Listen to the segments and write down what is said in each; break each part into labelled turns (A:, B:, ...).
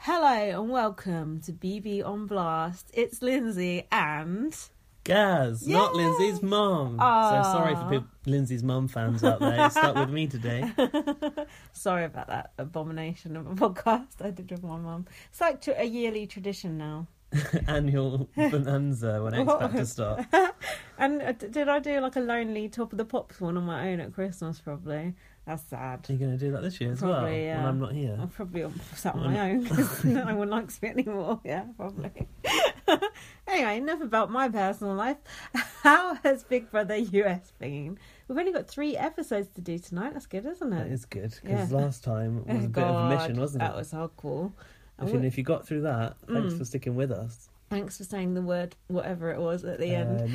A: Hello and welcome to BB on Blast. It's Lindsay and
B: Gaz,
A: Yeah.
B: not Lindsay's mum. So
A: Aw.
B: sorry for peop Lindsay's mum fans out there. Stuck with me today.
A: sorry about that abomination of a podcast I did with my mum. It's like tr- a yearly tradition now.
B: Annual bonanza when I expect to start.
A: And uh, d- did I do like a lonely top of the pops one on my own at Christmas? Probably. That's sad.
B: Are you going to do that this year as well
A: Probably, yeah.
B: when I'm not
A: I'm
B: here?
A: probably on, sat on my own 'cause no one likes me anymore. Yeah, probably. anyway, enough about my personal life. How has Big Brother US been? We've only got three episodes to do tonight. That's good, isn't it?
B: That is good because
A: Yeah.
B: last time was a
A: Oh,
B: bit of a
A: God,
B: mission, wasn't it?
A: That was Mm. hardcore. And
B: if, you,
A: we-
B: if you got through that, thanks for sticking with us.
A: Thanks for saying the word, whatever it was, at the
B: Uh,
A: end.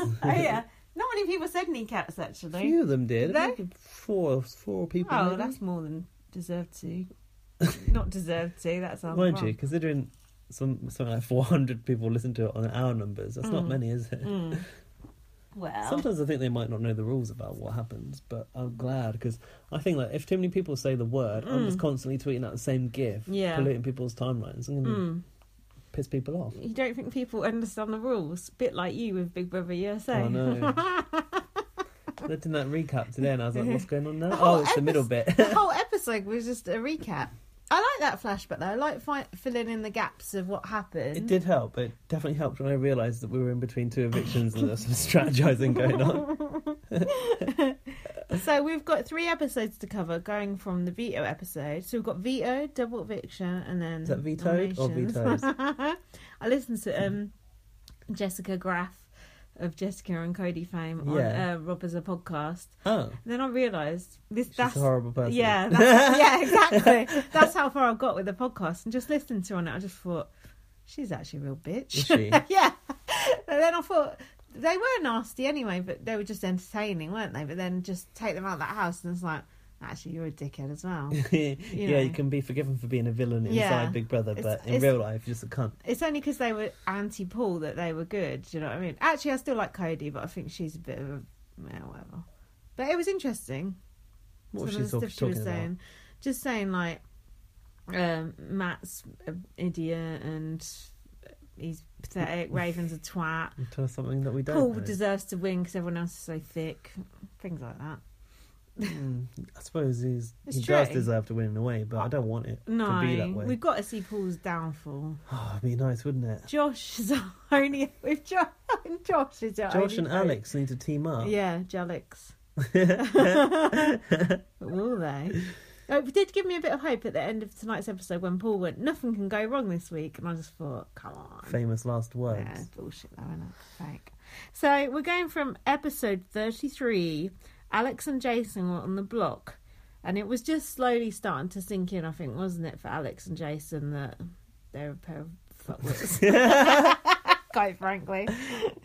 A: Oh, yeah. Not many people said kneecaps, actually.
B: A few of them did. I
A: They-
B: think Four, four people.
A: Oh,
B: maybe.
A: that's more than deserved to. Not deserved to, that sounds
B: Weren't
A: wrong.
B: you? Considering some something like 400 people listen to it on our numbers, that's
A: Mm.
B: not many, is it?
A: Hmm. Well,
B: Sometimes I think they might not know the rules about what happens, but I'm glad because I think that if too many people say the word, I'm just constantly tweeting out the same gif,
A: Mm. Yeah. Mm.
B: polluting people's timelines. I'm going to piss people off.
A: you don't think people understand the rules? Bit like you with Big Brother USA.
B: Oh no! They're doing that recap today, and I was like, "What's going on now?" Oh, it's the middle bit.
A: the whole episode was just a recap. I like that flashback though. I like fi- filling in the gaps of what happened.
B: it did help. It definitely helped when I realised that we were in between two evictions and there was some strategising going on.
A: So we've got three episodes to cover, going from the veto episode. So we've got veto, double eviction, and then
B: Is that vetoed or
A: nominations.
B: vetoes?
A: I listened to um, Jessica Graff of Jessica and Cody fame on
B: Yeah.
A: uh, Rob as a podcast.
B: Oh,
A: And then I realised this
B: she's
A: that's
B: a horrible person.
A: yeah that's, yeah exactly. That's how far I've got with the podcast and just listening to her on it. I just thought she's actually a real bitch.
B: Is she?
A: yeah. And then I thought they were nasty anyway, but they were just entertaining, weren't they? But then just take them out of that house and it's like actually you're a dickhead as well.
B: yeah, you
A: know.
B: can be forgiven for being a villain inside
A: Yeah.
B: Big Brother, but
A: It's-
B: in
A: it's-
B: real life, you're just a cunt.
A: it's only because they were anti Paul that they were good. Do you know what I mean? Actually, I still like Cody, but I think she's a bit of a yeah, whatever. But it was interesting.
B: What was
A: Some of the
B: she talk-
A: stuff she was
B: talking about?
A: saying, just saying like um, Matt's an idiot and he's pathetic. Raven's a twat.
B: Tell us something that we don't.
A: Paul
B: know.
A: deserves to win because everyone else is so thick. Things like that.
B: Mm, I suppose he's,
A: It's
B: he does
A: true.
B: deserve to win in a way, but I don't want it
A: No,
B: to be that way.
A: we've got to see Paul's downfall.
B: Oh, it'd be nice, wouldn't it?
A: Josh is our only with Josh. Josh is our
B: Josh and
A: only hope.
B: Alex need to team up.
A: Yeah, Jellix. but will they? Oh, It did give me a bit of hope at the end of tonight's episode when Paul went, nothing can go wrong this week. And I just thought, come on.
B: Famous last words.
A: Yeah, bullshit though, isn't it? Fake. So we're going from episode 33. Alex and Jason were on the block. And it was just slowly starting to sink in, I think, wasn't it, for Alex and Jason that they're a pair of fuckwits. Quite frankly.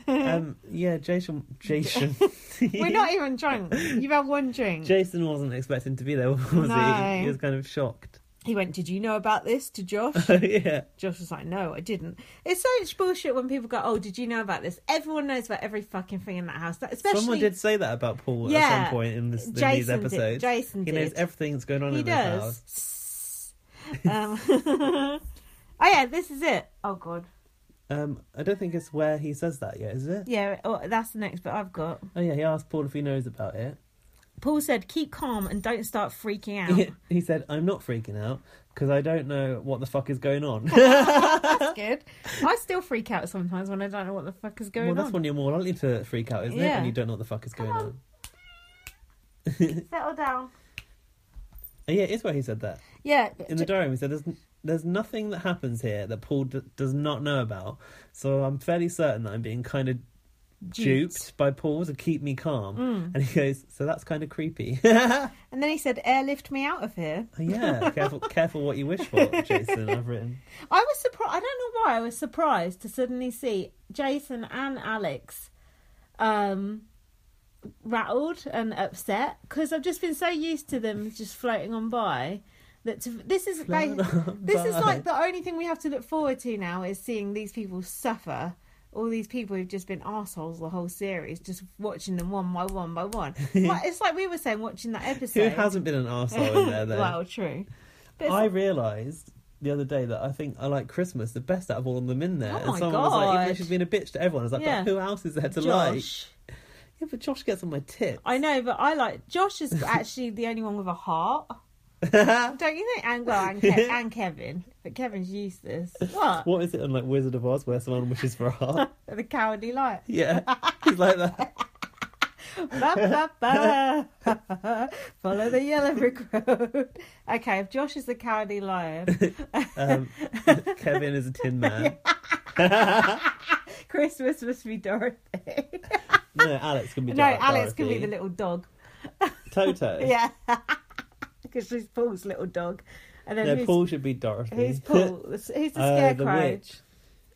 B: Um, yeah, Jason. Jason.
A: We're not even drunk. You've had one drink.
B: Jason wasn't expecting to be there, was he?
A: No.
B: He was kind of shocked.
A: He went, Did you know about this to Josh?
B: yeah.
A: Josh was like, No, I didn't. It's such bullshit when people go, Oh, did you know about this? Everyone knows about every fucking thing in that house. That, especially
B: Someone did say that about Paul at
A: Yeah.
B: some point in, this, in
A: Jason
B: these
A: did-
B: episodes.
A: Jason
B: He knows
A: did.
B: everything that's going on
A: He
B: in this house.
A: does. um, oh, yeah, this is it. Oh, God.
B: Um, I don't think it's where he says that yet, is it?
A: Yeah, oh, that's the next bit I've got.
B: Oh, yeah, he asked Paul if he knows about it.
A: Paul said, Keep calm and don't start freaking out.
B: He, he said, I'm not freaking out because I don't know what the fuck is going on.
A: that's good. I still freak out sometimes when I don't know what the fuck is going
B: well, that's
A: on.
B: when you're more likely to freak out, isn't it?
A: Yeah.
B: When you don't know what the fuck is going
A: on.
B: on.
A: Settle down.
B: Oh, yeah, it is where he said that.
A: Yeah.
B: In the diary, he said, there's, there's nothing that happens here that Paul d- does not know about. So I'm fairly certain that I'm being kind of
A: Jutes.
B: duped by Paul to keep me calm.
A: Mm.
B: And he goes, So that's kind of creepy.
A: And then he said, "Airlift me out of here."
B: yeah, careful, careful what you wish for, Jason. I've written.
A: I was surprised. I don't know why I was surprised to suddenly see Jason and Alex um, rattled and upset because I've just been so used to them just floating on by. That to, this is like,
B: Floating on
A: this is
B: by.
A: like the only thing we have to look forward to now is seeing these people suffer. All these people who've just been assholes the whole series, just watching them one by one by one. Like- it's like we were saying watching that episode.
B: Who hasn't been an arsehole in there, though?
A: well, true. But it's-
B: I realised the other day that I think I like Christmas the best out of all of them in there.
A: Oh
B: and
A: my
B: someone was like, even
A: God.
B: though she's been a bitch to everyone, I was like,
A: Yeah.
B: but who else is there to like?
A: Josh.
B: Yeah, but Josh gets on my tits.
A: I know, but I like Josh is actually the only one with a heart. Don't you think? And well, and, Ke- and Kevin, but Kevin's useless. What?
B: What is it on like Wizard of Oz where someone wishes for a heart?
A: The cowardly light.
B: yeah, he's like that.
A: Ba, ba, ba. Follow the yellow brick road. Okay, if Josh is the cowardly lion,
B: Um, Kevin is a tin man.
A: Christmas must be Dorothy.
B: No, Alex can be.
A: no,
B: Dark
A: Alex can be
B: Dorothy.
A: the little dog.
B: Toto.
A: Yeah, because she's Paul's little dog. And then
B: No,
A: who's,
B: Paul should be Dorothy.
A: who's Paul? Who's the
B: Uh, the
A: scarecrow?
B: witch.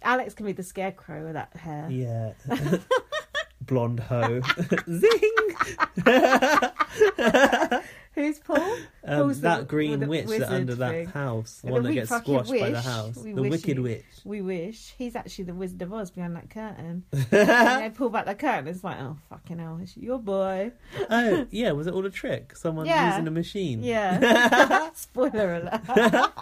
A: Alex can be the scarecrow with that hair.
B: Yeah. Blonde hoe. Zing!
A: Who's Paul?
B: Um,
A: Paul's
B: that
A: the-
B: green
A: with the
B: witch
A: wizard
B: that under that
A: thing.
B: house, the
A: Yeah,
B: one
A: but
B: that
A: we
B: gets
A: fucking
B: squashed by the
A: wish-
B: house,
A: we
B: the
A: wish
B: wicked
A: you-
B: witch.
A: We wish he's actually the Wizard of Oz behind that curtain. and they pull back the curtain. It's like, oh fucking hell, it's your boy.
B: oh, yeah, was it all a trick? Someone
A: Yeah.
B: using a machine.
A: Yeah. Spoiler alert.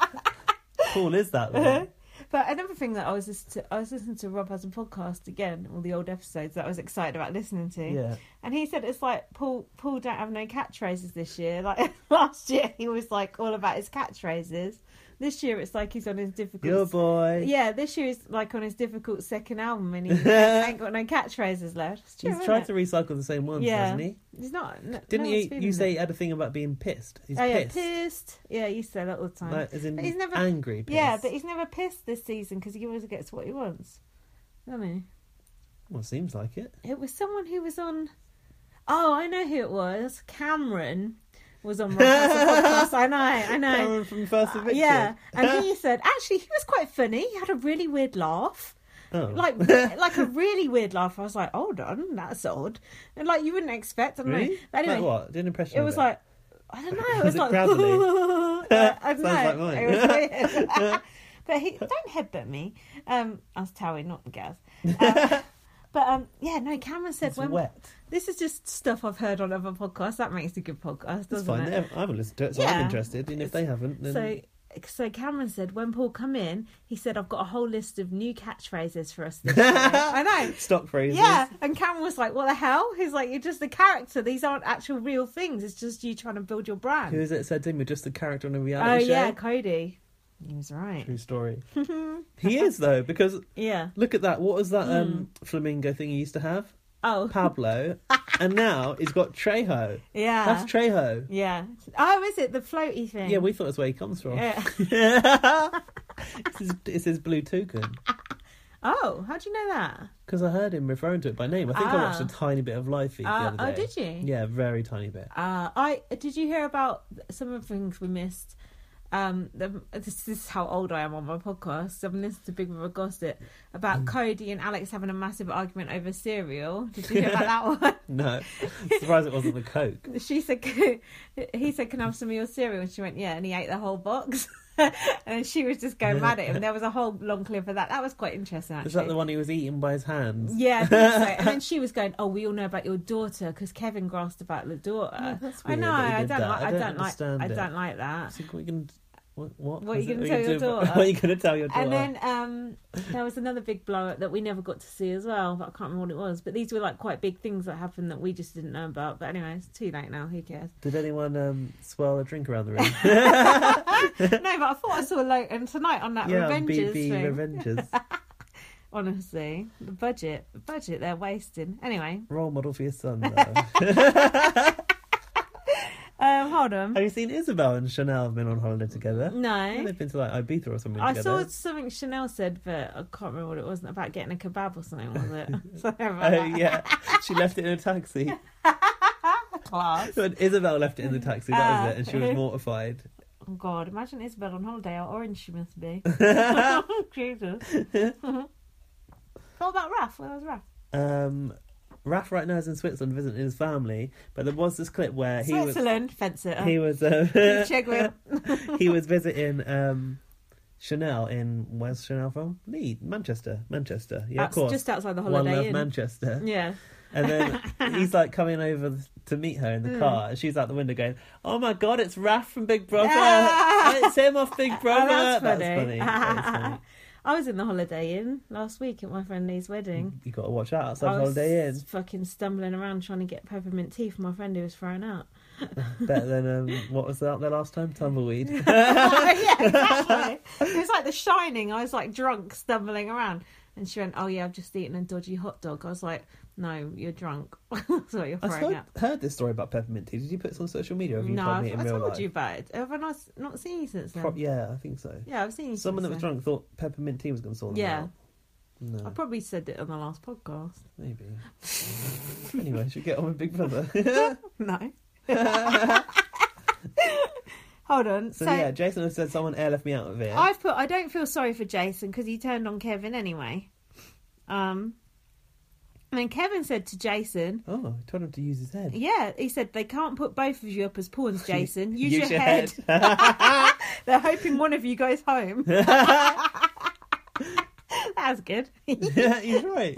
B: Paul is that
A: Uh-huh.
B: one.
A: But another thing that I was listening to, I was listening to Rob has a podcast again, all the old episodes that I was excited about listening to.
B: yeah.
A: And he said it's like Paul Paul don't have no catchphrases this year. Like last year he was like all about his catchphrases. This year it's like he's on his difficult
B: Your boy.
A: Yeah, this year is like on his difficult second album, and he ain't got no catchphrases left. It's true,
B: He's
A: isn't
B: tried
A: it?
B: to recycle the same ones,
A: Yeah.
B: hasn't he?
A: He's not. No,
B: Didn't
A: no one's
B: you,
A: feeling
B: you
A: it.
B: say he had a thing about being pissed? He's
A: oh yeah,
B: pissed.
A: pissed. Yeah, you say that all the time.
B: Like, as in
A: But he's never-
B: angry pissed.
A: yeah, but he's never pissed this season because he always gets what he wants. Doesn't
B: Well, seems like it.
A: he? It was someone who was on. Oh, I know who it was. Cameron was on Rob House podcast. I know. I know.
B: Cameron from First Eviction.
A: Uh, Yeah, and he said actually he was quite funny. He had a really weird laugh.
B: Oh.
A: like like a really weird laugh. I was like, hold on, that's odd, and like you wouldn't expect. I don't know.
B: Really?
A: But anyway,
B: like what? Did an impression
A: it
B: of
A: was like I don't know. It was,
B: Was it
A: like
B: gravelly?
A: I don't
B: Sounds
A: know.
B: like mine.
A: It was weird. but he don't headbutt me. Um, I was Towie, not Gaz. Um, but um, yeah, no. Cameron said
B: It's
A: when
B: wet.
A: this is just stuff I've heard on other podcasts. That makes a good podcast, doesn't
B: That's fine.
A: it?
B: They haven't- I haven't listened to it, so
A: Yeah.
B: I'm interested. And if they haven't, then
A: So, so Cameron said when Paul come in, he said I've got a whole list of new catchphrases for us. This year. I know.
B: stock phrases.
A: Yeah, and Cameron was like, "What the hell?" He's like, "You're just a character. These aren't actual real things. It's just you trying to build your brand."
B: Who is it said to him? You're just a character on a
A: oh
B: reality show.
A: yeah, Cody. He was right.
B: True story. he is though, because
A: Yeah.
B: look at that. What was that um,
A: Hmm.
B: flamingo thing he used to have?
A: Oh
B: Pablo, and now he's got Trejo.
A: yeah.
B: That's Trejo.
A: Yeah. Oh, is it the floaty thing?
B: Yeah, we thought that's where he comes from.
A: Yeah.
B: it's, his, it's his blue toucan.
A: Oh, how do you know that?
B: Because I heard him referring to it by name. I think I watched
A: Ah.
B: a tiny bit of Live Feed
A: Ah,
B: the other
A: oh,
B: day.
A: did you?
B: Yeah, very tiny bit.
A: Uh, I did you hear about some of the things we missed? Um, the, this is how old I am on my podcast. I've listened to Big Brother gossip
B: Mm.
A: about Cody and Alex having a massive argument over cereal. Did you hear about that
B: No, surprised it wasn't the Coke.
A: one? She said, "Can- "He said, can I have some of your cereal?" And she went, "Yeah," and he ate the whole box. and she was just going mad at him. There was a whole long clip of that. That was quite interesting. Actually,
B: Is that the one he was eating by his hands?
A: Yeah, I think so. and then she was going, "Oh, we all know about your daughter because Kevin grasped about the daughter."
B: that's
A: I
B: weird
A: know.
B: that he
A: I
B: did
A: don't.
B: that.
A: Like,
B: I
A: I
B: don't
A: don't like. I
B: understand it.
A: don't like that.
B: So what you gonna what what,
A: What are you
B: is it-
A: gonna
B: what
A: tell
B: you
A: your
B: do-
A: daughter?
B: What are you gonna tell your daughter?
A: And then um, there was another big blow up that we never got to see as well, but I can't remember what it was. But these were like quite big things that happened that we just didn't know about. But anyway, it's too late now. Who cares?
B: Did anyone um, swirl a drink around the room?
A: no, but I thought I saw like and tonight on that
B: yeah, on
A: Revengers
B: BB
A: thing.
B: Revengers.
A: Honestly, the budget, the budget they're wasting. Anyway,
B: Role model for your son, though.
A: um, hold on.
B: Have you seen Isabel and Chanel have been on holiday together?
A: No.
B: They've been to like Ibiza or something
A: Mm, I
B: together.
A: saw something Chanel said, but I can't remember what it was. About getting a kebab or something, was it? Something about
B: Oh
A: that.
B: yeah, she left it in a taxi.
A: Class.
B: When Isabel left it in the
A: Uh,
B: taxi, that was it, and she was
A: Ah.
B: mortified.
A: Oh God! Imagine Isabel on holiday. How orange she must be. Jesus. what about Raf? Where was Raf?
B: Um, Raf right now is in Switzerland visiting his family, but there was this clip where he was
A: Switzerland. Fence it.
B: he
A: Up.
B: was uh,
A: Chegwin.
B: he was visiting um, Chanel in where's Chanel from? Leeds, Manchester, Manchester. Yeah, of
A: That's
B: course.
A: just outside the
B: One Love
A: Holiday Inn.
B: Manchester.
A: Yeah.
B: And then he's like coming over th- to meet her in the
A: Mm.
B: car, and she's out the window going, "Oh my god, it's Raf from Big Brother!
A: Ah!
B: it's him off Big
A: Oh,
B: Brother!"
A: that's funny.
B: That's funny.
A: I was in the Holiday Inn last week at my friend Lee's wedding.
B: You got to watch out outside
A: I was
B: Holiday Inn.
A: fucking stumbling around trying to get peppermint tea for my friend who was thrown out.
B: Better than um, what was out there last time? Tumbleweed.
A: yeah, exactly. It was like The Shining. I was like drunk, stumbling around, and she went, "Oh yeah, I've just eaten a dodgy hot dog." I was like, "No, you're drunk. That's what you're
B: I've
A: throwing
B: heard,
A: up."
B: heard this story about peppermint tea. Did you put this on social media? Or have you
A: No,
B: told me
A: I've,
B: it
A: I
B: in real
A: told
B: life?
A: you about it. Have I not, not seen you since then?
B: Pro- yeah, I think so.
A: Yeah, I've seen you.
B: Someone that
A: since
B: was
A: then.
B: drunk thought peppermint tea was going to sort them
A: Yeah. Oh.
B: out. No,
A: I probably said it on the last podcast.
B: maybe. anyway, should we get on with Big Brother.
A: No. Hold on.
B: so, yeah, Jason has said someone air left me out of it.
A: I've put. I don't feel sorry for Jason because he turned on Kevin anyway. Um, and then Kevin said to Jason,
B: Oh, I told him to use his head.
A: "Yeah," he said they can't put both of you up as pawns, Jason. Use, your,
B: Use your
A: head. They're hoping one of you goes home. That's good.
B: yeah, he's right.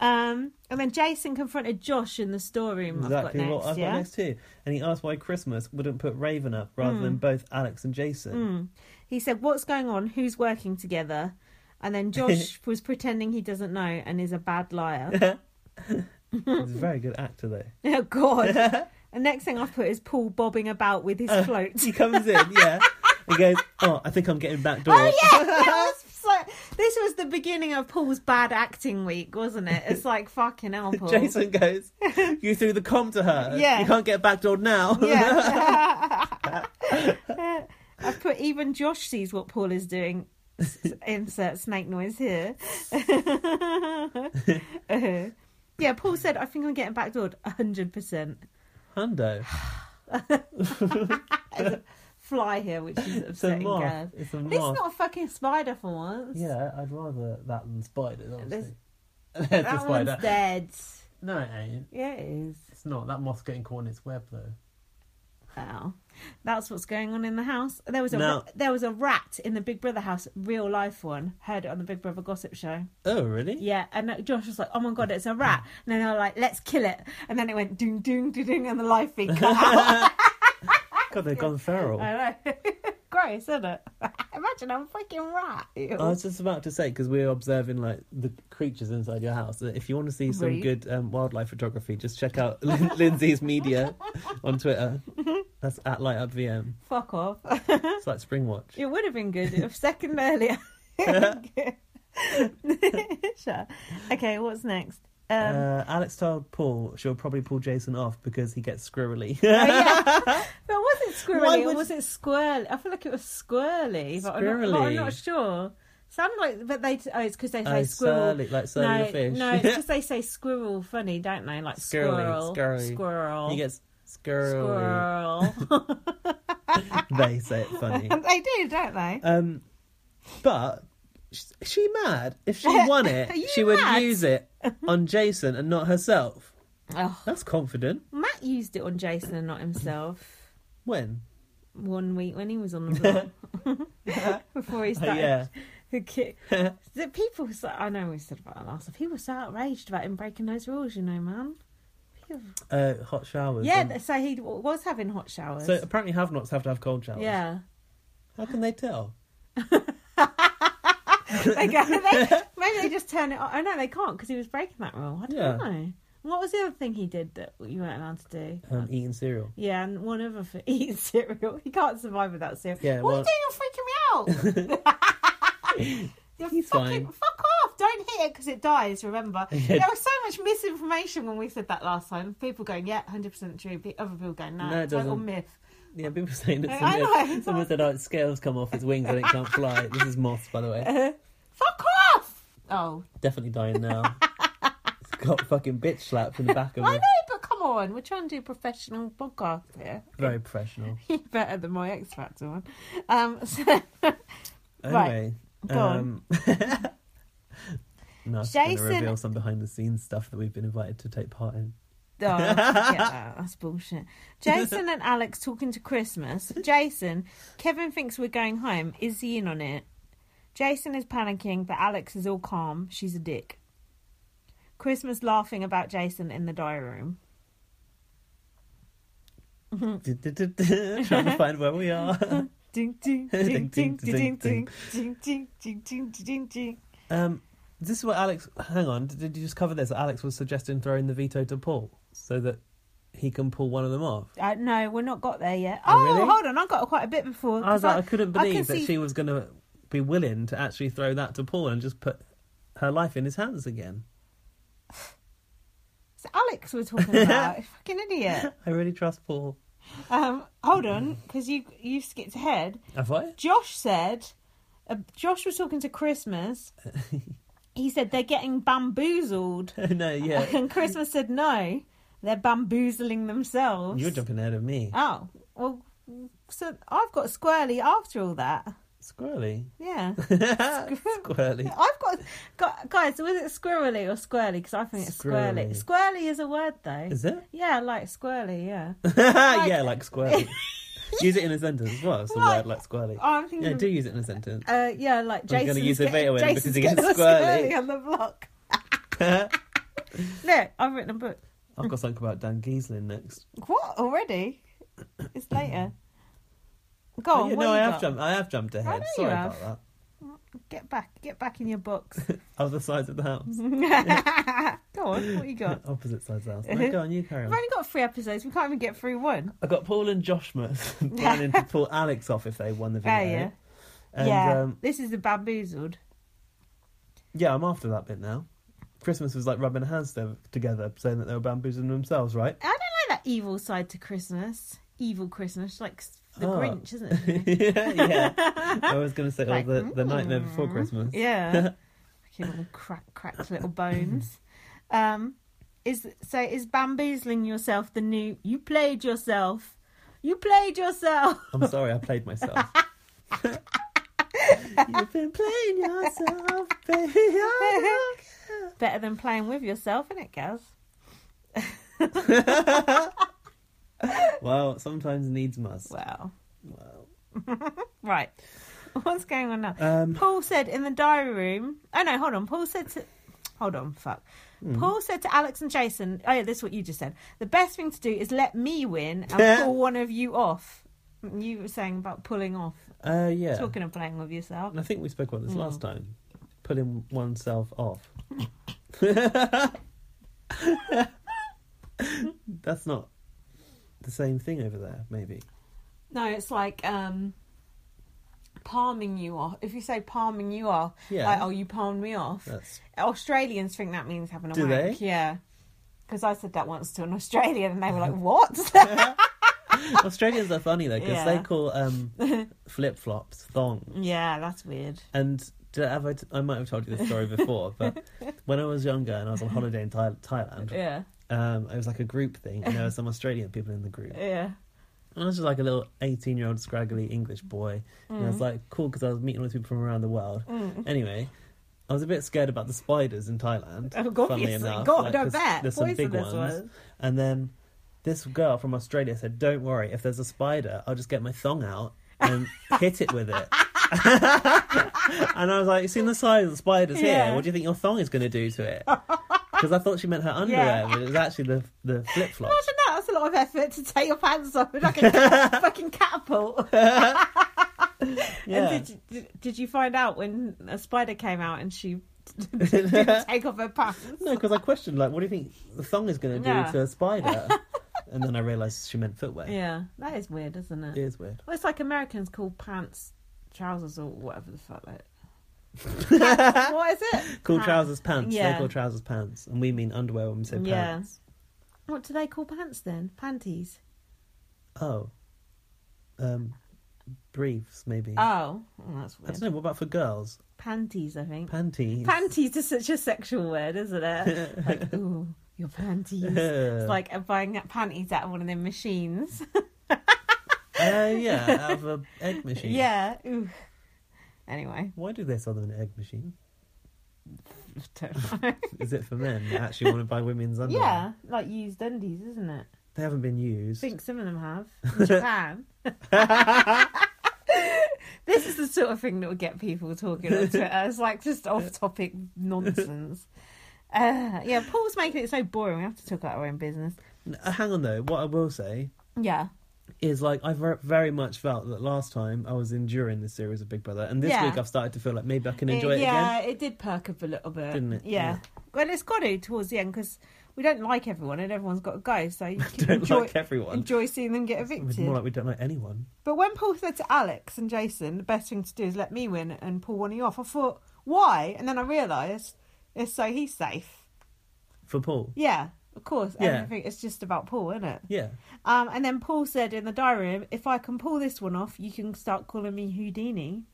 A: um, and then Jason confronted Josh in the storeroom.
B: exactly
A: I've got
B: what
A: next.
B: I've
A: yeah.
B: got next too. And he asked why Christmas wouldn't put Raven up rather
A: Hmm.
B: than both Alex and Jason.
A: He said, "What's going on? Who's working together?" And then Josh was pretending he doesn't know and is a bad liar. Hmm.
B: He's a very good actor though.
A: Oh God! the next thing I've put is Paul bobbing about with his float.
B: He comes in, yeah, and goes, "Oh, I think I'm getting backdoor."
A: Oh yeah, that was so. This was the beginning of Paul's bad acting week, wasn't it? It's like fucking hell, Paul.
B: Jason goes, "You threw the com to her.
A: Yeah.
B: you can't get backdoored now."
A: Yeah. I've put even Josh sees what Paul is doing. S- Insert snake noise here. Uh-huh. yeah, Paul said, "I think I'm getting backdoored 100 percent."
B: Hundo.
A: Fly here, which is
B: It's a
A: upsetting.
B: moth.
A: Gav.
B: It's a
A: At least
B: moth.
A: not a fucking spider for once.
B: Yeah, I'd rather that than spiders. Obviously,
A: That
B: There's a
A: one's
B: spider.
A: dead.
B: No, it ain't.
A: Yeah, it is.
B: It's not. That moth's getting caught in its web though.
A: Wow. That's what's going on in the house. There was a
B: Now-
A: ra- there was a rat in the Big Brother house, real life one. Heard it on the Big Brother gossip show.
B: Oh, really?
A: Yeah, and uh, Josh was like, "Oh my god, it's a rat!" And then they were like, "Let's kill it!" And then it went ding ding ding ding, and the live feed cut out.
B: God, they've gone feral.
A: I know. Gross, isn't it? Imagine I'm a fucking rat. Ew.
B: I was just about to say because we're observing like the creatures inside your house. that If you want to see some
A: Right.
B: good um, wildlife photography, just check out Lin- Lindsay's Media on Twitter. That's at Light Up VM.
A: Fuck off.
B: It's like Spring Watch.
A: It would have been good a second earlier. sure. Okay, what's next? Um,
B: uh, Alex told Paul she'll probably pull Jason off because he gets squirrely.
A: Oh, yeah. but was it
B: Why
A: squirrely
B: would-
A: or was it squirrely? I feel like it was squirrely, but, I'm, not, but I'm
B: Squirrely.
A: not sure. Sound like, but they oh, it's because they say
B: Oh,
A: squirrel.
B: surly, like surly
A: no,
B: the fish.
A: no, it's because they say squirrel funny, don't they? Like
B: Squirrely,
A: squirrel,
B: scurry.
A: squirrel,
B: he gets squirrely.
A: squirrel.
B: They say it funny.
A: they do, don't they?
B: Um, but sh- she mad. If she won
A: Are
B: it,
A: you
B: she would
A: mad?
B: use it on Jason and not herself.
A: Oh,
B: That's confident.
A: Matt used it on Jason and not himself.
B: When?
A: One week when he was on the block before he
B: Oh,
A: started
B: yeah.
A: The kid, the people. So, I know we said about it last time. People were so outraged about him breaking those rules. You know, man. People,
B: Uh, hot showers.
A: yeah.
B: and-
A: th- So he w- was having hot showers.
B: So apparently, have-nots have to have cold showers.
A: yeah.
B: How can they tell?
A: they go, they, maybe they just turn it. on. Oh no, they can't because he was breaking that rule. I don't
B: Yeah.
A: know. What was the other thing he did that you weren't allowed to do?
B: Um, eating cereal.
A: yeah, and one other for eating cereal. He can't survive without cereal.
B: Yeah,
A: what
B: well-
A: are you doing? You're freaking me out. You're
B: He's
A: fucking
B: fine.
A: fuck off. off. Don't hit it because it dies. Remember,
B: Yeah.
A: there was so much misinformation when we said that last time. People going, yeah, hundred percent true. Pe- Other people going, no,
B: No, it
A: total
B: doesn't.
A: myth.
B: Yeah, people saying that
A: I know,
B: someone,
A: it's
B: someone said, oh, its scales come off its wings and it can't fly. This is moths, by the way.
A: Fuck off! Oh,
B: Definitely dying now. it's got fucking bitch slapped in the back of
A: I
B: it.
A: know, but come on, we're trying to do professional podcast here.
B: Very professional.
A: Better than my X Factor one. Um, so, Right,
B: Anyway.
A: go on.
B: no, Jason...
A: Jason-
B: going to reveal some behind the scenes stuff that we've been invited to take part in.
A: Oh, yeah, that- that's bullshit. Jason and Alex talking to Christmas. Jason, Kevin thinks we're going home. Is he in on it? Jason is panicking, but Alex is all calm. She's a dick. Christmas laughing about Jason in the diary room. Mm.
B: Trying to find where we are.
A: Ding, ding, ding, ding,
B: Ding,
A: ding,
B: ding,
A: ding,
B: ding,
A: ding, ding, ding, ding, ding, ding, ding.
B: Um, this is what Alex. Hang on, did- did you just cover this? Alex was suggesting throwing the veto to Paul so that he can pull one of them off.
A: Uh, no, we're not got there yet.
B: Oh,
A: Oh,
B: really?
A: hold on, I got quite a bit before.
B: I was
A: 'cause
B: like, I couldn't
A: I
B: believe
A: can
B: that
A: see-
B: she was going to be willing to actually throw that to Paul and just put her life in his hands again.
A: It's Alex we're talking about. Fucking idiot.
B: I really trust Paul.
A: Um, hold on, because you you skipped ahead.
B: Have I?
A: Josh said, uh, Josh was talking to Christmas. He said they're getting bamboozled,
B: no, yeah.
A: and Christmas said no, they're bamboozling themselves.
B: You're jumping ahead of me.
A: Oh well, so I've got squirrely after all that.
B: Squirrely.
A: Yeah,
B: Squirrely.
A: I've got, got guys. Was it squirrely or squirrely? Because I think it's squirrely.
B: Squirrely.
A: Squirrely is a word though.
B: Is it?
A: Yeah, like squirrely. Yeah. Oh,
B: yeah, like squirrely. Use it in a sentence as well. It's the
A: Like-
B: word like squirrely.
A: Oh, I'm thinking
B: Yeah,
A: of-
B: do use it in a sentence.
A: Uh, yeah, like
B: I'm gonna
A: Jason's
B: use the
A: getting,
B: veto in
A: Jason's
B: because he gets
A: getting a
B: squirrely.
A: squirrely on the block. Look, I've written a book.
B: I've got something about Dan Giesling next.
A: What already? It's later. Go
B: Oh,
A: on.
B: yeah,
A: what
B: no,
A: you
B: I have
A: got?
B: jumped. I have jumped ahead.
A: know you
B: Sorry
A: have.
B: about that.
A: Get back. Get back in your box.
B: Other sides of the house. Uh,
A: Go on. What you got?
B: Opposite sides of the house. No, go on, you carry
A: We've
B: on.
A: only got three episodes. We can't even get through one.
B: I got Paul and Joshmas planning to pull Alex off if they won the video.
A: Yeah, yeah.
B: And
A: yeah.
B: um,
A: this is the bamboozled.
B: yeah, I'm after that bit now. Christmas was like rubbing hands to- together, saying that they were bamboozling themselves, right?
A: I don't like that evil side to Christmas. Evil Christmas, like s- the
B: Ah.
A: Grinch, isn't it?
B: yeah, yeah. I was going to say,
A: Like, mm-hmm.
B: oh, the, the nightmare before Christmas.
A: Yeah. Fucking little crack, cracked little bones. Um, is so is bamboozling yourself the new? You played yourself. You played yourself.
B: I'm sorry, I played myself. You've been playing yourself, baby. I
A: Better than playing with yourself, isn't it, Gaz?
B: know. Well, sometimes needs must.
A: Wow.
B: Well.
A: Right. What's going on now?
B: Um,
A: Paul said in the diary room. Oh no, hold on. Paul said to. Hold on, fuck.
B: Hmm.
A: Paul said to Alex and Jason, "Oh yeah, this is what you just said. The best thing to do is let me win and pull one of you off." You were saying about pulling off,
B: uh, yeah.
A: talking of playing with yourself.
B: And I think we spoke about this
A: Mm.
B: last time. Pulling oneself off. That's not the same thing over there, maybe.
A: No, it's like um palming you off. If you say palming you off,
B: Yeah.
A: like, oh, you palmed me off.
B: That's
A: Australians think that means having a
B: Do
A: wank.
B: they?
A: Yeah. Because I said that once to an Australian and they were like, what?
B: Australians are funny though because
A: Yeah.
B: they call um, flip flops thongs.
A: yeah, that's weird.
B: And did I, have I, t- I might have told you this story before, but when I was younger and I was on holiday in Tha- Thailand,
A: Yeah,
B: um, it was like a group thing, and there were some Australian people in the group.
A: yeah.
B: And I was just like a little 18 year old scraggly English boy. And I
A: Mm.
B: was like, cool, because I was meeting all these people from around the world. Anyway, I was a bit scared about the spiders in Thailand.
A: Oh,
B: funnily
A: obviously.
B: enough.
A: God, I
B: 'cause
A: bet.
B: There's some big
A: Poisonous
B: ones.
A: ones.
B: And then this girl from Australia said, don't worry, if there's a spider, I'll just get my thong out and hit it with it. and I was like, you've seen the size of the spiders
A: Yeah.
B: here. What do you think your thong is going to do to it? Because I thought she meant her underwear, but it was actually the, the flip flops.
A: Imagine that. That's a lot of effort to take your pants off with like a cat- fucking catapult.
B: Yeah.
A: And did, you- did, did you find out when a spider came out and she didn't take off her pants?
B: No, because I questioned, like, what do you think the thong is going to do
A: Yeah.
B: to a spider? and then I realised she meant footwear.
A: Yeah, that is weird, isn't it?
B: It is weird.
A: Well, it's like Americans call pants trousers or whatever the fuck that. what is it?
B: Cool
A: Pants.
B: trousers pants.
A: Yeah.
B: They call trousers pants, and we mean underwear when we say
A: Yeah.
B: pants.
A: What do they call pants then? Panties.
B: Oh, um, briefs maybe.
A: Oh, well, that's
B: I don't
A: weird.
B: know. What about for girls?
A: Panties, I think.
B: Panties.
A: Panties is such a sexual word, isn't it? like, ooh, your panties. it's like buying panties out of one of them machines.
B: Uh, yeah, out of an egg machine.
A: yeah. Ooh. Anyway,
B: Why do they sell them in an egg machine?
A: don't know.
B: Is it for men that actually want to buy women's underwear?
A: yeah, like used undies, isn't it?
B: They haven't been
A: I
B: used.
A: think some of them have in Japan. this is the sort of thing that will get people talking on Twitter. It's like just off-topic nonsense. Uh, yeah, Paul's making it so boring. We have to talk about our own business.
B: N- uh, Hang on though. What I will say
A: Yeah,
B: is like I ver- very much felt that last time I was enduring this series of Big Brother, and this
A: Yeah. Eh,
B: week I've started to feel like maybe I can enjoy it,
A: yeah,
B: again.
A: it did perk up a little bit,
B: Didn't it?
A: Yeah.
B: Yeah.
A: Well, it's got to towards the end because we don't like everyone, and everyone's got to go. So you can
B: Don't
A: enjoy,
B: like everyone.
A: enjoy seeing them get
B: It's
A: evicted.
B: more like we don't like anyone.
A: But when Paul said to Alex and Jason, the best thing to do is let me win and pull one of you off, I thought, why? And then I realised it's so he's safe.
B: For Paul.
A: Yeah, of course.
B: Yeah.
A: Everything, it's just about Paul, isn't it?
B: Yeah.
A: Um, and then Paul said in the diary room, if I can pull this one off, you can start calling me Houdini.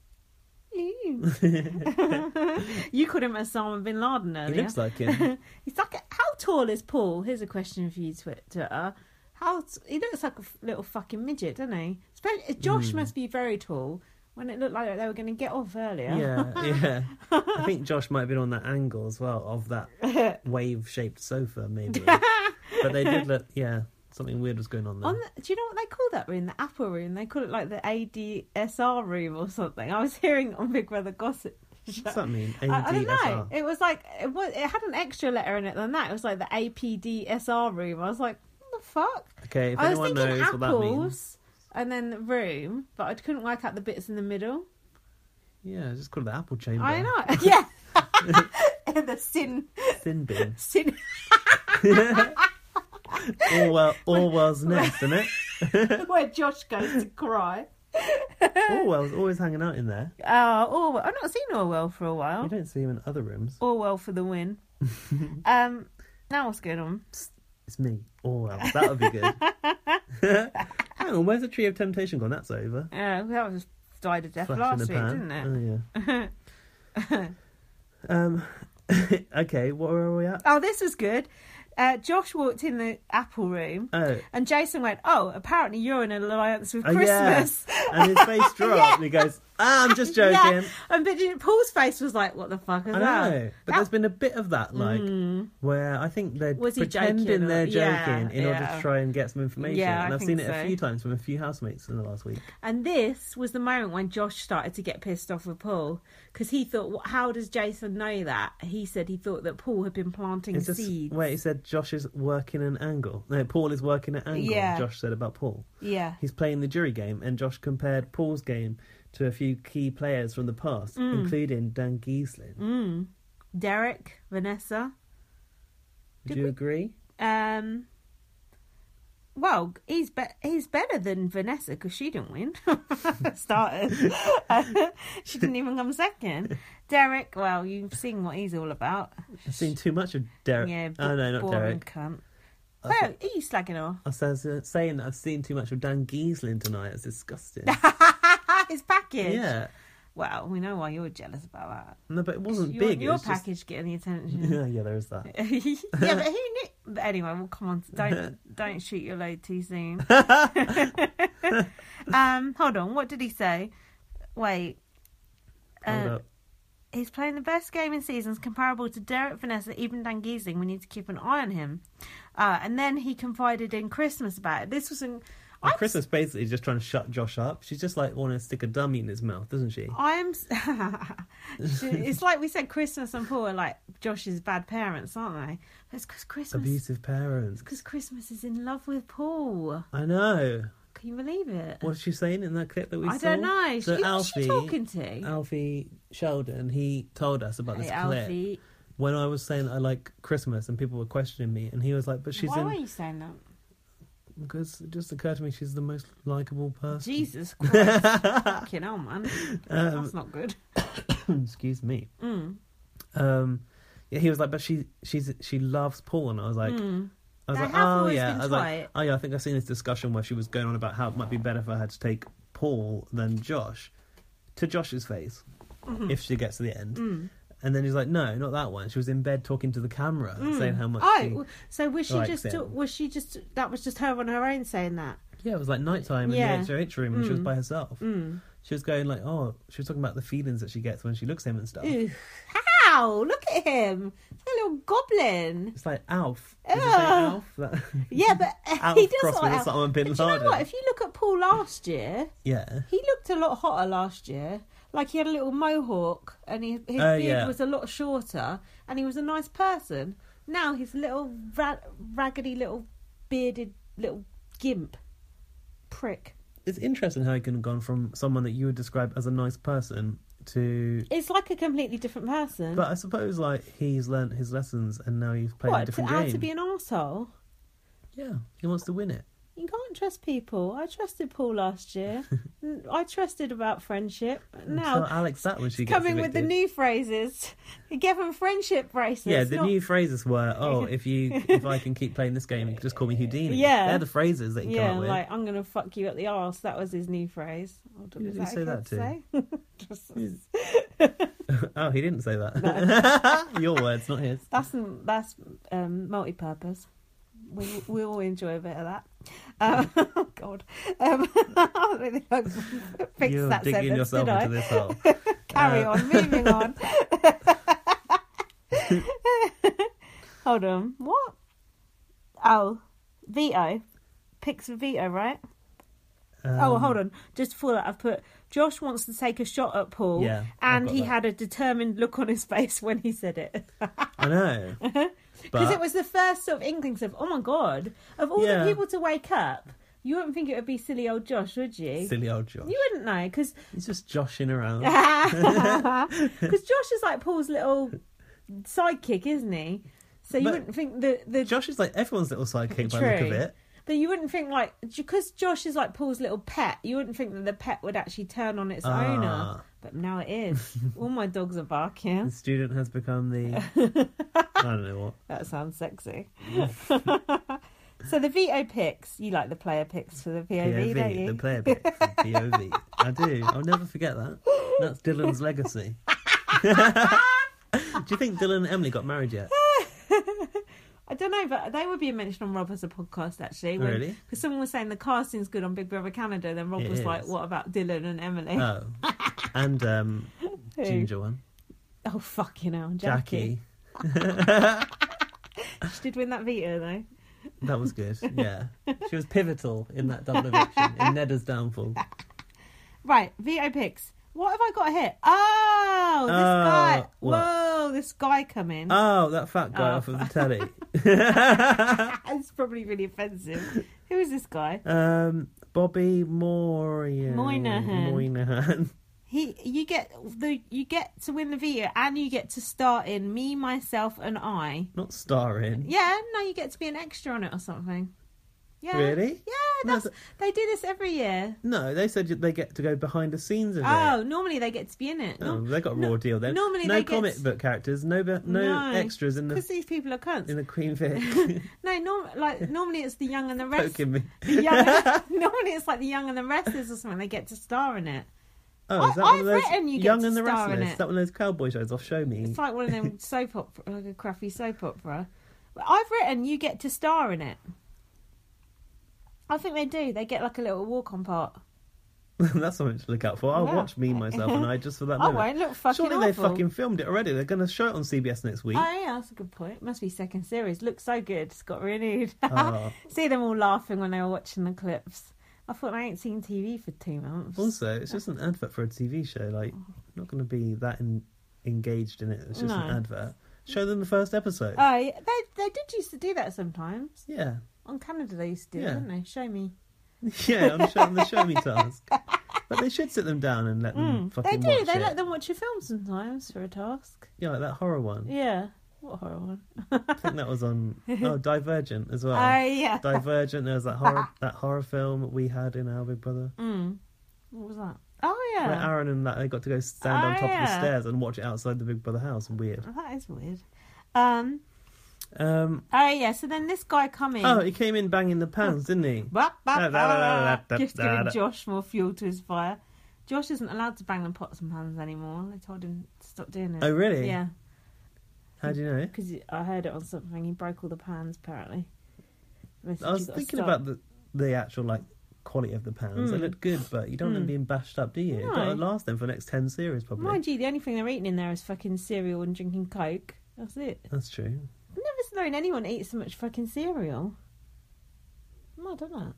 A: Ooh. you called him Osama bin Laden
B: He
A: earlier.
B: looks like him.
A: He's like, a- how tall is Paul? Here's a question for you, Twitter. How t- he looks like a f- little fucking midget, doesn't he? Spe-
B: Hmm.
A: Josh must be very tall. When it looked like they were going to get off earlier.
B: yeah, yeah. I think Josh might have been on that angle as well of that wave shaped sofa, maybe. but they did look, yeah, something weird was going on there.
A: On the, do you know what they call that room? The Apple room. They call it like the ADSR room or something. I was hearing it on Big Brother gossip.
B: What's that mean?
A: I, I don't know.
B: ADSR.
A: It was like it was. It had an extra letter in it than that. It was like the APDSR room. I was like, what the fuck?
B: Okay, if
A: I was
B: anyone
A: thinking
B: knows what that means.
A: apples and then the room, but I couldn't work out the bits in the middle.
B: Yeah, just call it the apple chamber.
A: I know. Yeah. and the sin,
B: Thin bin.
A: sin.
B: Orwell, Orwell's nest, isn't it?
A: where Josh goes to cry.
B: Orwell's always hanging out in there.
A: Oh, Orwell. I've not seen Orwell for a
B: You
A: while.
B: don't see him in other rooms.
A: Orwell for the win. um, now what's going on?
B: It's me, Orwell. That would be good. Hang on, where's the Tree of Temptation gone? That's over.
A: Uh, that was died a death
B: Flash
A: last week,
B: in the pan.
A: didn't it?
B: Oh, yeah. um, okay, what were we at?
A: Oh, this was good. Uh, Josh walked in the Apple room.
B: Oh,
A: And Jason went, "Oh, apparently you're in an alliance with
B: oh, yeah.
A: Christmas."
B: And his face dropped, and he goes, ah, I'm just joking.
A: Yeah, and but you- Paul's face was like, "What the fuck?" As
B: I
A: well.
B: know, but
A: That- Mm.
B: there's been a bit of that, like, where I think they're
A: Was he
B: pretending
A: joking or-
B: they're joking
A: Yeah,
B: in order
A: yeah.
B: to try and get some information.
A: Yeah, I
B: and I've
A: think
B: seen it
A: so.
B: a few times from a few housemates in the last week.
A: and this was the moment when Josh started to get pissed off with Paul because he thought, "Wh- "How does Jason know that?" He said he thought that Paul had been planting
B: It's just
A: seeds.
B: wait, he said Josh is working an angle. No, Paul is working an angle.
A: Yeah.
B: Josh said about Paul.
A: Yeah,
B: He's playing the jury game, and Josh compared Paul's game to a few key players from the past,
A: Mm.
B: including Dan Gieslin.
A: Derek, Vanessa.
B: Would you agree?
A: Um, well, he's be- he's better than Vanessa because she didn't win. Started. she didn't even come second. Derek, well, you've seen what he's all about.
B: I've seen too much of Derek.
A: Yeah,
B: oh no, not
A: boring
B: Derek.
A: cunt. Well, are you slagging off?
B: I was uh, saying that I've seen too much of Dan Gieslin tonight. It's disgusting.
A: His package.
B: yeah,
A: Well, we know why you're jealous about that.
B: no, but it wasn't
A: You want
B: big. it
A: your
B: was just-
A: package Mm. getting the attention.
B: yeah, yeah, there is that.
A: yeah, but who knew? But anyway, well, come on, don't don't shoot your load too soon. um, hold on, what did he say? Wait,
B: Hold
A: Uh,
B: up.
A: he's playing the best game in seasons, comparable to Derek Vanessa, even Dan Giesling. We need to keep an eye on him. Uh, and then he confided in Christmas about it. This was an.
B: And
A: I'm
B: Christmas basically just trying to shut Josh up. She's just like wanting to stick a dummy in his mouth, doesn't she?
A: I'm. it's like we said, Christmas and Paul are like Josh's bad parents, aren't they? But it's because Christmas,
B: Abusive parents.
A: because Christmas is in love with Paul.
B: I know.
A: Can you believe it?
B: What's she saying in that clip that we
A: I
B: saw?
A: don't know.
B: So
A: Who was
B: Alfie,
A: she talking to?
B: Alfie Sheldon, he told us about this
A: Hey,
B: clip
A: Alfie.
B: when I was saying I like Christmas and people were questioning me, and he was like, "But she's
A: Why were
B: in
A: you saying that?
B: because it just occurred to me she's the most likable person."
A: Um, Jesus Christ. Fucking hell, man. That's not good.
B: excuse me.
A: Mm.
B: Um, yeah, he was like, but she she's she loves Paul, and I was like. I was
A: Mm. They
B: like,
A: have
B: oh
A: always
B: yeah,
A: been
B: I was like,
A: tight.
B: oh yeah. I think I've seen this discussion where she was going on about how it might be better for her to take Paul than Josh. To Josh's face,
A: Mm-hmm.
B: if she gets to the end,
A: Mm.
B: and then he's like, no, not that one. She was in bed talking to the camera, saying how much.
A: Oh,
B: she-
A: w- so was she
B: likes
A: just?
B: him.
A: Was she just? That was just her on her own saying that.
B: Yeah, it was like nighttime
A: Yeah. Mm.
B: in the HOH room, and she was by herself. She was going like, oh, she was talking about the feelings that she gets when she looks at him and stuff.
A: Ooh. Ow! Look at him, a little goblin.
B: It's like Alf. Did you say
A: Ugh.
B: Alf? That-
A: Yeah, but
B: Alf
A: he does
B: crossed
A: look.
B: with
A: Like Al-
B: Osama bin
A: but do you know
B: Laden.
A: what? If you look at Paul last year,
B: yeah.
A: he looked a lot hotter last year. Like he had a little mohawk, and he, his
B: Oh,
A: beard
B: yeah.
A: was a lot shorter, and he was a nice person. Now he's a little ra- raggedy, little bearded, little gimp prick.
B: It's interesting how he can have gone from someone that you would describe as a nice person to.
A: It's like a completely different person.
B: But I suppose like he's learnt his lessons and now he's playing a
A: what to,
B: different
A: how
B: game.
A: to be an asshole?
B: Yeah, he wants to win it.
A: You can't trust people. I trusted Paul last year. N- I trusted about friendship.
B: Tell
A: Now
B: Alex that when she gets
A: coming with the
B: evicted.
A: new phrases, give them friendship bracelets.
B: Yeah, the
A: not-
B: new phrases were oh, if you if I can keep playing this game, just call me Houdini.
A: Yeah.
B: they're the phrases that he come
A: Yeah,
B: up with.
A: like I'm gonna fuck you at the arse. That was his new phrase. Oh, d-
B: Who
A: was
B: did he say
A: okay to say? Just-
B: oh, he didn't say that. Your words, not his.
A: that's n- that's um, multi-purpose. We we all enjoy a bit of that. Um, oh God, um, I don't think I fixed
B: You're
A: that
B: digging
A: sentence,
B: yourself
A: did I?
B: into this hole.
A: Carry
B: Uh,
A: on, moving on. Hold on. What? Oh, veto. Picks for veto, right?
B: Um,
A: oh, hold on. Just before that, I've put Josh wants to take a shot at Paul,
B: Yeah, I've
A: and
B: got
A: he
B: that.
A: had a determined look on his face when he said it.
B: I know.
A: Because
B: But
A: it was the first sort of inklings of, oh my God, of all
B: Yeah.
A: the people to wake up, you wouldn't think it would be silly old Josh, would you?
B: silly old Josh.
A: You wouldn't know, because
B: He's just joshing around.
A: Because Josh is like Paul's little sidekick, isn't he? So you
B: But-
A: wouldn't think the the
B: Josh is like everyone's little sidekick by the look of
A: True.
B: it.
A: But you wouldn't think like because Josh is like Paul's little pet, you wouldn't think that the pet would actually turn on its owner.
B: Ah.
A: But now it is. All my dogs are
B: The
A: barking.
B: student has become the I don't know what.
A: That sounds sexy. so the veto picks. You like the player picks for the POV, don't
B: POV,
A: you?
B: the player bit from POV. I do. I'll never forget that. That's Dylan's legacy. do you think Dylan and Emily got married yet?
A: I don't know, but they would be mentioned on Rob as a podcast actually. when-
B: Really?
A: Because someone was saying the casting's good on Big Brother Canada, then Rob
B: It
A: was like,
B: is.
A: "What about Dylan and Emily?"
B: Oh, and um,
A: Who?
B: Ginger one,
A: Oh fucking hell, Jackie.
B: Jackie.
A: She did win that veto though.
B: That was good. Yeah, she was pivotal in that double eviction in Neda's downfall.
A: Right, veto picks. What have I got here? Oh, this
B: Oh,
A: guy.
B: what?
A: Whoa, this guy come in.
B: Oh, that fat guy off of the telly.
A: It's probably really offensive. Who is this guy?
B: Um, Bobby Moynihan.
A: Moynihan.
B: Moynihan.
A: He, you get the, you get to win the veto, and you get to start in me, myself, and I.
B: Not starring.
A: Yeah, no, you get to be an extra on it or something. Yeah.
B: Really?
A: Yeah,
B: No,
A: that's, they do this every year.
B: No, they said they get to go behind the scenes of it.
A: Oh, normally they get to be in it.
B: Oh, they got a raw deal then.
A: normally
B: no
A: they get-
B: comic book characters, no be- no, extras in
A: because
B: the
A: these people are cunts.
B: in the Queen Vic.
A: No, norm- like normally it's the young and the rest.
B: Poking me.
A: the young- normally it's like the young and the restless or something. They get to star in it.
B: Oh,
A: I-
B: is that one
A: I've
B: of those
A: written you get
B: Young
A: to
B: and the
A: star in
B: Restless?
A: it.
B: Is that one of those cowboy shows off Show Me?
A: It's like one of them soap opera, like a crappy soap opera. But I've written you get to star in it. I think they do. They get like a little walk-on part.
B: That's something to look out for. I'll
A: Yeah.
B: watch me myself and I just for that
A: I
B: moment.
A: won't look fucking
B: Surely they
A: awful.
B: fucking filmed it already. They're going to show it on CBS next week.
A: Oh yeah, that's a good point. Must be second series. Looks so good. It's got renewed.
B: Oh.
A: See them all laughing when they were watching the clips. I thought I ain't seen TV for two months.
B: Also, it's just an advert for a TV show. Like,
A: Mm.
B: not going to be that en- engaged in it. It's just an
A: No.
B: advert. Show them the first episode.
A: Oh, yeah, they they did used to do that sometimes.
B: yeah.
A: On Canada, they used to do,
B: Yeah.
A: it, didn't they? Show me.
B: Yeah, I'm showing the show me task. But they should sit them down and let them
A: Mm, They
B: Hmm. fucking
A: do.
B: watch
A: they
B: it.
A: let them watch a film sometimes for a task.
B: Yeah, like that horror one.
A: Yeah. What a horrible one.
B: I think that was on oh Divergent as well.
A: Oh, yeah.
B: Divergent. There was that horror that horror film we had in our Big Brother.
A: What was that? Oh
B: Where
A: yeah.
B: Aaron and that they got to go stand on
A: Oh,
B: top of the
A: yeah.
B: stairs and watch it outside the Big Brother house. Weird.
A: Oh, that is weird. Um.
B: Um,
A: Oh yeah. So then this guy coming.
B: oh, he came in banging the pans, didn't he?
A: Bah, bah,
B: Da, da, da, da,
A: bah.
B: da,
A: Just
B: da,
A: giving
B: da.
A: Josh more fuel to his fire. Josh isn't allowed to bang the pots and pans anymore. They told him to stop doing it.
B: Oh, really?
A: Yeah,
B: How do you know?
A: because I heard it on something. He broke all the pans apparently.
B: I was thinking about the the actual like quality of the pans. They
A: Mm.
B: look good, but you don't want them
A: Mm.
B: being bashed up, do you?
A: No.
B: You've got to last them for the next ten series, probably.
A: Mind you, the only thing they're eating in there is fucking cereal and drinking coke. That's it.
B: That's true.
A: I've never known anyone eat so much fucking cereal. No, I don't know.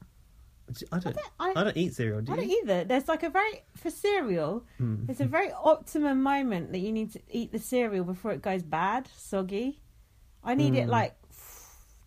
B: But I don't.
A: I
B: I don't eat cereal. Do
A: I
B: you?
A: don't either. There's like a very for cereal.
B: Hmm.
A: It's a very optimum moment that you need to eat the cereal before it goes bad, soggy. I need it
B: Mm.
A: like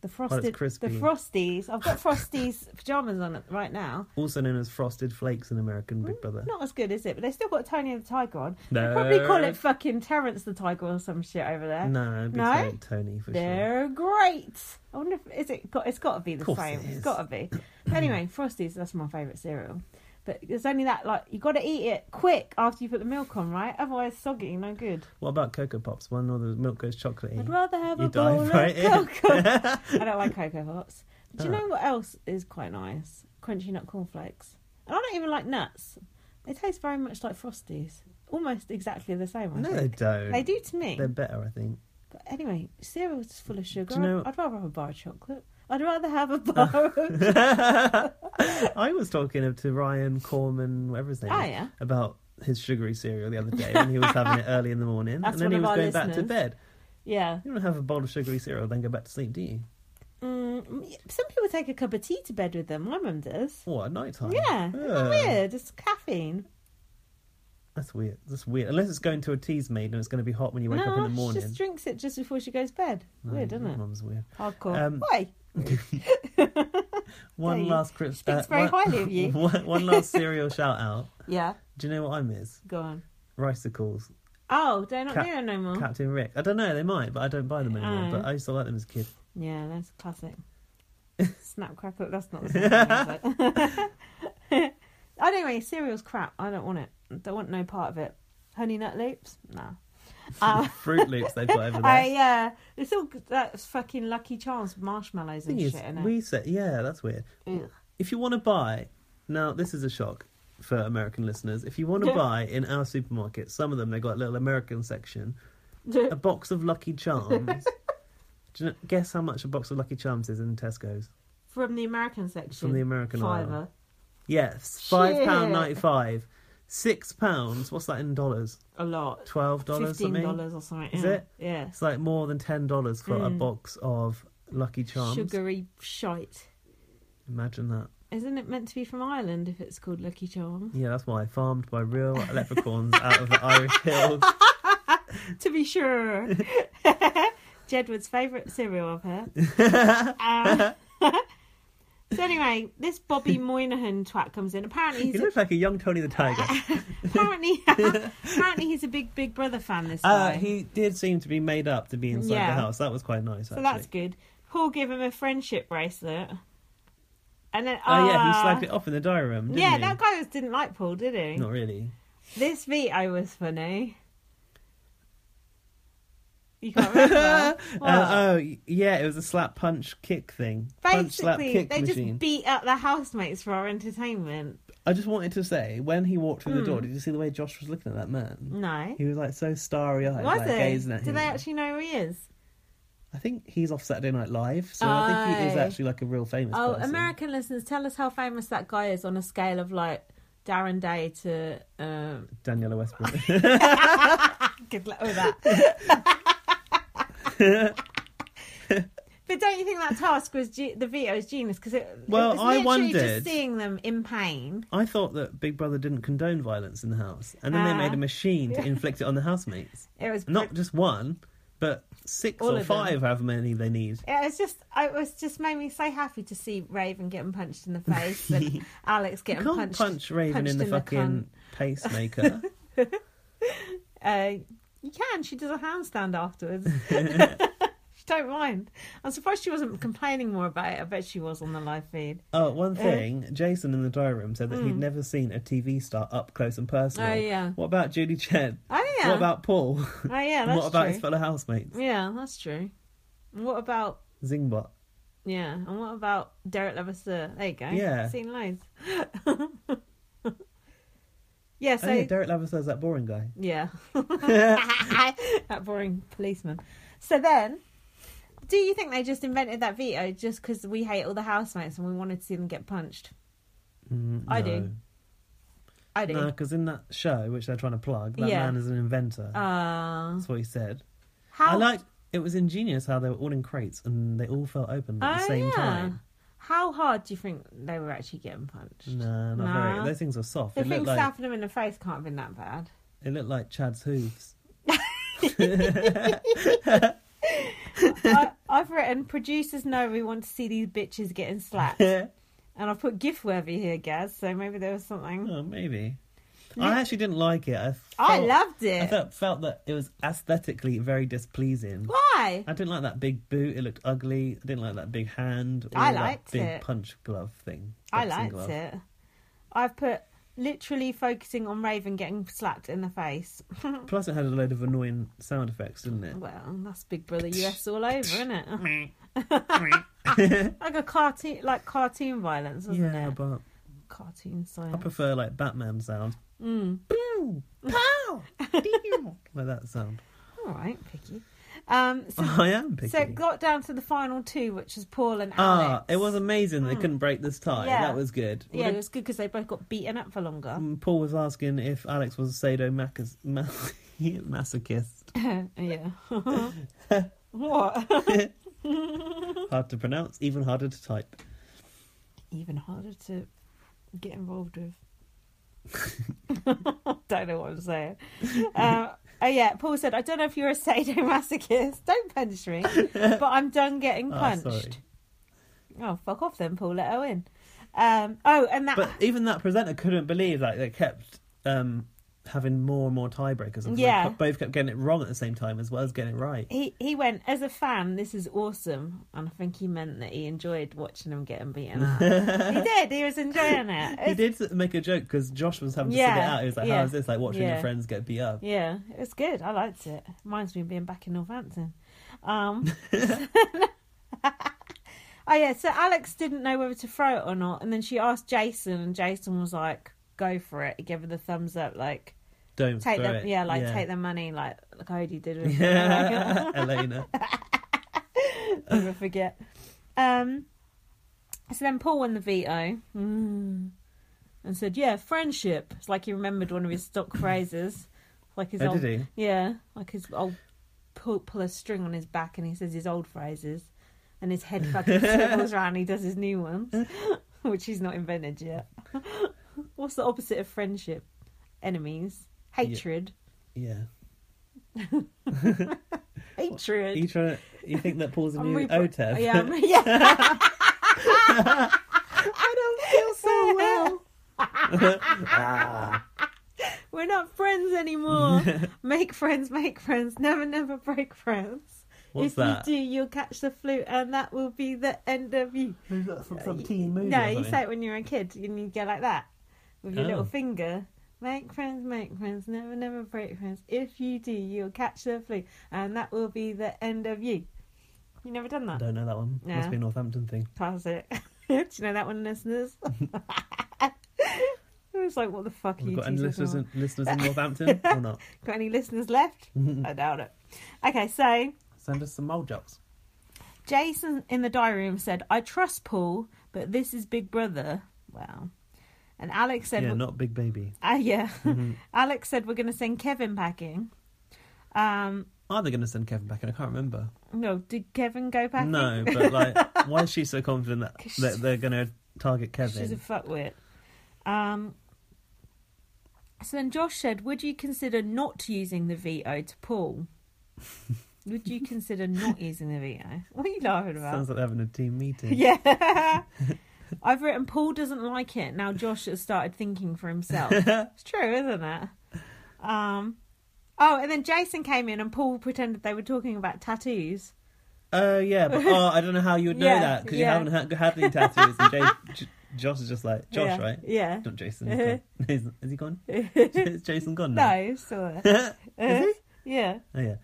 A: the frosted,
B: crispy.
A: the frosties. I've got frosties pajamas on it right now.
B: Also known as frosted flakes in American Big Brother.
A: Not as good, is it? But they still got Tony the Tiger on. They
B: No.
A: probably call it fucking Terrence the Tiger or some shit over there.
B: No, it'd be
A: No?
B: Tony, Tony for sure.
A: They're great. I wonder if is it got it's gotta be the
B: Course
A: same.
B: it
A: It has
B: is.
A: gotta be. anyway, Frosties, that's my favourite cereal. But there's only that like you gotta eat it quick after you put the milk on, right? Otherwise soggy, no good.
B: What about Cocoa Pops? One or the milk goes
A: I'd
B: chocolatey.
A: rather have
B: You
A: a
B: die
A: bowl of
B: for it.
A: cocoa. I don't like cocoa pops. Do you
B: Ah.
A: know what else is quite nice? Crunchy nut cornflakes. And I don't even like nuts. They taste very much like frosties. Almost exactly the same, I
B: No, they
A: think.
B: don't.
A: They do to me.
B: They're better, I think.
A: But anyway, cereal's just full of sugar.
B: Do you know- Oh.
A: I'd rather have a bar of chocolate. I'd rather have a bar of.
B: I was talking to Ryan Corman, whatever his name
A: Oh,
B: is,
A: yeah.
B: about his sugary cereal the other day when he was having it early in the morning.
A: That's
B: and then
A: one
B: he
A: of
B: was
A: our
B: going back to
A: listeners.
B: bed.
A: Yeah.
B: You don't have a bowl of sugary cereal, then go back to sleep, do you?
A: Mm, some people take a cup of tea to bed with them. My mum does.
B: What, at night time?
A: Yeah. Isn't that
B: Ugh.
A: weird? It's caffeine.
B: That's weird. That's weird. Unless it's going to a tea's made and it's going to be hot when you wake
A: no,
B: up in the
A: she
B: morning.
A: just drinks it just before she goes bed.
B: No,
A: Weird, isn't
B: your
A: it?
B: Mum's weird.
A: Hardcore.
B: Um,
A: Why?
B: One
A: you-
B: last crisp.
A: speaks very
B: one,
A: highly of you.
B: one, one last cereal shout out.
A: Yeah.
B: Do you know what I miss?
A: Go on.
B: Ricicles.
A: Oh, they're not
B: Cap-
A: near no more.
B: Captain Rick. I don't know. They might, but I don't buy them anymore.
A: Oh.
B: But I used to like them as a kid.
A: Yeah, that's classic. Snap crackle. That's not the same. thing, is it? oh, anyway, cereal's crap. I don't want it. Don't want no part of it. Honey nut loops? Nah. Uh,
B: Fruit Loops they've got over there.
A: I yeah. It's all that's fucking Lucky Charms marshmallows and
B: thing is,
A: shit in it.
B: we said, yeah, that's weird.
A: Ugh.
B: If you want to buy, now this is a shock for American listeners. If you want to
A: Yeah.
B: buy in our supermarket, some of them they've got a little American section, a box of Lucky Charms. Do you know, guess how much a box of Lucky Charms is in Tesco's?
A: From the American section.
B: From the American aisle.
A: Fiver.
B: Yes, five pound
A: Shit.
B: ninety five. Six pounds. What's that in dollars?
A: A lot.
B: Twelve dollars.
A: Fifteen
B: something.
A: dollars or something.
B: Is
A: yeah.
B: it?
A: Yeah.
B: It's like more than ten dollars for a
A: Mm.
B: box of Lucky Charms.
A: Sugary shite.
B: Imagine that.
A: Isn't it meant to be from Ireland if it's called Lucky Charms?
B: Yeah, that's why. Farmed by real leprechauns out of the Irish hills.
A: to be sure. Jedward's favourite cereal of her. Uh, so anyway, this Bobby Moynihan twat comes in. Apparently,
B: He
A: he's a,
B: looks like a young Tony the Tiger.
A: apparently apparently he's a big Big Brother fan. This
B: Uh,
A: guy,
B: he did seem to be made up to be inside
A: Yeah.
B: the house. That was quite nice,
A: so
B: actually.
A: that's good. Paul gave him a friendship bracelet, and then
B: Oh, yeah, he
A: ah,
B: slagged it off in the diary room, didn't
A: yeah,
B: he?
A: that guy was, didn't like Paul, did he?
B: Not really.
A: This veto was funny. You can't remember. What?
B: Uh, oh, y- yeah, it was a slap punch kick thing. punch slap
A: Basically,
B: kick
A: they
B: machine.
A: just beat up the housemates for our entertainment.
B: I just wanted to say, when he walked through the
A: Hmm.
B: door, did you see the way Josh was looking at that man?
A: No.
B: He was like so starry eyed,
A: Was
B: like
A: it?
B: gazing at
A: Do
B: him.
A: they actually know who he is?
B: I think he's off Saturday Night Live, so I think he is
A: Oh.
B: actually like a real famous
A: Oh,
B: person.
A: American listeners, tell us how famous that guy is on a scale of like Darren Day to. Um...
B: Daniela Westbrook.
A: Good luck with that. but don't you think that task was ge- the veto is genius? Because it,
B: Well,
A: it was
B: I
A: literally
B: wondered-
A: just seeing them in pain.
B: I thought that Big Brother didn't condone violence in the house, and then they
A: Ah.
B: made a machine to inflict it on the housemates.
A: It was
B: Not just one, but six
A: All
B: or
A: of them.
B: five, however many they need.
A: It was just, it was just made me so happy to see Raven getting punched in the face and Alex
B: You
A: getting
B: can't
A: punched.
B: punch Raven
A: punched
B: in the fucking pacemaker.
A: cunt. Uh, you can. She does a handstand afterwards. don't mind. I'm surprised she wasn't complaining more about it. I bet she was on the live feed.
B: Oh,
A: Eh?
B: one thing, Jason in the diary room said that he'd never seen a TV star up close and personal.
A: Hmm. Oh, yeah.
B: What about Judy Chen?
A: Oh, yeah.
B: What about Paul?
A: Oh yeah, that's
B: what about
A: true.
B: his fellow housemates?
A: Yeah, that's true. And What about
B: Zingbot.
A: yeah? And what about Derek Levasseur? There you go.
B: Yeah.
A: seen loads. yeah. So
B: oh, yeah, Derek Lavisser's that boring guy.
A: yeah, that boring policeman. So then, do you think they just invented that veto just because we hate all the housemates and we wanted to see them get punched?
B: Mm,
A: I
B: no.
A: do. I do.
B: No, because Uh, in that show, which they're trying to plug, that
A: Yeah.
B: man is an inventor.
A: Uh,
B: That's what he said.
A: how?
B: I liked. It was ingenious how they were all in crates and they all fell open at the
A: Oh,
B: same
A: yeah.
B: time.
A: How hard do you think they were actually getting punched?
B: Nah, not
A: Nah.
B: very. Those things were soft.
A: The
B: It
A: thing
B: looked like
A: slapping them in the face can't have been that bad.
B: it looked like Chad's hooves.
A: I, I've written producers know we want to see these bitches getting slapped, and
B: oh,
A: I've put gift worthy here, Gaz. So maybe there was something.
B: Oh, maybe. I actually didn't like it. I, felt,
A: Oh, I loved
B: Oh. I
A: it.
B: felt, felt that it was aesthetically very displeasing.
A: Why?
B: I didn't like that big boot. It looked ugly. I didn't like that big hand. or
A: I
B: that
A: liked
B: big
A: it.
B: punch glove thing.
A: I
B: boxing
A: liked
B: glove.
A: it. I've put literally focusing on Raven getting slapped in the face.
B: Plus, it had a load of annoying sound effects, didn't it?
A: well, that's Big Brother US all over, isn't it? like a cartoon, like cartoon violence, wasn't
B: yeah,
A: it?
B: but
A: Cartoon
B: I
A: style.
B: prefer like Batman sound.
A: Mm.
B: Pew, pow, pew, like that sound.
A: All right, picky. Um, so
B: I am Oh, picky.
A: So it got down to the final two, which is Paul and
B: ah,
A: Alex.
B: it was amazing. They couldn't break this tie.
A: Hmm. Yeah.
B: That was good.
A: Yeah, it
B: What
A: was good because they both got beaten up for longer.
B: did- Paul was asking if Alex was a sadomasochist. Ma- masochist.
A: yeah. what?
B: Hard to pronounce, even harder to type.
A: Even harder to get involved with. don't know what I'm saying. Um, oh yeah, Paul said, "I don't know if you're a sadomasochist. Don't punch me, but I'm done getting
B: Ah,
A: punched."
B: sorry.
A: oh, fuck off then, Paul. Let Owen. Um, oh, and that.
B: But even that presenter couldn't believe like they kept um, having more and more tiebreakers. And
A: Yeah.
B: they both kept getting it wrong at the same time as well as getting it right.
A: He he went as a fan. This is awesome, and I think he meant that he enjoyed watching him getting beaten up. he did. He was enjoying it.
B: He
A: It's-
B: did make a joke because Josh was having to sit
A: Yeah,
B: it out. He was like,
A: yeah,
B: "How is this like watching
A: yeah.
B: your friends get beat up?"
A: Yeah, it was good. I liked it. Reminds me of being back in Northampton. Um, oh yeah. So Alex didn't know whether to throw it or not, and then she asked Jason, and Jason was like, "Go for it." He gave her the thumbs up, like
B: Don't
A: take
B: throw
A: them,
B: it.
A: yeah, like take their money, like like Cody did with
B: Yeah, Elena.
A: Never forget. Um, so then Paul won the veto mm. and said, "Yeah, friendship." It's like he remembered one of his stock phrases, like his
B: Oh,
A: old,
B: did
A: yeah, like his old pull, pull a string on his back, and he says his old phrases, and his head fucking swivels around. and He does his new ones, which he's not invented yet. What's the opposite of friendship? Enemies, hatred,
B: Yeah. Are
A: hatred.
B: you trying to? You think that Paul's a
A: I'm
B: new E
A: re-
B: OTEP?
A: Yeah, I'm- yeah.
B: I don't feel so well.
A: We're not friends anymore. make friends, make friends. Never, never break friends.
B: What's
A: if
B: that?
A: you do, you'll catch the flu, and that will be the end of you.
B: Who's that from some teen movie?
A: Uh, no,
B: or
A: you
B: something?
A: say it when you're a kid, and you go like that with your
B: Oh.
A: little finger. Make friends, make friends, never, never break friends. If you do, you'll catch the flu, and that will be the end of you. You never done
B: I
A: that?
B: don't know that one.
A: Yeah.
B: Must be a Northampton thing.
A: Pass it. do you know that one, listeners? I was like, what the fuck are
B: We've
A: you
B: got any
A: teaching us
B: listeners
A: all?
B: in, listeners in Northampton or not?
A: Got any listeners left? I doubt it. Okay, so
B: Send us some mole jobs.
A: Jason in the diary room said, I trust Paul, but this is Big Brother. Wow. And Alex said,
B: Yeah, not Big Baby.
A: Ah, yeah.
B: Mm-hmm.
A: Alex said, We're going to send Kevin packing. Um,
B: Are they going to send Kevin back? And I can't remember.
A: no, did Kevin go packing?
B: No, but like, why is she so confident that,
A: 'Cause she's-
B: that they're going to target Kevin?
A: She's a fuckwit. Um, so then Josh said, Would you consider not using the veto to Paul? Would you consider not using the veto? What are you laughing about?
B: Sounds like they're having a team meeting.
A: Yeah. I've written Paul doesn't like it. Now Josh has started thinking for himself. it's true, isn't it? Um Oh, and then Jason came in and Paul pretended they were talking about tattoos.
B: oh yeah, but oh, I don't know how you would know
A: Yeah,
B: that because
A: yeah.
B: you haven't ha- had any tattoos. And Jay, J- Josh is just like Josh,
A: yeah.
B: right?
A: Yeah.
B: Not Jason. he's gone. He's- Is he gone? Is Jason gone
A: no,
B: now?
A: it's still there.
B: No. is he?
A: Yeah.
B: Oh yeah.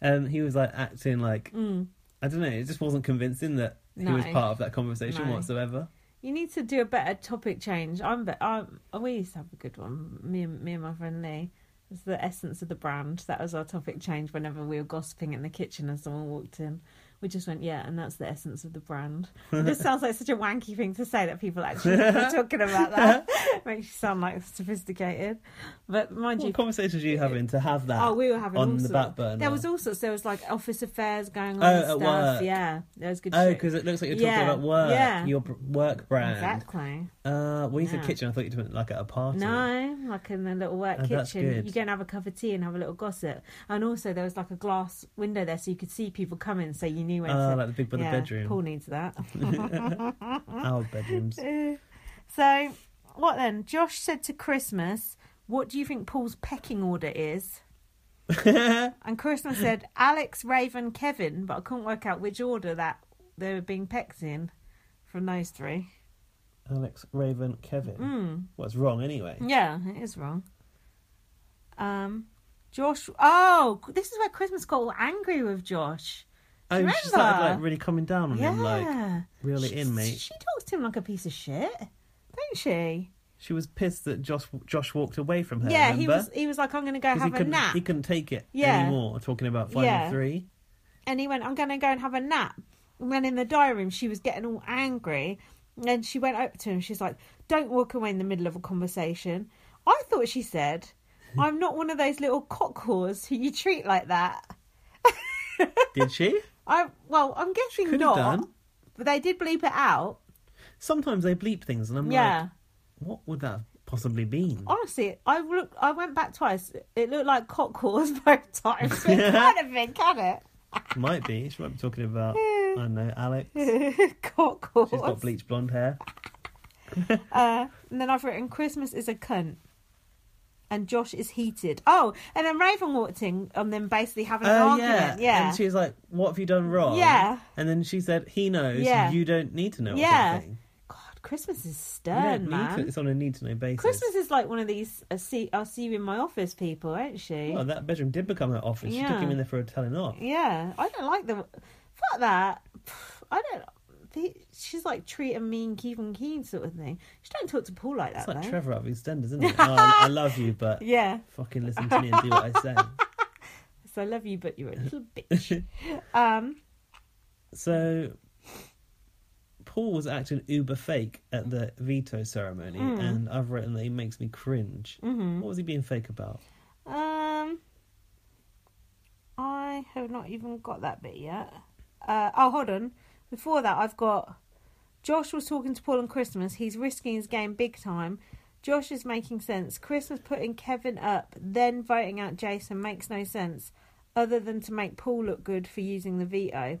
B: Um, he was like acting like I don't know. It just wasn't convincing that he was
A: Mm. No.
B: part of that conversation
A: No.
B: whatsoever.
A: You need to do a better topic change. I'm, be- I'm we used to have a good one. Me and me and my friend Lee. It was the essence of the brand. That was our topic change. Whenever we were gossiping in the kitchen and someone walked in, we just went, "Yeah," and that's the essence of the brand. this sounds like such a wanky thing to say that people actually are talking about that. Makes you sound like sophisticated, but mind you,
B: What conversations are you having to have that?
A: Oh, we were having
B: on
A: all
B: the
A: sorts.
B: back burner.
A: There was all sorts. There was like office affairs going on.
B: Oh,
A: and
B: at
A: stuff.
B: work.
A: Yeah, there was good.
B: Oh,
A: shit.
B: because it looks like you're
A: Yeah,
B: talking about work,
A: yeah.
B: your br- work brand.
A: exactly.
B: Uh, well, you said
A: Yeah.
B: kitchen. I thought you meant like at a party.
A: No, like in the little work
B: Oh, that's
A: kitchen,
B: good.
A: you go and have a cup of tea and have a little gossip. And also, there was like a glass window there, so you could see people coming, so you knew when
B: Ah,
A: to.
B: like the Big Brother
A: yeah,
B: bedroom.
A: Paul needs that.
B: our bedrooms.
A: so, what then? Josh said to Christmas, "What do you think Paul's pecking order is?" and Christmas said, "Alex, Raven, Kevin," but I couldn't work out which order that they were being pecked in from those three.
B: Alex, Raven, Kevin.
A: Hmm.
B: Well, it's wrong anyway.
A: Yeah, it is wrong. Um, Josh. Oh, this is where Christmas got all angry with Josh.
B: Oh,
A: Remember?
B: she started like really coming down on
A: yeah.
B: him, like really
A: She-
B: in, mate.
A: She talks to him like a piece of shit, don't she?
B: She was pissed that Josh Josh walked away from her.
A: yeah,
B: remember?
A: he was. He was like, "I'm going to go
B: 'Cause he
A: have a
B: couldn't,
A: nap,"
B: He couldn't take it
A: Yeah.
B: anymore. Talking about final
A: Yeah.
B: three.
A: and he went, "I'm going to go and have a nap." And then in the diary room, she was getting all angry, and she went up to him. She's like, "Don't walk away in the middle of a conversation." I thought she said, "I'm not one of those little cock whores who you treat like that."
B: Did she?
A: I well, I'm guessing
B: Could
A: not.
B: have done.
A: But they did bleep it out.
B: Sometimes they bleep things, and I'm
A: yeah.
B: like, what would that have possibly been?
A: Honestly, I look. I went back twice. It looked like cock calls both times. It can't have been, can
B: might be. She might be talking about. I don't know, Alex. She's
A: it? cock calls.
B: got bleached blonde hair.
A: Uh, and then I've written Christmas is a cunt. And Josh is heated. Oh, and then Raven walked in and then basically having an
B: Oh
A: argument. Yeah.
B: And she was like, "What have you done wrong?"
A: Yeah.
B: And then she said, "He knows.
A: Yeah.
B: You don't need to know."
A: Yeah.
B: Or something.
A: God, Christmas is
B: You
A: stern,
B: don't need
A: man.
B: to- it's on a need to know basis.
A: Christmas is like one of these I see, I see you in my office people, ain't she?
B: Oh, that bedroom did become her office. She
A: Yeah.
B: took him in there for a telling off.
A: Yeah, I don't like the fuck that. Pff, I don't. the- She's like treat a mean Keith and Keen sort of thing. She don't talk to Paul like that
B: It's like
A: though.
B: Trevor out of EastEnders, isn't it? oh, I I love you, but
A: yeah,
B: fucking listen to me and do what I say.
A: so I love you, but you're a little bitch. Um,
B: So Paul was acting uber fake at the veto ceremony,
A: Hmm.
B: and I've written that he makes me cringe.
A: Mm-hmm.
B: What was he being fake about?
A: um, I have not even got that bit yet. Uh, oh, hold on. Before that, I've got Josh was talking to Paul on Christmas. He's risking his game big time. Josh is making sense. Christmas putting Kevin up, then voting out Jason makes no sense other than to make Paul look good for using the veto.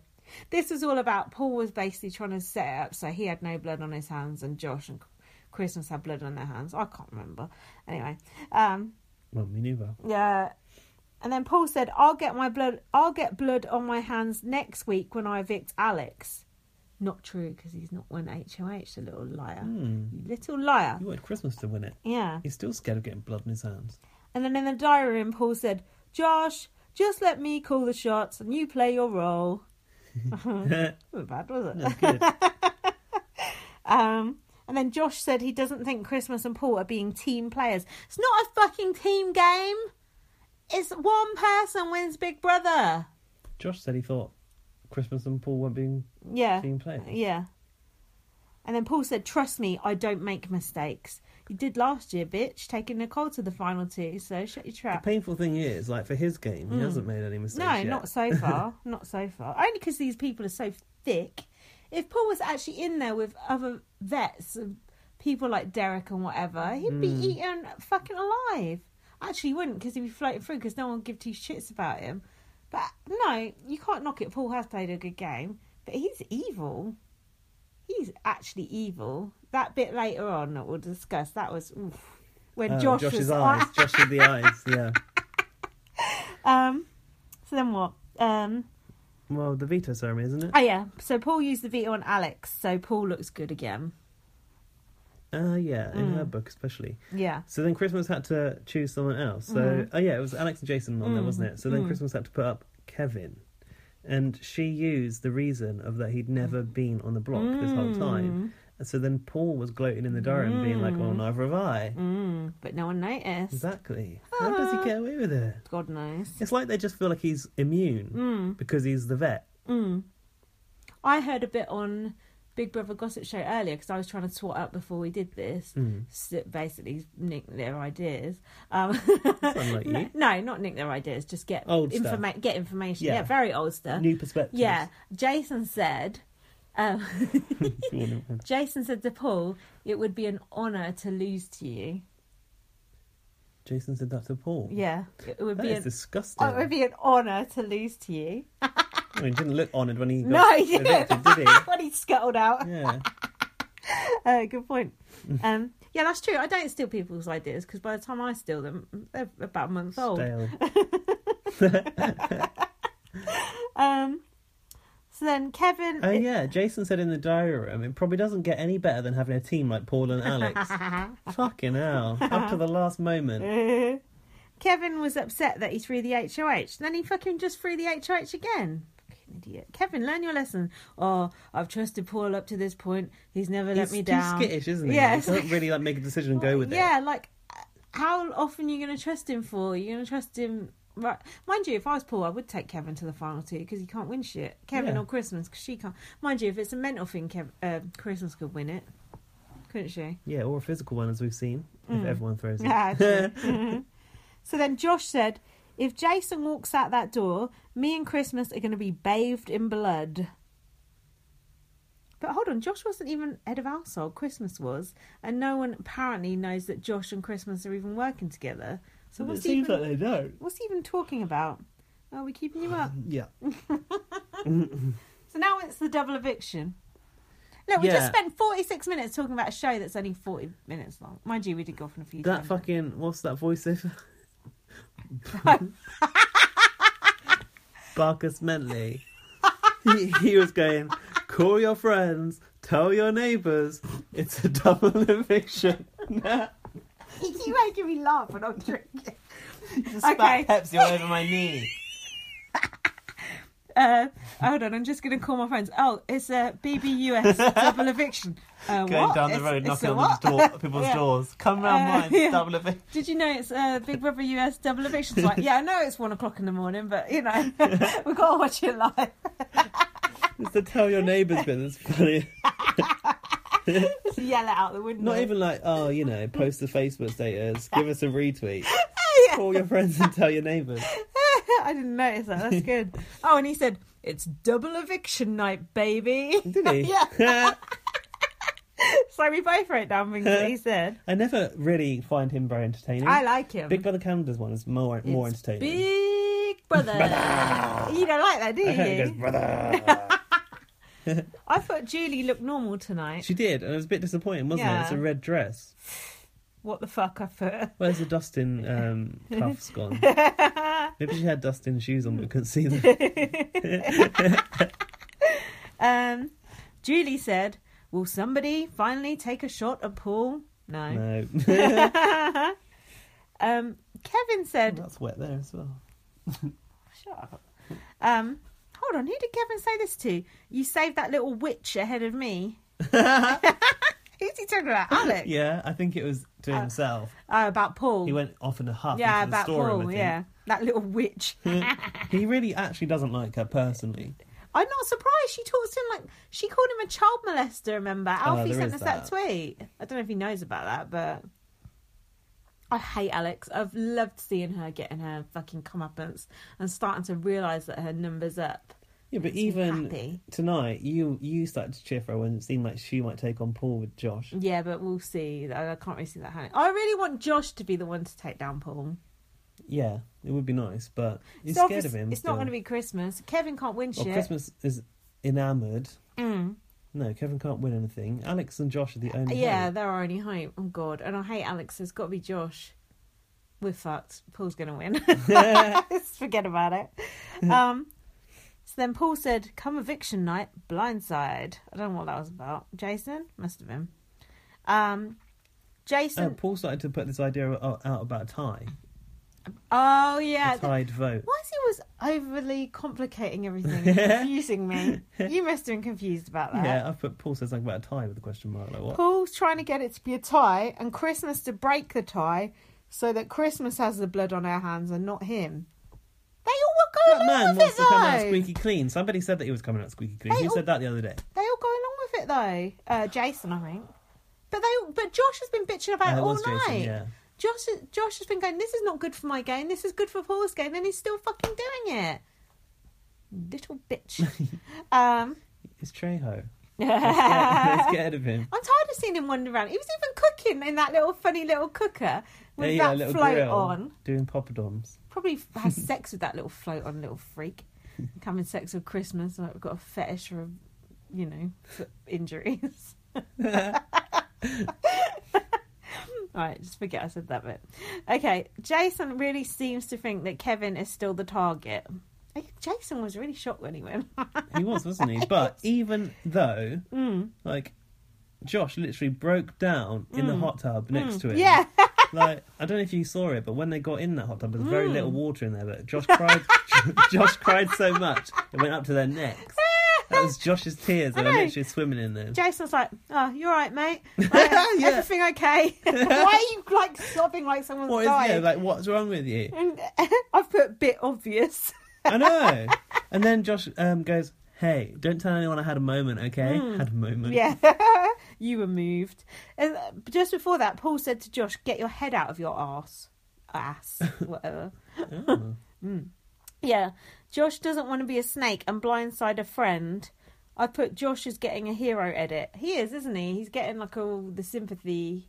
A: This was all about Paul was basically trying to set it up so he had no blood on his hands and Josh and Christmas had blood on their hands. I can't remember. Anyway, um,
B: Well, we knew well.
A: yeah. And then Paul said, "I'll get my blood. I'll get blood on my hands next week when I evict Alex." Not true because he's not one HOH. The little liar. You little liar.
B: He wanted Christmas to win it.
A: Yeah.
B: He's still scared of getting blood in his hands.
A: And then in the diary room, Paul said, "Josh, just let me call the shots and you play your role." Wasn't bad, was it?
B: Good.
A: Um, and then Josh said he doesn't think Christmas and Paul are being team players. It's not a fucking team game. It's one person wins Big Brother.
B: Josh said he thought Christmas and Paul weren't being
A: Yeah.
B: team players.
A: Yeah. And then Paul said, Trust me, I don't make mistakes. You did last year, bitch, taking Nicole to the final two, so shut your
B: The
A: trap.
B: painful thing is, like for his game, he hasn't made any mistakes.
A: Hmm. No,
B: yet.
A: not so far. not so far. Only because these people are so thick. If Paul was actually in there with other vets, and people like Derek and whatever, he'd be
B: Hmm.
A: eaten fucking alive. Actually, he wouldn't because he'd be floating through because no one would give two shits about him. But no, you can't knock it. Paul has played a good game, but he's evil. He's actually evil. That bit later on that we'll discuss, that was oof, when
B: Oh,
A: Josh
B: Josh's
A: was
B: eyes, Josh with the eyes. Yeah.
A: um, so then what? Um,
B: Well, the veto ceremony, isn't it?
A: Oh yeah. So Paul used the veto on Alex, so Paul looks good again.
B: Ah, yeah, in her book especially.
A: Yeah.
B: So then Christmas had to choose someone else. So oh yeah, it was Alex and Jason on there, wasn't it? So then Christmas had to put up Kevin, and she used the reason of that he'd never been on the block this whole time. And so then Paul was gloating in the diary and being like, "Well, neither have I."
A: Mm, but no one noticed.
B: Exactly. How does he get away with it?
A: God knows.
B: It's like they just feel like he's immune because he's the vet.
A: I heard a bit on Big Brother Gossip Show earlier because I was trying to sort out before we did this.
B: Mm.
A: s- Basically, nick their ideas. Um,
B: unlike
A: no,
B: you.
A: no, not nick their ideas. Just get
B: Old stuff.
A: get information.
B: Yeah.
A: Yeah. very old stuff.
B: New perspectives.
A: Uh, yeah, Jason said. Um, Jason said to Paul, "It would be an honour to lose to you."
B: Jason said that to Paul.
A: Yeah, it would
B: That
A: be
B: is
A: an,
B: disgusting.
A: oh, it would be an honour to lose to you.
B: I mean, he didn't look honoured when he got
A: No, he
B: evicted,
A: didn't.
B: did he?
A: when he scuttled out.
B: Yeah.
A: Uh, good point. Um, yeah, that's true. I don't steal people's ideas because by the time I steal them, they're about a month old.
B: Stale.
A: Um, so then Kevin.
B: Oh yeah, Jason said in the diary room, it probably doesn't get any better than having a team like Paul and Alex. Fucking hell! Up to the last moment.
A: Kevin was upset that he threw the HOH. Then he fucking just threw the HOH again. Fucking Idiot. Kevin, learn your lesson. Oh, I've trusted Paul up to this point. He's never let
B: He's
A: me
B: too
A: down.
B: skittish, isn't he?
A: Yeah,
B: he
A: it's like-
B: doesn't really like make a decision and go with it.
A: yeah, like uh, how often are you going to trust him for? You're going to trust him, right? Mind you, if I was Paul, I would take Kevin to the final two because he can't win shit. Kevin
B: Yeah.
A: or Christmas because she can't. Mind you, if it's a mental thing, Kev- uh, Christmas could win it, couldn't she?
B: Yeah, or a physical one as we've seen. If everyone throws it.
A: Mm. Yeah. true. Mhm. So then Josh said, "If Jason walks out that door, me and Christmas are going to be bathed in blood." But hold on, Josh wasn't even head of household. Christmas was, and no one apparently knows that Josh and Christmas are even working together. So
B: It
A: what's he
B: seems
A: even,
B: like they don't.
A: what's he even talking about? Are we keeping you up?
B: Yeah.
A: So now it's the double eviction. Look, we
B: Yeah.
A: just spent forty-six minutes talking about a show that's only forty minutes long. Mind you, we did go off on a few. tangents.
B: That fucking what's that voiceover? Barkus Mentley. he, he was going, call your friends, tell your neighbours, it's a double eviction.
A: you making me laugh when I'm drinking.
B: Just
A: Okay.
B: spat Pepsi all over my knee.
A: Uh, hold on, I'm just going to call my friends. Oh, it's a BBUS double eviction. Uh,
B: Going
A: what?
B: down the
A: It's-
B: road,
A: it's
B: knocking
A: a
B: on
A: what?
B: the door, people's
A: Yeah.
B: doors. Come round
A: Uh,
B: mine,
A: yeah.
B: double eviction.
A: Did you know it's uh, Big Brother US double eviction? It's like, yeah, I know it's one o'clock in the morning, but you know, we've got to watch it live.
B: It's the tell your neighbours bit that's funny.
A: Just yell it out the window.
B: Not even like, oh, you know, post the Facebook status, give us a retweet.
A: Yeah.
B: Call your friends and tell your neighbours.
A: I didn't notice that. That's good. Oh, and he said, it's double eviction night, baby.
B: Did he?
A: Yeah. so we both wrote down things that he said.
B: I never really find him very entertaining.
A: I like him.
B: Big Brother Canada's one is more more
A: It's
B: entertaining.
A: Big Brother. you don't like that, do you?
B: I
A: I,
B: heard it goes, brother.
A: thought Julie looked normal tonight.
B: she did, and it was a bit disappointing, wasn't it?
A: Yeah.
B: It's a red dress.
A: What the fuck I put?
B: Where's the Dustin um, cuffs gone? Maybe she had Dustin shoes on, but we couldn't see them.
A: Um, Julie said, "Will somebody finally take a shot at Paul?" No.
B: No,
A: Um, Kevin said,
B: that's wet there as well.
A: "Shut up." Um, hold on. Who did Kevin say this to? You saved that little witch ahead of me. Who's he talking about? Alex.
B: Yeah, I think it was to himself.
A: Oh, about Paul.
B: He went off in a huff.
A: yeah,
B: into the
A: about
B: storeroom, I
A: Paul.
B: think.
A: Yeah, that little witch.
B: He really actually doesn't like her personally.
A: I'm not surprised. She talks to him like she called him a child molester. Remember, Alfie
B: Oh, there
A: sent
B: is
A: us that.
B: that.
A: tweet. I don't know if he knows about that, but I hate Alex. I've loved seeing her getting her fucking comeuppance and starting to realise that her number's up.
B: Yeah, but
A: me
B: even
A: happy.
B: tonight, you you started to cheer for her when it seemed like she might take on Paul with Josh.
A: Yeah, but we'll see. I I can't really see that happening. I really want Josh to be the one to take down Paul.
B: Yeah, it would be nice, but you're
A: So
B: scared of
A: obvious-
B: him.
A: It's not going to be Christmas. Kevin can't win
B: Well,
A: shit.
B: Christmas is enamoured.
A: Mm.
B: No, Kevin can't win anything. Alex and Josh are the only.
A: Uh, Yeah,
B: hope.
A: they're our only hope. Oh God, and I hate Alex. It's got to be Josh. We're fucked. Paul's gonna win. Just Forget about it. Um, So then Paul said, Come eviction night, blindside. I don't know what that was about. Jason? Must have been. Um,
B: Uh,
A: Jason.
B: Paul started to put this idea o- out about a tie,
A: oh,
B: a
A: yeah. th-
B: tied vote.
A: Why is he was overly complicating everything and confusing me? You must have been confused about that.
B: Yeah, I put Paul says something about a tie with a question mark. Like what?
A: Paul's trying to get it to be a tie and Christmas to break the tie so that Christmas has the blood on our hands and not him. They all go
B: that
A: along
B: man
A: with
B: wants
A: it
B: to come out
A: though.
B: squeaky clean. Somebody said that he was coming out squeaky clean.
A: Hey,
B: Who
A: oh-
B: said that the other day?
A: They all go along with it though. Uh, Jason, I think. But they, but Josh has been bitching
B: Uh,
A: about
B: it
A: it all
B: was
A: night.
B: Jason, yeah.
A: Josh, Josh has been going. This is not good for my game. This is good for Paul's game, and he's still fucking doing it. Little bitch. um,
B: It's Trejo.
A: I'm
B: Let's get ahead of him.
A: tired of seeing him wander around. He was even cooking in that little funny little cooker with
B: Yeah, yeah,
A: that
B: uh, little
A: float
B: grill,
A: on.
B: Doing poppadoms.
A: Probably f- has sex with that little float on little freak. Having sex with Christmas, like we've got a fetish or, you know, foot injuries. All right, just forget I said that bit. Okay, Jason really seems to think that Kevin is still the target. I think Jason was really shocked when he went.
B: He was, wasn't he? But even though,
A: Mm.
B: like, Josh literally broke down in the hot tub next to him.
A: Mm. yeah,
B: Like, I don't know if you saw it, but when they got in that hot tub, there was
A: Mm.
B: very little water in there. But Josh cried. Josh cried so much it went up to their necks. That was Josh's tears. They
A: I
B: were
A: know.
B: literally swimming in them.
A: Jason's like, "Oh, you're right, mate. Like,
B: Yeah.
A: Everything okay? Why are you like sobbing like someone's
B: What is
A: died?"
B: yeah, like? What's wrong with you?
A: And I've put bit obvious.
B: I know. And then Josh um, goes, "Hey, don't tell anyone I had a moment, okay? Had a
A: Mm.
B: moment.
A: yeah, you were moved. And uh, just before that, Paul said to Josh, "Get your head out of your ass, ass, whatever." Hmm.
B: Oh.
A: yeah, Josh doesn't want to be a snake and blindside a friend. I put Josh is getting a hero edit. He is, isn't he? He's getting like all the sympathy.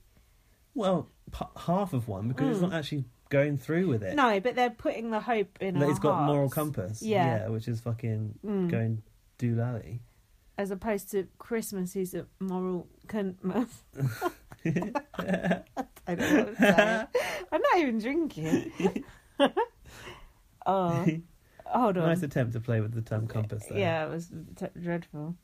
B: Well, p- half of one because it's not actually going through with it.
A: Mm. No, but they're putting the hope in.
B: Eh. that
A: our
B: he's got moral
A: hearts.
B: compass.
A: Yeah. Mm.
B: which is fucking going doolally.
A: as opposed to Christmas, who's a moral cunt. I don't know what I'm saying. I'm not even drinking. oh, hold on.
B: Nice attempt to play with the term compass. There.
A: yeah, it was t- dreadful.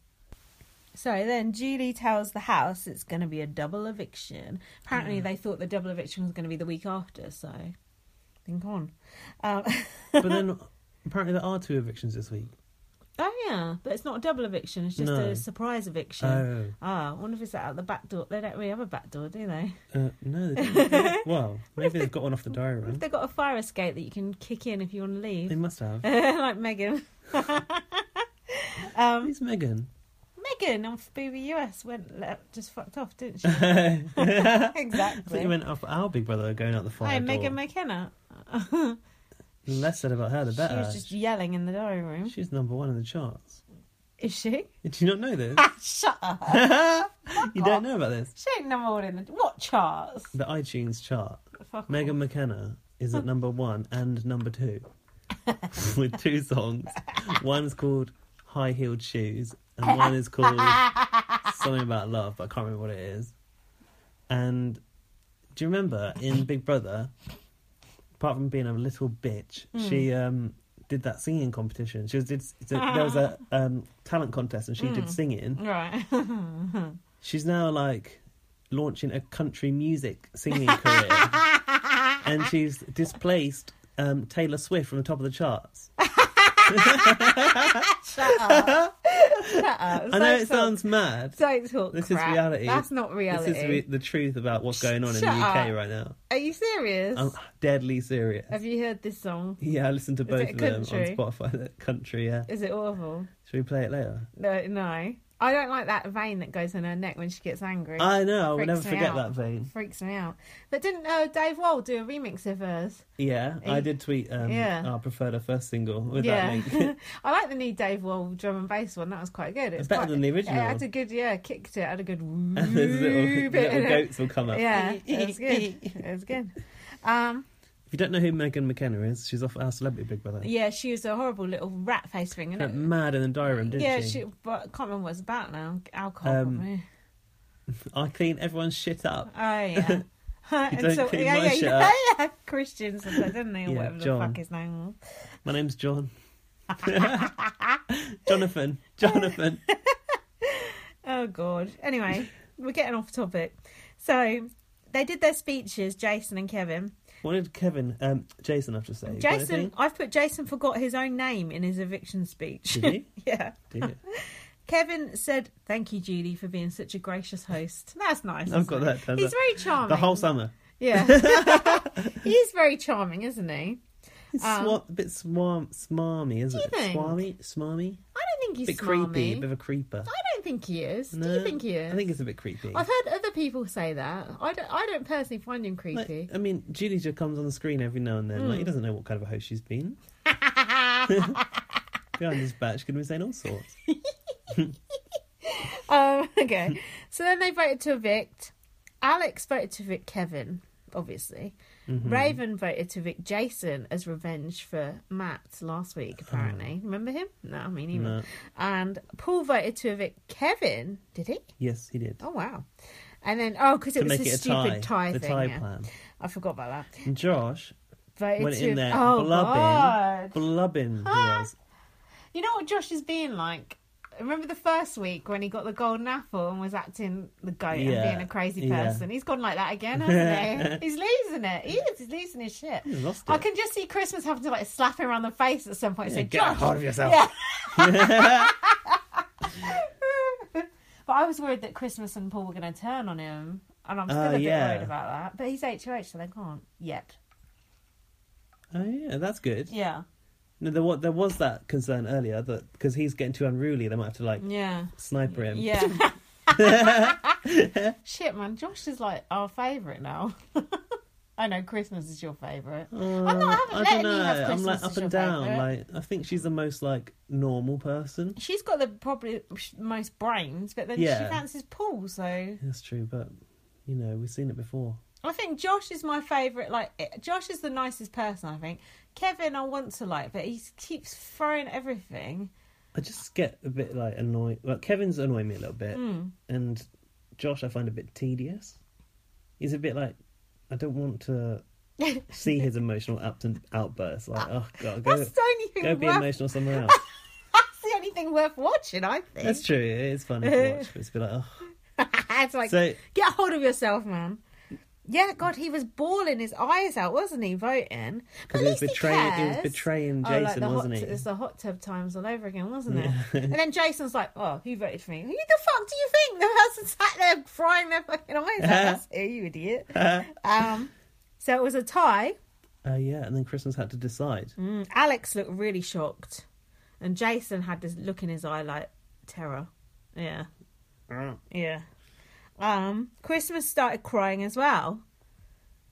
A: So then Julie tells the house it's going to be a double eviction.
B: Mm.
A: Apparently, they thought the double eviction was going to be the week after, so think on. Um,
B: but then apparently there are two evictions this week.
A: oh, yeah, but it's not a double eviction, it's just
B: No.
A: a surprise eviction.
B: Oh,
A: Ah, I wonder if it's out the back door. They don't really have a back door, do they?
B: uh, no. They didn't. well, maybe they've got one off the diary
A: If
B: room.
A: they've got a fire escape that you can kick in if you want to
B: They
A: leave,
B: must have.
A: like Megan. um,
B: It's Megan.
A: Megan on Booby US went le- just fucked off, didn't she?
B: I think you
A: exactly.
B: meant off our big brother going out the fire.
A: Hi,
B: door.
A: Megan McKenna.
B: The Less said about her, the
A: she
B: better.
A: was just yelling in the diary room.
B: She's number one in the charts.
A: Is she?
B: Did you not know this?
A: Shut up.
B: you don't know about this.
A: She ain't number one in the what charts?
B: The iTunes chart.
A: Fuck
B: Megan McKenna is at number one and number two with two songs. One's called High Heeled Shoes and one is called Something About Love, but I can't remember what it is. And do you remember in Big Brother, apart from being a little bitch, she um, did that singing competition. She was, did, so there was a um, talent contest and she did singing.
A: Right.
B: She's now like launching a country music singing career, and she's displaced um, Taylor Swift from the top of the charts.
A: Shut up. Shut up.
B: I know it sounds mad.
A: Don't talk
B: This is
A: crap.
B: reality.
A: That's not reality.
B: This is re- the truth about what's going on in the
A: Shut
B: UK
A: up.
B: right now.
A: Are you serious?
B: I'm deadly serious.
A: Have you heard this song?
B: Yeah, I listened to both
A: it
B: of them on
A: country?
B: Spotify. That country, yeah.
A: Is it awful?
B: Should we play it later?
A: No, no. I don't like that vein that goes in her neck when she gets angry.
B: I know. I will
A: Freaks
B: never
A: me
B: forget
A: out.
B: that vein.
A: Freaks me out. But didn't uh, Dave Wall do a remix of hers?
B: Yeah, I
A: He-
B: did tweet. Um,
A: Yeah.
B: I preferred her first single with
A: yeah,
B: that link.
A: I like the new Dave Wall drum and bass one. That was quite good. It's
B: better
A: quite-
B: than the original.
A: It had a good yeah, kicked it. Had a good woo
B: and those little,
A: bit in
B: little
A: it.
B: goats will come up.
A: Yeah, it was good. It was good. Um,
B: If you don't know who Megan McKenna is, she's off our Celebrity Big Brother.
A: yeah, she was a horrible little rat face thing,
B: Went
A: and
B: mad in the diary room, didn't
A: yeah,
B: she?
A: she. But I can't remember what it's about now. Alcohol.
B: Um,
A: probably.
B: I clean everyone's shit up.
A: Oh yeah.
B: You
A: And
B: don't
A: so-
B: clean
A: yeah,
B: my
A: yeah,
B: shit
A: yeah,
B: up.
A: yeah. Christians and that, didn't they? Or
B: Yeah,
A: whatever
B: John.
A: the fuck his name was.
B: My name's John. Jonathan, Jonathan.
A: Oh god. Anyway, we're getting off topic. So they did their speeches, Jason and Kevin.
B: what did Kevin, um, Jason, have to say? Got
A: Jason,
B: anything?
A: I've put Jason forgot his own name in his eviction speech.
B: Did he?
A: yeah.
B: Dear.
A: Kevin said, "Thank you, Judy, for being such a gracious host." That's nice.
B: I've
A: isn't
B: got
A: it?
B: that, that's
A: He's
B: that.
A: very charming.
B: The whole summer.
A: yeah. He's very charming, isn't he?
B: It's
A: Um,
B: swa- a bit swarm, smarmy, isn't
A: you
B: it?
A: think?
B: Swarmy, smarmy.
A: I don't think he's
B: bit
A: smarmy.
B: creepy, a bit of a creeper.
A: I don't think he is. Do you think he is?
B: I think it's a bit creepy.
A: I've heard other people say that. I don't. I don't personally find him
B: Like,
A: creepy.
B: I mean, Julie just comes on the screen every now and then. Like, he
A: Hmm.
B: doesn't know what kind of a host she's been. Behind his back, she could be saying all sorts.
A: Um, okay. so then they voted to evict. Alex voted to evict Kevin, obviously.
B: Mm-hmm.
A: Raven voted to evict Jason as revenge for Matt last week, apparently. Remember him? No, me neither.
B: Hmm. No.
A: And Paul voted to evict Kevin. Did he?
B: Yes, he did.
A: Oh, wow. And then, oh, because it
B: to
A: was
B: make
A: a
B: it a tie,
A: stupid tie,
B: the
A: thing.
B: tie
A: yeah.
B: plan.
A: I forgot about that.
B: And Josh
A: Voted
B: went
A: to...
B: in there
A: oh,
B: blubbing,
A: God.
B: blubbing. he
A: Ah.
B: was.
A: You know what Josh is being like? Remember the first week when he got the golden apple and was acting the goat and
B: Yeah,
A: being a crazy
B: yeah.
A: person? He's gone like that again, hasn't he? he's losing it. He is. He's losing his shit.
B: He's lost
A: I
B: it.
A: can just see Christmas having to like slap him around the face at some point and
B: Yeah,
A: say,
B: get a
A: Josh.
B: hold of yourself.
A: Yeah. but I was worried that Christmas and Paul were going to turn on him, and I'm still
B: Oh,
A: a bit
B: yeah.
A: worried about that. But he's HOH, so they can't yet.
B: Oh yeah, that's good.
A: Yeah.
B: No, there was there was that concern earlier that because he's getting too unruly, they might have to like
A: Yeah.
B: sniper him.
A: Yeah. Shit, man. Josh is like our favourite now. I know Christmas is your favourite. I'm not. I
B: Uh,
A: haven't
B: I don't
A: let
B: know.
A: you have Christmas
B: I'm like
A: as
B: up
A: your
B: and down.
A: favourite.
B: Like I think she's the most like normal person.
A: She's got the probably most brains, but then she
B: Yeah.
A: fancies Paul. So
B: That's true, but you know we've seen it before.
A: I think Josh is my favourite. Like eh, Josh is the nicest person. I think Kevin I want to like, but he keeps throwing everything.
B: I just get a bit like annoyed. Well, Kevin's annoying me a little bit,
A: Hmm.
B: and Josh I find a bit tedious. He's a bit like I don't want to see his emotional ups and outbursts. Like oh god, go,
A: That's the only thing
B: go be
A: worth.
B: emotional somewhere else.
A: That's the only thing worth watching. I think.
B: That's true. It is funny to watch, but it's a bit like oh.
A: it's like
B: So-
A: get hold of yourself, man. Yeah, God, he was bawling his eyes out, wasn't he? Voting But
B: Because
A: at
B: he was
A: least
B: betraying, he was
A: cares.
B: betraying
A: Oh,
B: Jason,
A: like the hot
B: wasn't
A: t-
B: he?
A: It's the hot tub times all over again, wasn't it? and then Jason's like, "Oh, who voted for me? Who the fuck do you think the person sat there crying their fucking eyes out? That's who, you idiot." um, so it was a tie.
B: Uh, yeah, and then Christmas had to decide.
A: Mm, Alex looked really shocked, and Jason had this look in his eye like terror. Yeah.
B: Mm.
A: Yeah. Um, Christmas started crying as well.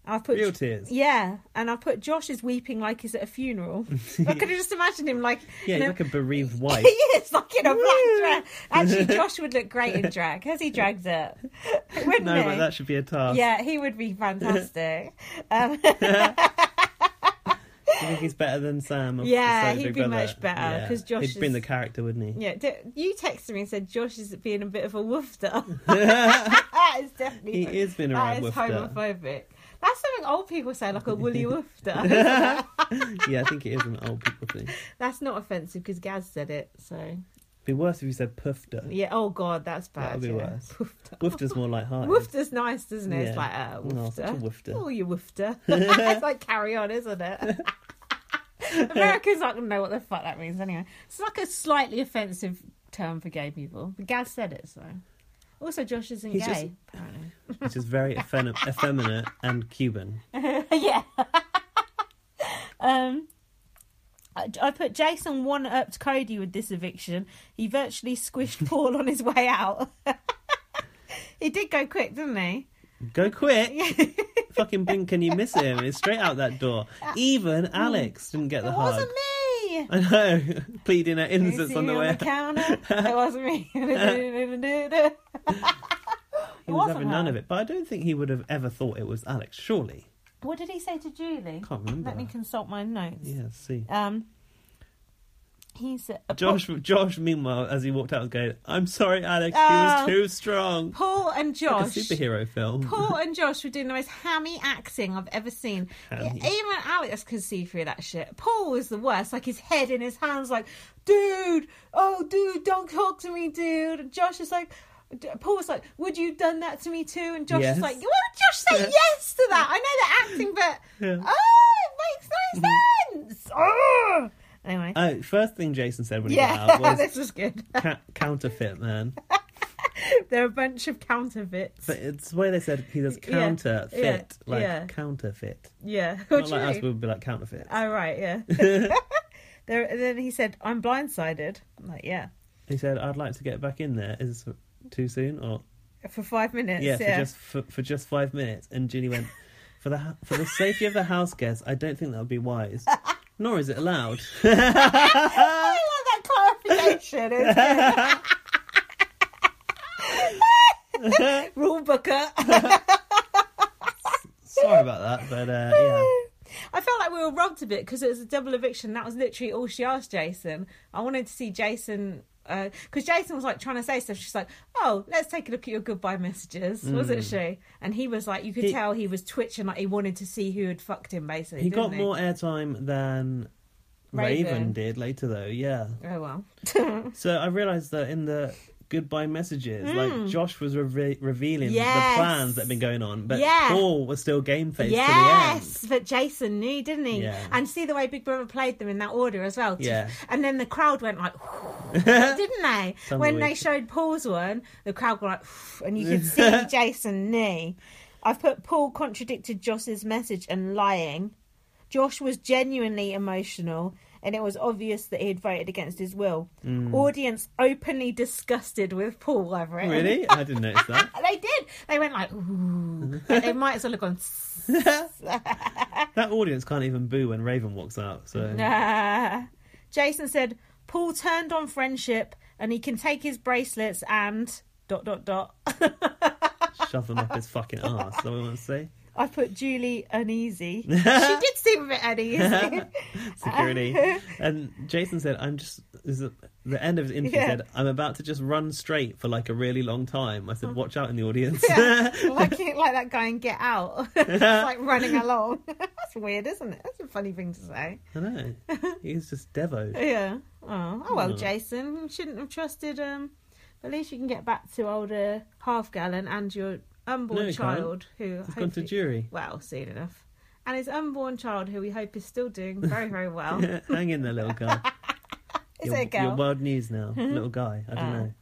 A: I've put
B: Real tears.
A: Yeah, and I put Josh is weeping like he's at a funeral. I could just imagine him like
B: Yeah,
A: in
B: he's
A: a-
B: like a bereaved wife.
A: he is like in a black dress. Actually, Josh would look great in drag. Has he dragged it? Wouldn't
B: no,
A: he?
B: but that should be a task.
A: Yeah, he would be fantastic. um,
B: Do you think he's better than Sam? of
A: Yeah,
B: Celebrity
A: he'd be
B: Big Brother?
A: much better, 'cause Josh
B: He'd been
A: is-
B: the character, wouldn't he?
A: yeah, d- you texted me and said Josh is being a bit of a woofter. that is definitely
B: He is been
A: that
B: around
A: is
B: with the-
A: homophobic. That's something old people say, like a woolly woofter.
B: Yeah, I think it is an old people thing.
A: That's not offensive because Gaz said it. So
B: Be worse if you said Poofter.
A: yeah. Oh God, that's bad.
B: That'd be
A: yeah.
B: worse.
A: Woofter.
B: Woofter's more lighthearted.
A: Woofter's nice, doesn't it? It's
B: Yeah.
A: like uh,
B: No, such a
A: woofter.
B: woofter.
A: Oh, you woofter. it's like carry on, isn't it? Americans aren't gonna know what the fuck that means anyway. It's like a slightly offensive term for gay people. But Gaz said it, so. Also, Josh isn't
B: He's
A: gay.
B: just-
A: Apparently.
B: Which is very effem- effeminate and Cuban.
A: yeah. um, I, I put Jason one upped Cody with this eviction. He virtually squished Paul on his way out. he did go quick, didn't he?
B: Go quick! Fucking blink and you miss him. It's straight out that door. Even Alex didn't get the
A: Mm. It
B: hug.
A: wasn't me.
B: I know, pleading her
A: Can you
B: innocence
A: see
B: on
A: me
B: the way.
A: on the counter? It wasn't me. it
B: he was
A: wasn't
B: having none
A: her.
B: of it, but I don't think he would have ever thought it was Alex. Surely,
A: What did he say to Julie?
B: can't remember.
A: Oh. Let me consult my notes.
B: Yeah, see,
A: Um, He said, uh,
B: Josh, Josh, meanwhile, as he walked out, was going, "I'm sorry, Alex.
A: Oh.
B: he was too strong."
A: Paul, Paul and
B: Like a
A: Josh.
B: superhero film.
A: Paul and Josh were doing the most hammy acting I've ever seen. E,
B: Hammy.
A: Even Alex could see through that shit. Paul was the worst, like his head in his hands, like, dude, oh, dude, don't talk to me, dude. And Josh is like, Paul was like, would you have done that to me too? And Josh
B: Yes.
A: is like, well, Josh said
B: Yeah.
A: yes to that. I know they're acting, but,
B: Yeah. Mm-hmm.
A: oh, it makes no sense. Oh! Anyway,
B: Oh, first thing Jason said when he
A: yeah,
B: got out was
A: this was good.
B: ca- counterfeit, man.
A: They're a bunch of counterfeits.
B: But it's the way they said he does
A: Yeah,
B: counterfeit,
A: yeah,
B: like
A: yeah.
B: counterfeit.
A: yeah, what
B: Not
A: do you
B: like us,
A: mean?
B: we would be like counterfeit.
A: Oh right, yeah. there, and then he said, "I'm blindsided." I'm like, yeah,
B: He said, "I'd like to get back in there. Is this too soon or
A: for five minutes.
B: yeah,
A: Yeah,
B: for just for, for just five minutes?" And Ginny went, "For the hou- for the safety of the house guests, I don't think that would be wise. Nor is it allowed."
A: I love that clarification. It's good. Rule booker.
B: Sorry about that, but uh, yeah.
A: I felt like we were robbed a bit because it was a double eviction. That was literally all she asked Jason. I wanted to see Jason because Jason was like trying to say stuff. She's like, "Oh, let's take a look at your goodbye messages," wasn't she? And he was like, you could
B: Mm. He-
A: tell he was twitching, like he wanted to see who had fucked him. Basically,
B: He
A: didn't
B: got more airtime than
A: Raven.
B: Raven. did later, though. Yeah.
A: Oh well.
B: So I realised that in the goodbye messages, like Josh was reve- revealing
A: Hmm. Yes.
B: the plans that had been going on, but
A: Yeah.
B: Paul was still game face
A: yes,
B: to
A: but Jason knew, didn't he?
B: Yeah.
A: And see the way Big Brother played them in that order as well.
B: Yeah.
A: And then the crowd went like,
B: the end.
A: didn't they?
B: Some
A: when
B: were
A: they
B: weak.
A: showed Paul's one, the crowd were like, and you could see Jason knew. I've put Paul contradicted Josh's message and lying. Josh was genuinely emotional, and it was obvious that he had voted against his will.
B: Mm.
A: Audience openly disgusted with Paul over it.
B: really? I didn't notice that.
A: They did. They went like, ooh. Like, they might as well have gone. "Tss."
B: That audience can't even boo when Raven walks out. So
A: Nah. Jason said, Paul turned on friendship and he can take his bracelets and dot dot dot.
B: shove them up his fucking ass. Is that what I want to say?
A: I put Julie uneasy. she did seem a bit uneasy.
B: Security. and Jason said, "I'm just." This is the end of his interview
A: Yeah.
B: said, "I'm about to just run straight for like a really long time." I said, "Watch out in the audience."
A: Mm. Yeah, like, like that guy in Get Out. It's like running along. That's weird, isn't it? That's a funny thing to say.
B: I know. He's just Devo.
A: Yeah. Oh, oh well,
B: Mm.
A: Jason, you shouldn't have trusted. Um, at least you can get back to older half gallon and your
B: No,
A: unborn
B: you
A: child who
B: He's gone to
A: hopefully-
B: jury.
A: well soon enough, and his unborn child who we hope is still doing very very well. is
B: Hang in there, little guy.
A: it a
B: Your
A: girl?
B: world news now, little guy. I don't
A: Uh.
B: know.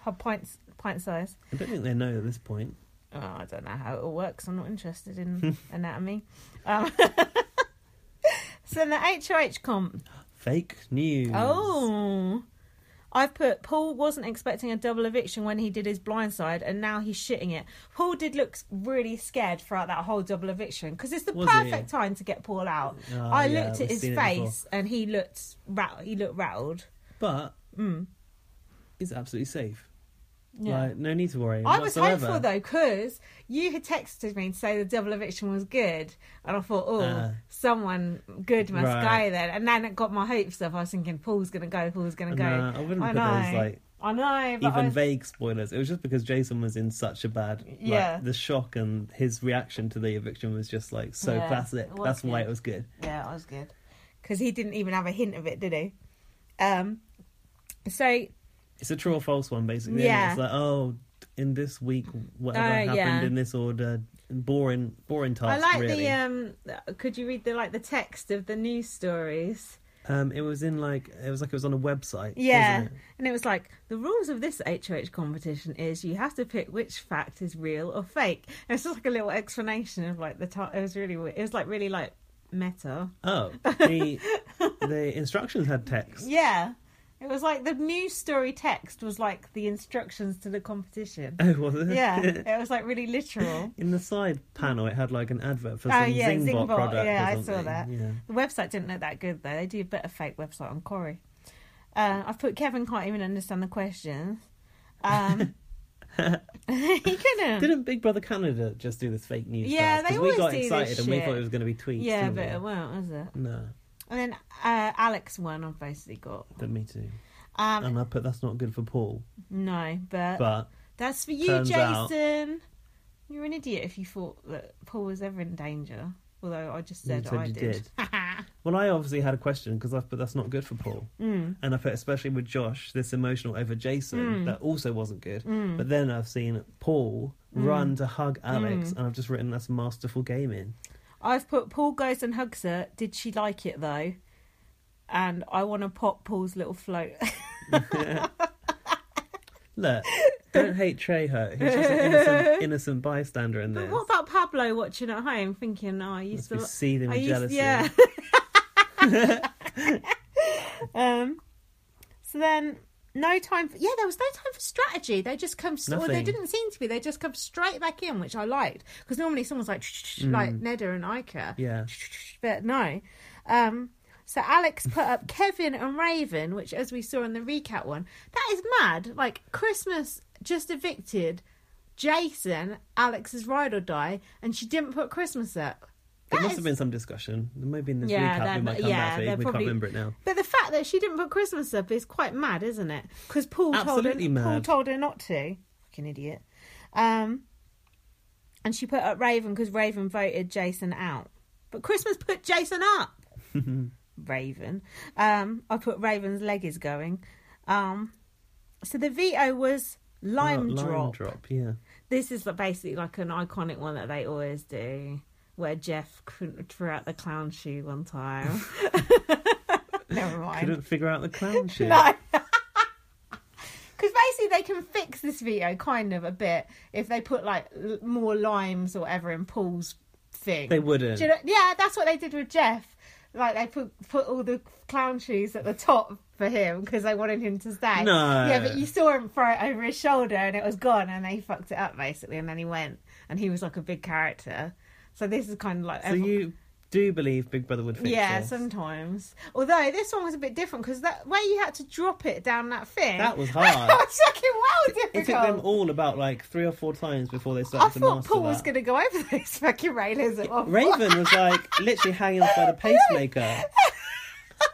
A: Her pints pint size.
B: I don't think they know at this point.
A: Oh, I don't know how it all works. I'm not interested in anatomy. Um, so the HOH comp.
B: Fake news.
A: Oh. I've put Paul wasn't expecting a double eviction when he did his blindside, and now he's shitting it. Paul did look really scared throughout that whole double eviction because it's the
B: Was he?
A: perfect time to get Paul out.
B: Ah,
A: I
B: yeah,
A: looked at
B: we've
A: his
B: seen it before.
A: face, and he looked ra- he looked rattled.
B: But he's absolutely safe.
A: Hmm. Yeah.
B: Like, no need to worry.
A: I was
B: whatsoever.
A: hopeful though, because you had texted me to say the double eviction was good, and I thought, oh,
B: Ah.
A: someone good must
B: Right.
A: go then. And then it got my hopes up. I was thinking, Paul's going to go, Paul's going to go.
B: Nah, I wouldn't put
A: know.
B: those, like,
A: I know, but I
B: Even
A: was-
B: vague spoilers. It was just because Jason was in such a bad. Like,
A: Yeah.
B: The shock and his reaction to the eviction was just like so
A: Yeah,
B: classic.
A: it was
B: That's why
A: good.
B: it was good.
A: yeah, I was good because he didn't even have a hint of it, did he? Um, so
B: It's a true or false one, basically. isn't it?
A: Yeah.
B: It's like, oh, in this week, whatever
A: Oh,
B: happened
A: yeah.
B: in this order, boring, boring
A: I
B: task.
A: like
B: really.
A: the um. Could you read the like the text of the news stories?
B: Um, it was in like it was like it was on a website.
A: Yeah.
B: wasn't it?
A: And it was like, the rules of this HOH competition is you have to pick which fact is real or fake. And it's just like a little explanation of like the top. It was really, we- it was like really like meta.
B: Oh, the the instructions had text.
A: Yeah. It was like the news story text was like the instructions to the competition.
B: Oh, was it?
A: Yeah. it was like really literal.
B: in the side panel, it had like an advert for
A: Oh,
B: some
A: yeah,
B: Zingbot,
A: Zingbot.
B: product.
A: Yeah, I
B: or
A: saw
B: something.
A: that.
B: Yeah.
A: The website didn't look that good though. They do a better fake website on Corey. Uh, I've put Kevin can't even understand the questions. Um, he couldn't.
B: Didn't Big Brother Canada just do this fake news?
A: Yeah,
B: stuff?
A: they
B: 'Cause
A: always
B: we got
A: do this
B: excited and we
A: shit.
B: thought it was going to be tweets.
A: Yeah,
B: didn't
A: but it
B: we?
A: won't, was it?
B: no.
A: And then uh, Alex one I've basically got.
B: But me too.
A: Um, uh,
B: and I put that's not good for Paul.
A: no, but,
B: But
A: that's for you,
B: turns
A: Jason.
B: out-
A: You're an idiot if you thought that Paul was ever in danger. Although I just said,
B: You said
A: I
B: you
A: did.
B: well, I obviously had a question because I've put that's not good for Paul. Mm. And I put especially with Josh this emotional over
A: Mm.
B: Jason that also wasn't good. But then I've seen Paul
A: Mm.
B: run to hug Alex, and I've just written that's masterful gaming.
A: I've put Paul goes and hugs her. Did she like it though? And I want to pop Paul's little float.
B: Look, don't hate Trejo. He's just an innocent, innocent bystander in
A: but
B: this.
A: what about Pablo watching at home, thinking, "Oh, I used
B: Must
A: to."
B: be seething
A: I
B: with jealousy.
A: Yeah. um. So then, no time. For, yeah, there was no time for strategy. They just come. Or they
B: Nothing.
A: didn't seem to be. They just come straight back in, which I liked because normally someone's like like Neda and Ica.
B: Yeah.
A: But no. Um. So Alex put up Kevin and Raven, which, as we saw in the recap one, that is mad. Like Christmas just evicted Jason, Alex's ride or die, and she didn't put Christmas up.
B: There
A: That
B: must
A: is-
B: have been some discussion. Maybe in this
A: Yeah,
B: recap
A: there-
B: we might come
A: yeah,
B: back to it.
A: there
B: We
A: probably-
B: can't remember it now.
A: But the fact that she didn't put Christmas up is quite mad, isn't it? Because Paul
B: Absolutely
A: told her, Paul
B: mad.
A: told her not to. Fucking idiot. Um, and she put up Raven because Raven voted Jason out. But Christmas put Jason up. Raven. Um, I put Raven's leg is going. Um, so the veto was lime,
B: Oh,
A: drop.
B: drop. Yeah.
A: This is like basically like an iconic one that they always do, where Jeff couldn't throw out the clown shoe one time. Never mind.
B: Couldn't figure out the clown shit.
A: No. Because basically they can fix this veto kind of a bit if they put like l- more limes or whatever in Paul's thing.
B: They wouldn't.
A: Do you know- yeah, that's what they did with Jeff. Like they put put all the clown shoes at the top for him because they wanted him to stay.
B: No.
A: Yeah, but you saw him throw it over his shoulder and it was gone, and they fucked it up basically, and then he went, and he was like a big character. So this is kind of like
B: So you do believe Big Brother would fix
A: yeah,
B: this?
A: sometimes. Although this one was a bit different because that way you had to drop it down that thing.
B: That was
A: that
B: hard.
A: was fucking well
B: It
A: difficult.
B: took them all about like three or four times before they started
A: I
B: to
A: thought
B: master
A: Paul was
B: that.
A: going to go over those fucking railings at one point.
B: Raven was like literally hanging by the pacemaker.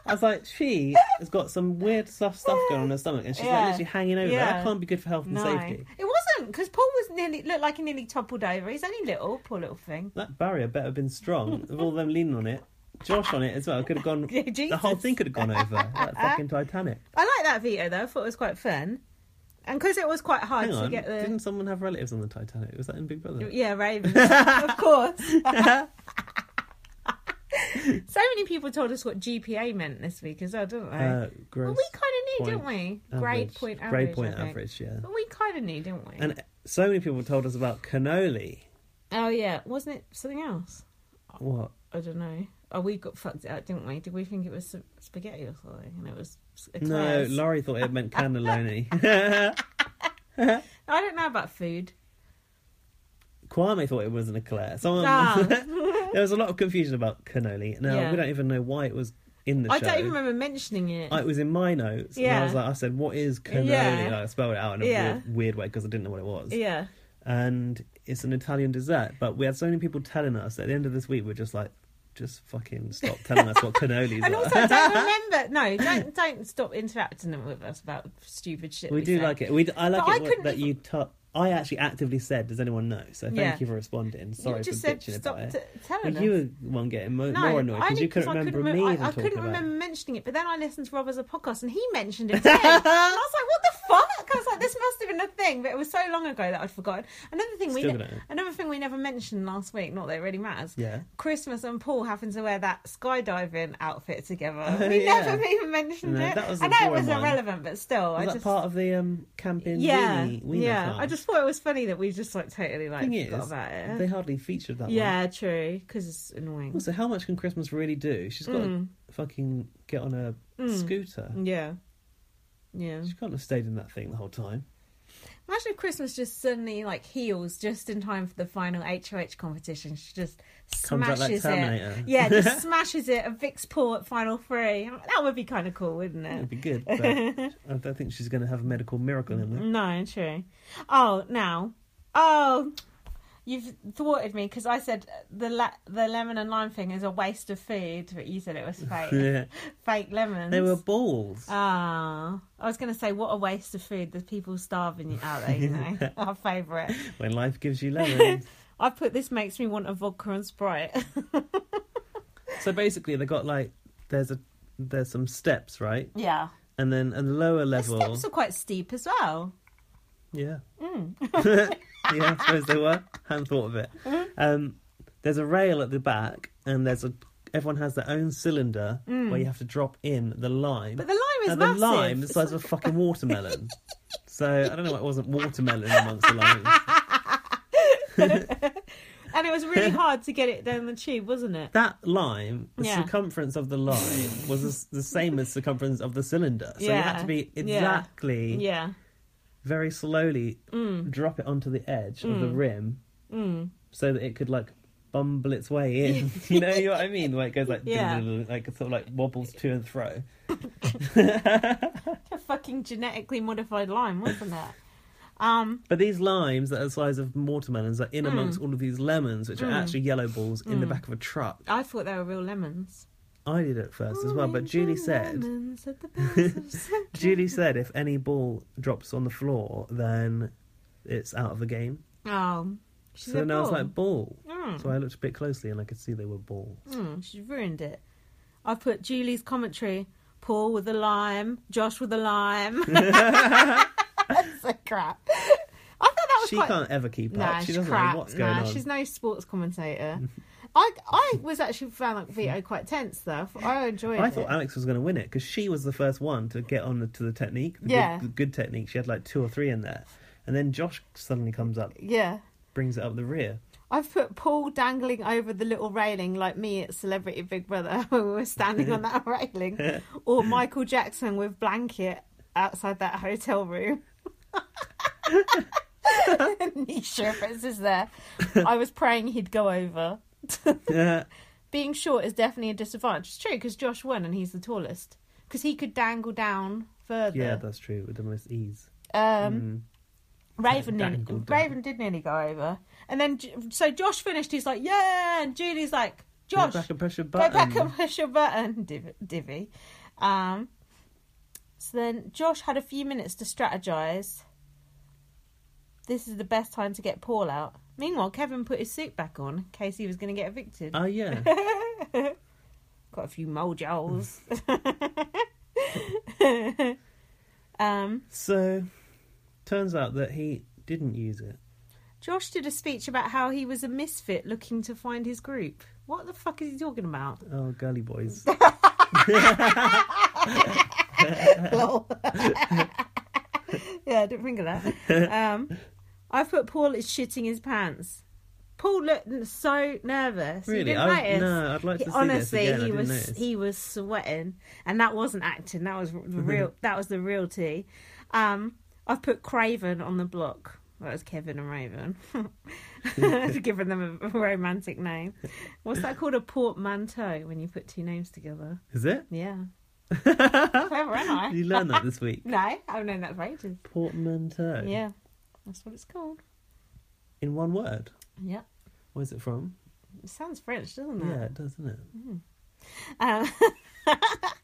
B: I was like, she has got some weird stuff stuff going on in her stomach, and she's
A: Yeah.
B: like literally hanging over.
A: Yeah.
B: That can't be good for health and
A: No,
B: safety.
A: it wasn't because Paul was nearly looked like he nearly toppled over. He's only little, poor little thing.
B: That barrier better have been strong. With all them leaning on it, Josh on it as well. Could have gone.
A: Yeah,
B: the whole
A: Jesus.
B: thing could have gone over. Like fucking Titanic.
A: I like that veto though. I thought it was quite fun, and because it was quite hard
B: Hang
A: to
B: on,
A: get the
B: didn't someone have relatives on the Titanic? Was that in Big Brother?
A: Yeah, Raven. of course. so many people told us what GPA meant this week as well, didn't they?
B: Uh,
A: well,
B: gross.
A: we kind of knew,
B: point
A: didn't we? Grade point average.
B: Grade point
A: I think.
B: average. Yeah.
A: But we kind of knew, didn't we?
B: And so many people told us about cannoli.
A: oh yeah, wasn't it something else?
B: What?
A: I don't know. Oh, we got fucked out, didn't we? Did we think it was sp- spaghetti or something? And it was s-
B: No,
A: eclairs.
B: Laurie thought it meant cannelloni.
A: I don't know about food.
B: Kwame thought it was an eclair. Someone,
A: Ah.
B: there was a lot of confusion about cannoli. Now
A: Yeah.
B: we don't even know why it was in the
A: I
B: show.
A: don't even remember mentioning it.
B: I- it was in my notes. And
A: Yeah.
B: I was like, I said, "What is cannoli?"
A: Yeah.
B: And I spelled it out in a
A: Yeah.
B: weird, weird way because I didn't know what it was.
A: Yeah.
B: And it's an Italian dessert. But we had so many people telling us at the end of this week, we're just like, just fucking stop telling us what cannolis
A: And
B: are.
A: also, don't remember. No, don't don't stop interacting with us about stupid shit.
B: we do
A: say.
B: like it. We, d- I like
A: But I
B: it
A: couldn't
B: that
A: even-
B: you. T- I actually actively said, "Does anyone know?" So thank
A: Yeah.
B: you for responding. Sorry
A: you just
B: for
A: said
B: bitching
A: stop
B: about
A: t-
B: it.
A: telling
B: Well,
A: us.
B: you were the one getting mo- more annoyed because
A: only
B: you couldn't
A: 'cause I
B: remember
A: remember-
B: me.
A: I,
B: even
A: I
B: talking
A: couldn't
B: about it.
A: remember mentioning it, but then I listened to Rob as a podcast, and he mentioned it. Too. and I was like, "What the fuck?" I was like, "This must have been a thing," but it was so long ago that I'd forgotten. Another thing we
B: Still
A: ne-
B: don't know.
A: another thing we never mentioned last week. Not that it really matters.
B: Yeah.
A: Christmas and Paul happened to wear that skydiving outfit together.
B: Oh,
A: we
B: yeah.
A: never even mentioned
B: No,
A: it.
B: that was
A: I
B: a
A: know it
B: foreign
A: was
B: one.
A: irrelevant, but still, I
B: Was that
A: just
B: part of the um, camping?
A: yeah,
B: weenie, wiener
A: yeah.
B: farm?
A: I just thought it was funny that we just like totally like
B: thing
A: forgot
B: is,
A: about it.
B: they hardly featured that. One.
A: yeah, true. Because it's annoying.
B: Also, how much can Christmas really do? She's got
A: Mm.
B: to fucking get on a scooter.
A: Yeah. Yeah.
B: She can't have stayed in that thing the whole time.
A: Imagine if Christmas just suddenly like heals just in time for the final HOH competition. She just
B: Comes out like
A: smashes
B: Terminator.
A: it. Yeah, just smashes it at Vic's Paul at final three. That would be kind of cool, wouldn't
B: It'd
A: it?
B: be good, but I don't think she's
A: Mm.
B: going to have a medical miracle in her.
A: No, true. Oh, now. Oh, You've thwarted me because I said the la- the lemon and lime thing is a waste of food, but you said it was fake.
B: Yeah.
A: Fake lemons.
B: They were balls.
A: Ah, I was going to say, what a waste of food. There's people starving out there, you know. Our favourite.
B: when life gives you lemons.
A: I put this makes me want a vodka and Sprite.
B: so basically, they got like there's a there's some steps, right?
A: yeah.
B: And then a lower level.
A: The steps are quite steep as well.
B: Yeah.
A: Mm.
B: yeah, I suppose they were. Hadn't thought of it.
A: Mm-hmm.
B: Um, there's a rail at the back, and there's a. Everyone has their own cylinder where you have to drop in the lime.
A: Mm. But the lime is
B: and
A: massive.
B: the lime is the size of a fucking watermelon. so I don't know why it wasn't watermelon amongst the limes.
A: And it was really hard to get it down the tube, wasn't it?
B: That lime, the
A: Yeah.
B: circumference of the lime was the s- the same as circumference of the cylinder. So you had
A: Yeah.
B: to be
A: Yeah.
B: exactly
A: Yeah.
B: very slowly
A: Mm.
B: drop it onto the edge of the rim so that it could like bumble its way in. you know, you know what I mean? Where it goes like,
A: Yeah.
B: like it sort of like wobbles to and fro.
A: A fucking genetically modified lime, wasn't it? Um,
B: But these limes that are the size of watermelons are in
A: Mm.
B: amongst all of these lemons, which are actually yellow balls in the back of a truck.
A: I thought they were real lemons.
B: I did it at first as well,
A: Oh
B: but Julie said,
A: Lemons at the base of some-
B: Julie said if any ball drops on the floor, then it's out of the game.
A: oh, she's
B: so
A: a
B: then I was
A: ball.
B: like, ball.
A: Mm.
B: So I looked a bit closely and I could see they were balls.
A: Mm, she's ruined it. I put Julie's commentary. Paul with the lime, Josh with the lime. That's so crap. I thought that was
B: She
A: quite.
B: can't ever keep up.
A: Nah,
B: she
A: she's
B: doesn't
A: crap.
B: know what's going
A: nah,
B: on.
A: she's no sports commentator. I I was actually found like Vito quite tense though. I enjoyed
B: I
A: it.
B: thought Alex was going to win it because she was the first one to get on the, to the technique, the
A: Yeah.
B: good, the good technique. She had like two or three in there, and then Josh suddenly comes up,
A: yeah.
B: brings it up the rear.
A: I've put Paul dangling over the little railing like me at Celebrity Big Brother when we were standing on that railing, or Michael Jackson with blanket outside that hotel room. Niche reference is there. I was praying he'd go over.
B: Yeah,
A: Being short is definitely a disadvantage. It's true because Josh won and he's the tallest because he could dangle down further.
B: yeah, that's true with the most ease. Mm.
A: Um, Raven, nearly,
B: dangled down.
A: Raven did nearly go over, and then J- so Josh finished. He's like, "Yeah," and Julie's like,
B: Go
A: "Josh,
B: back and press your
A: go
B: button.
A: back and push your button, Div- Divvy." Um, so then Josh had a few minutes to strategize. This is the best time to get Paul out. Meanwhile, Kevin put his suit back on in case he was going to get evicted.
B: Oh yeah,
A: Got a few mojols. um.
B: so turns out that he didn't use it.
A: Josh did a speech about how he was a misfit looking to find his group. What the fuck is he talking about?
B: Oh, girly boys.
A: yeah, I didn't think of that. Um, I put Paul is shitting his pants. Paul looked so nervous. You
B: Really?
A: didn't
B: I-
A: notice?
B: no, I'd like
A: He-
B: to see this
A: honestly,
B: again. I
A: he
B: didn't
A: was
B: notice.
A: he was sweating, and that wasn't acting. That was the real. that was the real tea. Um, I've put Craven on the block. That was Kevin and Raven. I've given them a romantic name. What's that called? A portmanteau when you put two names together.
B: Is it?
A: Yeah. Clever, am I?
B: You learned that this week.
A: No, I've known that for ages.
B: Portmanteau.
A: Yeah, that's what it's called.
B: In one word.
A: Yeah,
B: Where's it from?
A: it sounds French, doesn't
B: Yeah,
A: it?
B: it does, doesn't it?
A: Um,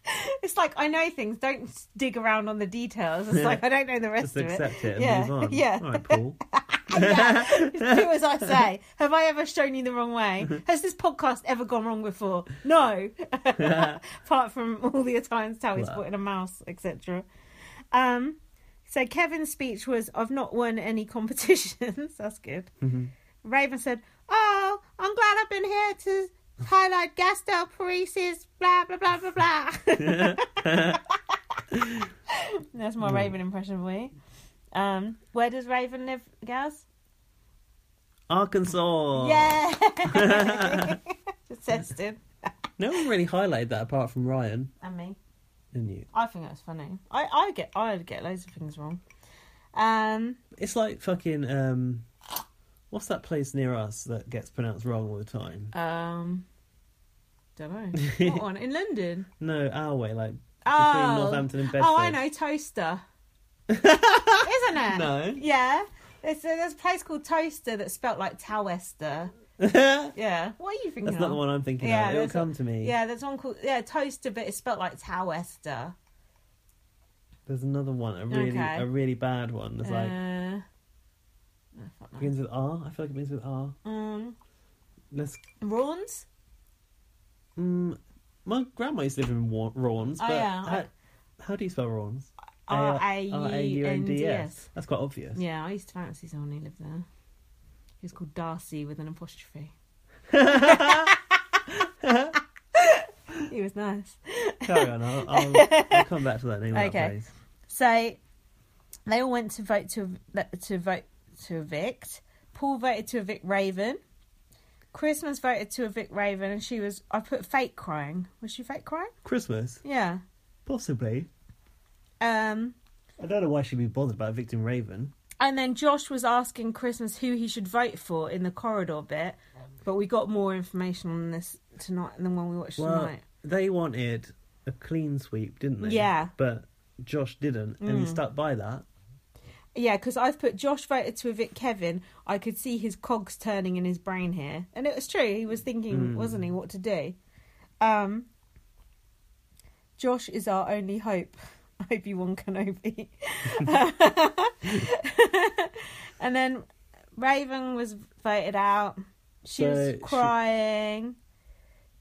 A: it's like I know things. Don't dig around on the details. It's
B: Yeah.
A: like I don't know the rest
B: Just
A: of
B: accept it, and
A: yeah,
B: move on.
A: yeah.
B: All right, Paul.
A: Do as I say. Have I ever shown you the wrong way? Has this podcast ever gone wrong before? No. Apart from all the Italians how he's
B: Well.
A: brought in a mouse, etc. Um, so Kevin's speech was, "I've not won any competitions." That's good. Raven said, "Oh, I'm glad I've been here to." Highlight Gastel Parise's blah blah blah blah blah. That's my Raven impression of you. Um, where does Raven live, Gaz?
B: Arkansas.
A: Yeah. Just tested.
B: No one really highlighted that apart from Ryan
A: And me.
B: and you.
A: I think that's funny. I, I get I get loads of things wrong. Um
B: It's like fucking um, what's that place near us that gets pronounced wrong all the time?
A: um don't know. What one? In London.
B: No, our way, like between
A: Oh.
B: Northampton and Bedford.
A: oh, I know, toaster. Isn't it?
B: No.
A: Yeah. There's a, there's a place called Toaster that's spelt like Towester.
B: That's
A: Yeah. What are you thinking?
B: not
A: of?
B: the one I'm thinking
A: Yeah,
B: of. It'll
A: there's
B: come to me.
A: Yeah, there's one called yeah Toaster, but it's spelt like Towester.
B: There's another one, a really,
A: Okay.
B: a really bad one. It's like
A: Uh, oh, fuck no.
B: begins with R. I feel like it begins with R.
A: Mm.
B: Let's.
A: Rawns?
B: Mm, my grandma used to live in Wa- Rawns,
A: Oh,
B: but
A: yeah.
B: how, how do you spell Rawns?
A: R Oh, A
B: A-
A: U
B: R A U N D S. That's quite obvious.
A: Yeah, I used to fancy someone who lived there. He was called Darcy with an apostrophe. he was nice.
B: Carry on. I'll, I'll, I'll come back to that name. of That
A: Okay.
B: place.
A: So they all went to vote to to vote to evict. Paul voted to evict Raven. Christmas voted to evict Raven, and she was. I put fake crying. Was she fake crying?
B: Christmas,
A: Yeah.
B: possibly.
A: Um.
B: I don't know why she'd be bothered about Victim Raven.
A: And then Josh was asking Christmas who he should vote for in the corridor bit, but we got more information on this tonight than when we watched
B: Well,
A: tonight.
B: they wanted a clean sweep, didn't they?
A: Yeah. Mm.
B: But Josh didn't, and he stuck by that.
A: Yeah, because I've put Josh voted to evict Kevin. I could see his cogs turning in his brain here, and it was true. He was thinking,
B: Hmm.
A: wasn't he, what to do? Um, Josh is our only hope. Obi Wan Kenobi. and then Raven was voted out. She
B: So
A: was
B: she-
A: crying.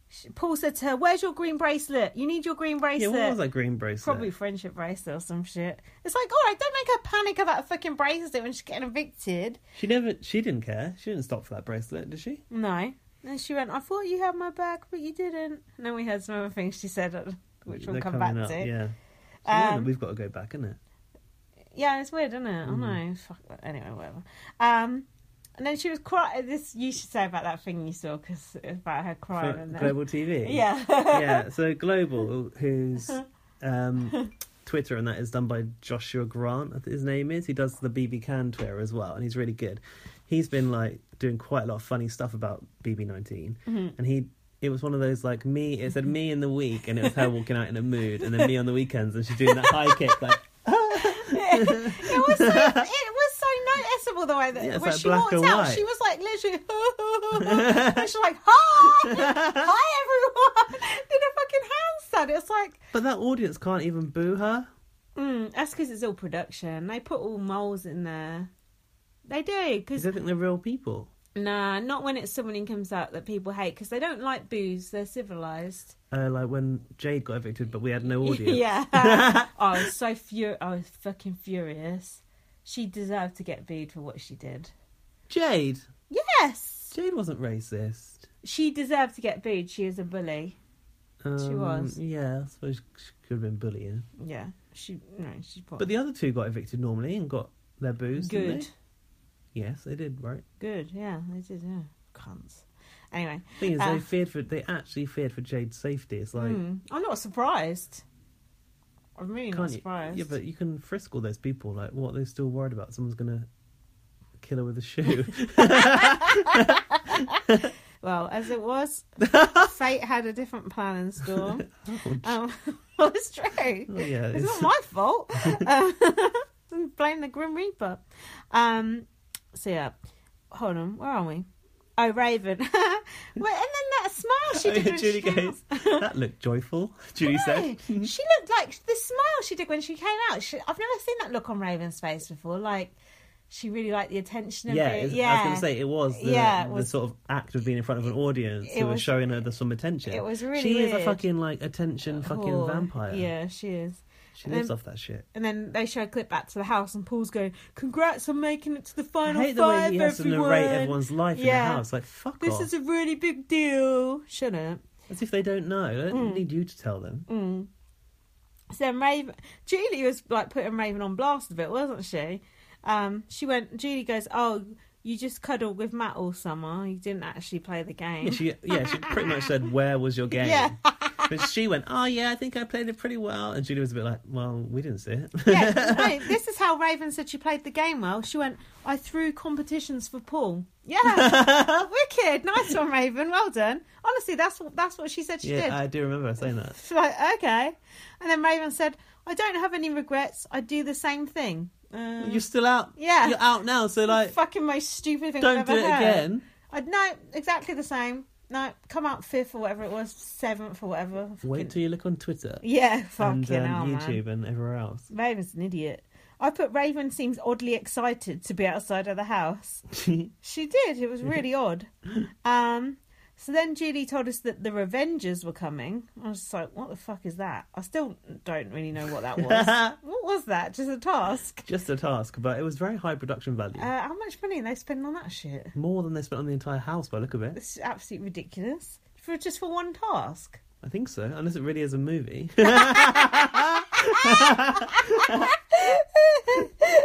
A: She- Paul said to her, "Where's your green bracelet? You need your green
B: yeah,
A: bracelet."
B: what was that green bracelet?
A: Probably friendship bracelet or some shit. It's like, all right, don't make her panic about a fucking bracelet when she's getting evicted.
B: She never. She didn't care. She didn't stop for that bracelet, did she?
A: No. And she went, I thought you had my back, but you didn't. And then we heard some other things she said, uh, which we'll
B: They're
A: come back
B: coming up,
A: to. Yeah.
B: Yeah. So now
A: Um,
B: we've got to go back, isn't it?
A: it's weird, isn't it? I know. Fuck that. Anyway, whatever. Um, and then she was crying. This you should say about that thing you saw because about her crying.
B: For
A: and then,
B: Global TV.
A: Yeah.
B: yeah. So Global, who's um, Twitter, and that is done by Joshua Grant. I think his name is. He does the BB Can Twitter as well, and he's really good. He's been like doing quite a lot of funny stuff about BB 19 and he. It was one of those like me. It said me in the week, and it was her walking out in a mood, and then me on the weekends, and she's doing that high kick like.
A: it was so it was so noticeable the way that
B: Yeah, it's
A: when
B: like
A: she
B: black
A: walked
B: and
A: out,
B: white.
A: she was like literally, and she's like, "Hi, hi everyone!" Did a fucking handstand. It's like,
B: But that audience can't even boo her.
A: mm, that's because it's all production. They put all moles in there. They do
B: Because
A: because
B: they think they're real people.
A: nah, not when it's someone who comes out that people hate because they don't like booze. They're civilized.
B: Uh, like when Jade got evicted, but we had no audience.
A: yeah, I was so furious. I was fucking furious. She deserved to get booed for what she did.
B: Jade.
A: Yes.
B: Jade wasn't racist.
A: She deserved to get booed. She is a bully. She was.
B: Um, Yeah, I suppose she could have been bullying.
A: Yeah, she no, she's poor.
B: But the other two got evicted normally and got their booze. Didn't
A: good,
B: they? Yes, they did. Right.
A: good. Yeah, they did. Yeah, cunts. Anyway,
B: Thing is,
A: Uh,
B: they feared for. They actually feared for Jade's safety. It's like.
A: mm, I'm not surprised. I'm really
B: Can't
A: not
B: you-
A: surprised.
B: Yeah, but you can frisk all those people. Like, what are they still worried about? Someone's gonna kill her with a shoe.
A: well, as it was, fate had a different plan in store. um, well, it's true.
B: oh yeah,
A: It's not
B: it's-
A: my fault. Um, Blame the Grim Reaper. Um, so yeah, hold on. Where are we? Oh, Raven. well, and then that smile she did. when she
B: Julie
A: came out.
B: goes. That looked joyful. Julie said. Mm-hmm.
A: she looked like the smile she did when she came out. She, I've never seen that look on Raven's face before. Like she really liked the attention of
B: Yeah,
A: it.
B: it's-
A: yeah.
B: I was going to say it was the,
A: Yeah, it
B: the
A: was-
B: sort of act of being in front of an audience
A: it
B: who was,
A: was-
B: showing her the, some attention.
A: it was really
B: She is a
A: weird.
B: fucking like attention fucking
A: Poor.
B: vampire.
A: Yeah, she is.
B: she lives
A: Um,
B: off that shit.
A: And then they show a clip back to the house, and Paul's going, "Congrats on making it to the
B: I
A: final
B: hate the way
A: five,
B: he has
A: everyone.
B: to narrate everyone's life in
A: Yeah.
B: the house. Like fuck
A: this
B: off,
A: is a really big deal." Shut up.
B: as if they don't know. They don't
A: Mm.
B: need you to tell them.
A: So then Raven, Julie was like putting Raven on blast a bit, wasn't she? Um, she went. Julie goes, "Oh, you just cuddled with Matt all summer. You didn't actually play the game."
B: Yeah, she yeah she pretty much said where was your game.
A: Yeah.
B: But she went, oh yeah, I think I played it pretty well. And Julie was a bit like, well, we didn't see it.
A: yeah, no, this is how Raven said she played the game well. She went, I threw competitions for Paul. Yeah, wicked, nice one, Raven. Well done. Honestly, that's what that's what she said she did.
B: yeah, I do remember her saying that.
A: She's like, okay. And then Raven said, I don't have any regrets. I do the same thing. Um,
B: You're still out.
A: Yeah.
B: You're out now. So like,
A: fucking most stupid thing
B: don't
A: I've
B: do
A: ever
B: it
A: heard.
B: again.
A: I'd, no, exactly the same. No, come out fifth or whatever it was, seventh or whatever. Fucking-
B: Wait till you look on Twitter
A: yeah,
B: and
A: fucking
B: um,
A: hell, man.
B: YouTube and everywhere else.
A: Raven's an idiot. I put Raven seems oddly excited to be outside of the house. She did. It was really odd. Um, so then Julie told us that the Revengers were coming. I was just like, what the fuck is that? I still don't really know what that was. what was that? Just a task?
B: Just a task, but it was very high production value.
A: Uh, how much money are they spending on that shit?
B: More than they spent on the entire house by the look of it.
A: It's absolutely ridiculous. For just for one task.
B: I think so, unless it really is a movie.
A: I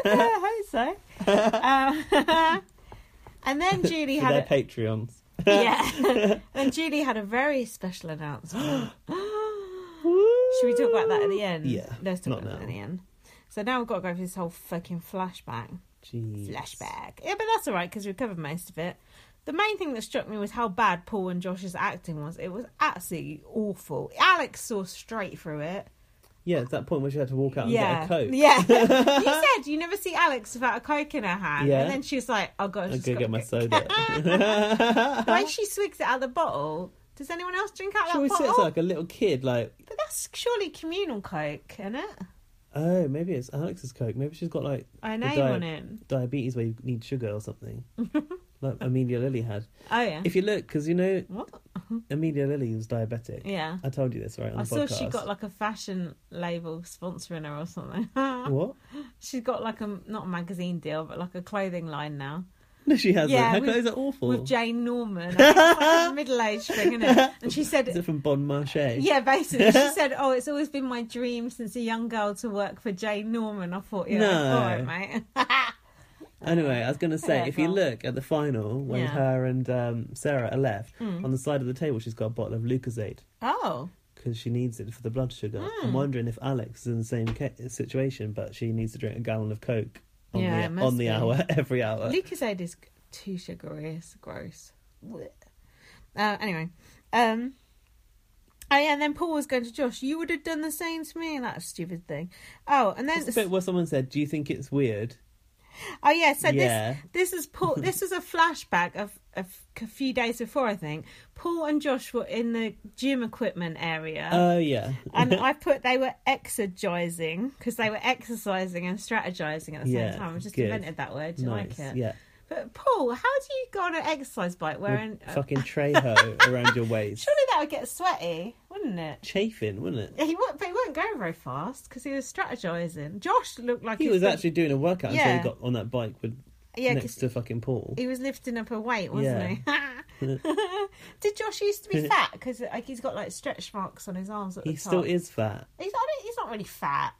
A: hope so. Um, and then Julie
B: For
A: had
B: their
A: a,
B: Patreons.
A: yeah. and Julie had a very special announcement. Should we talk about that at the end?
B: Yeah,
A: Let's talk
B: not
A: about that
B: now.
A: at the end. So now we've got to go through this whole fucking flashback.
B: Jeez.
A: Flashback. Yeah, but that's all right because we've covered most of it. The main thing that struck me was how bad Paul and Josh's acting was. It was absolutely awful. Alex saw straight through it.
B: Yeah, it's that point where she had to walk out and
A: yeah.
B: get a coat.
A: Yeah. you said you never see Alex without a Coke in her hand.
B: Yeah.
A: And then she was like, oh, God,
B: I'll
A: she's
B: go
A: got
B: get
A: a
B: my
A: Coke.
B: soda.
A: When she swigs it out of the bottle, does anyone else drink out
B: Uh-huh. she
A: that
B: always
A: bottle?
B: sits there like a little kid, like,
A: But that's surely communal Coke, isn't it?
B: oh, maybe it's Alex's coke. Maybe she's got like
A: I
B: the
A: name
B: diet-
A: on it.
B: diabetes where you need sugar or something, like Amelia Lilly had.
A: Oh, yeah.
B: If you look, because you know
A: What?
B: Amelia Lilly was diabetic.
A: Yeah.
B: I told you this right on
A: I
B: the
A: saw
B: podcast.
A: she got like a fashion label sponsoring her or something.
B: what?
A: She's got like a not a magazine deal, but like a clothing line now
B: No, she hasn't.
A: Yeah,
B: Her
A: with-
B: clothes are awful.
A: with Jane Norman. I think It's like a middle-aged thing, isn't it? And she
B: Is
A: said,
B: it from Bon Marché?
A: "Yeah, basically, she said, oh, it's always been my dream since a young girl to work for Jane Norman." I thought, yeah,
B: No.
A: all right, mate.
B: Anyway, I was going to say,
A: Yeah,
B: if you
A: well.
B: look at the final, when
A: Yeah. Hmm.
B: her and um, Sarah are left, on the side of the table, she's got a bottle of Lucasade
A: oh,
B: because she needs it for the blood sugar.
A: Hmm.
B: I'm wondering if Alex is in the same ca- situation, but she needs to drink a gallon of Coke on,
A: Yeah, it
B: the,
A: must
B: on the
A: be.
B: hour, every hour.
A: Lucasade is too sugary. It's gross. Blech. Uh, anyway, um, oh yeah, and then Paul was going to Josh. You would have done the same to me. That stupid thing. Oh, and then
B: It's a bit where someone said, Do you think it's weird?
A: Oh yeah, so
B: Yeah.
A: this this is Paul. This was a flashback of, of a few days before, I think. Paul and Josh were in the gym equipment area,
B: Oh, yeah.
A: and I put they were exergising because they were exercising and strategizing at the
B: Yeah,
A: same time. I just
B: good.
A: invented that word. Do you
B: nice.
A: like it?
B: Yeah.
A: But Paul, how do you go on an exercise bike wearing?
B: With fucking Trejo around your waist.
A: Surely that would get sweaty, wouldn't it?
B: Chafing, wouldn't it?
A: He wa- but he wasn't going very fast because he was strategizing. Josh looked like
B: He
A: he'd
B: was
A: been-
B: actually doing a workout
A: Yeah.
B: until he got on that bike with
A: yeah, 'cause-
B: next to fucking Paul.
A: He was lifting up a weight, wasn't he? Did Josh used to be fat? Because like he's got like stretch marks on his arms at the
B: He
A: top.
B: still is fat.
A: He's, I don't, he's not really fat.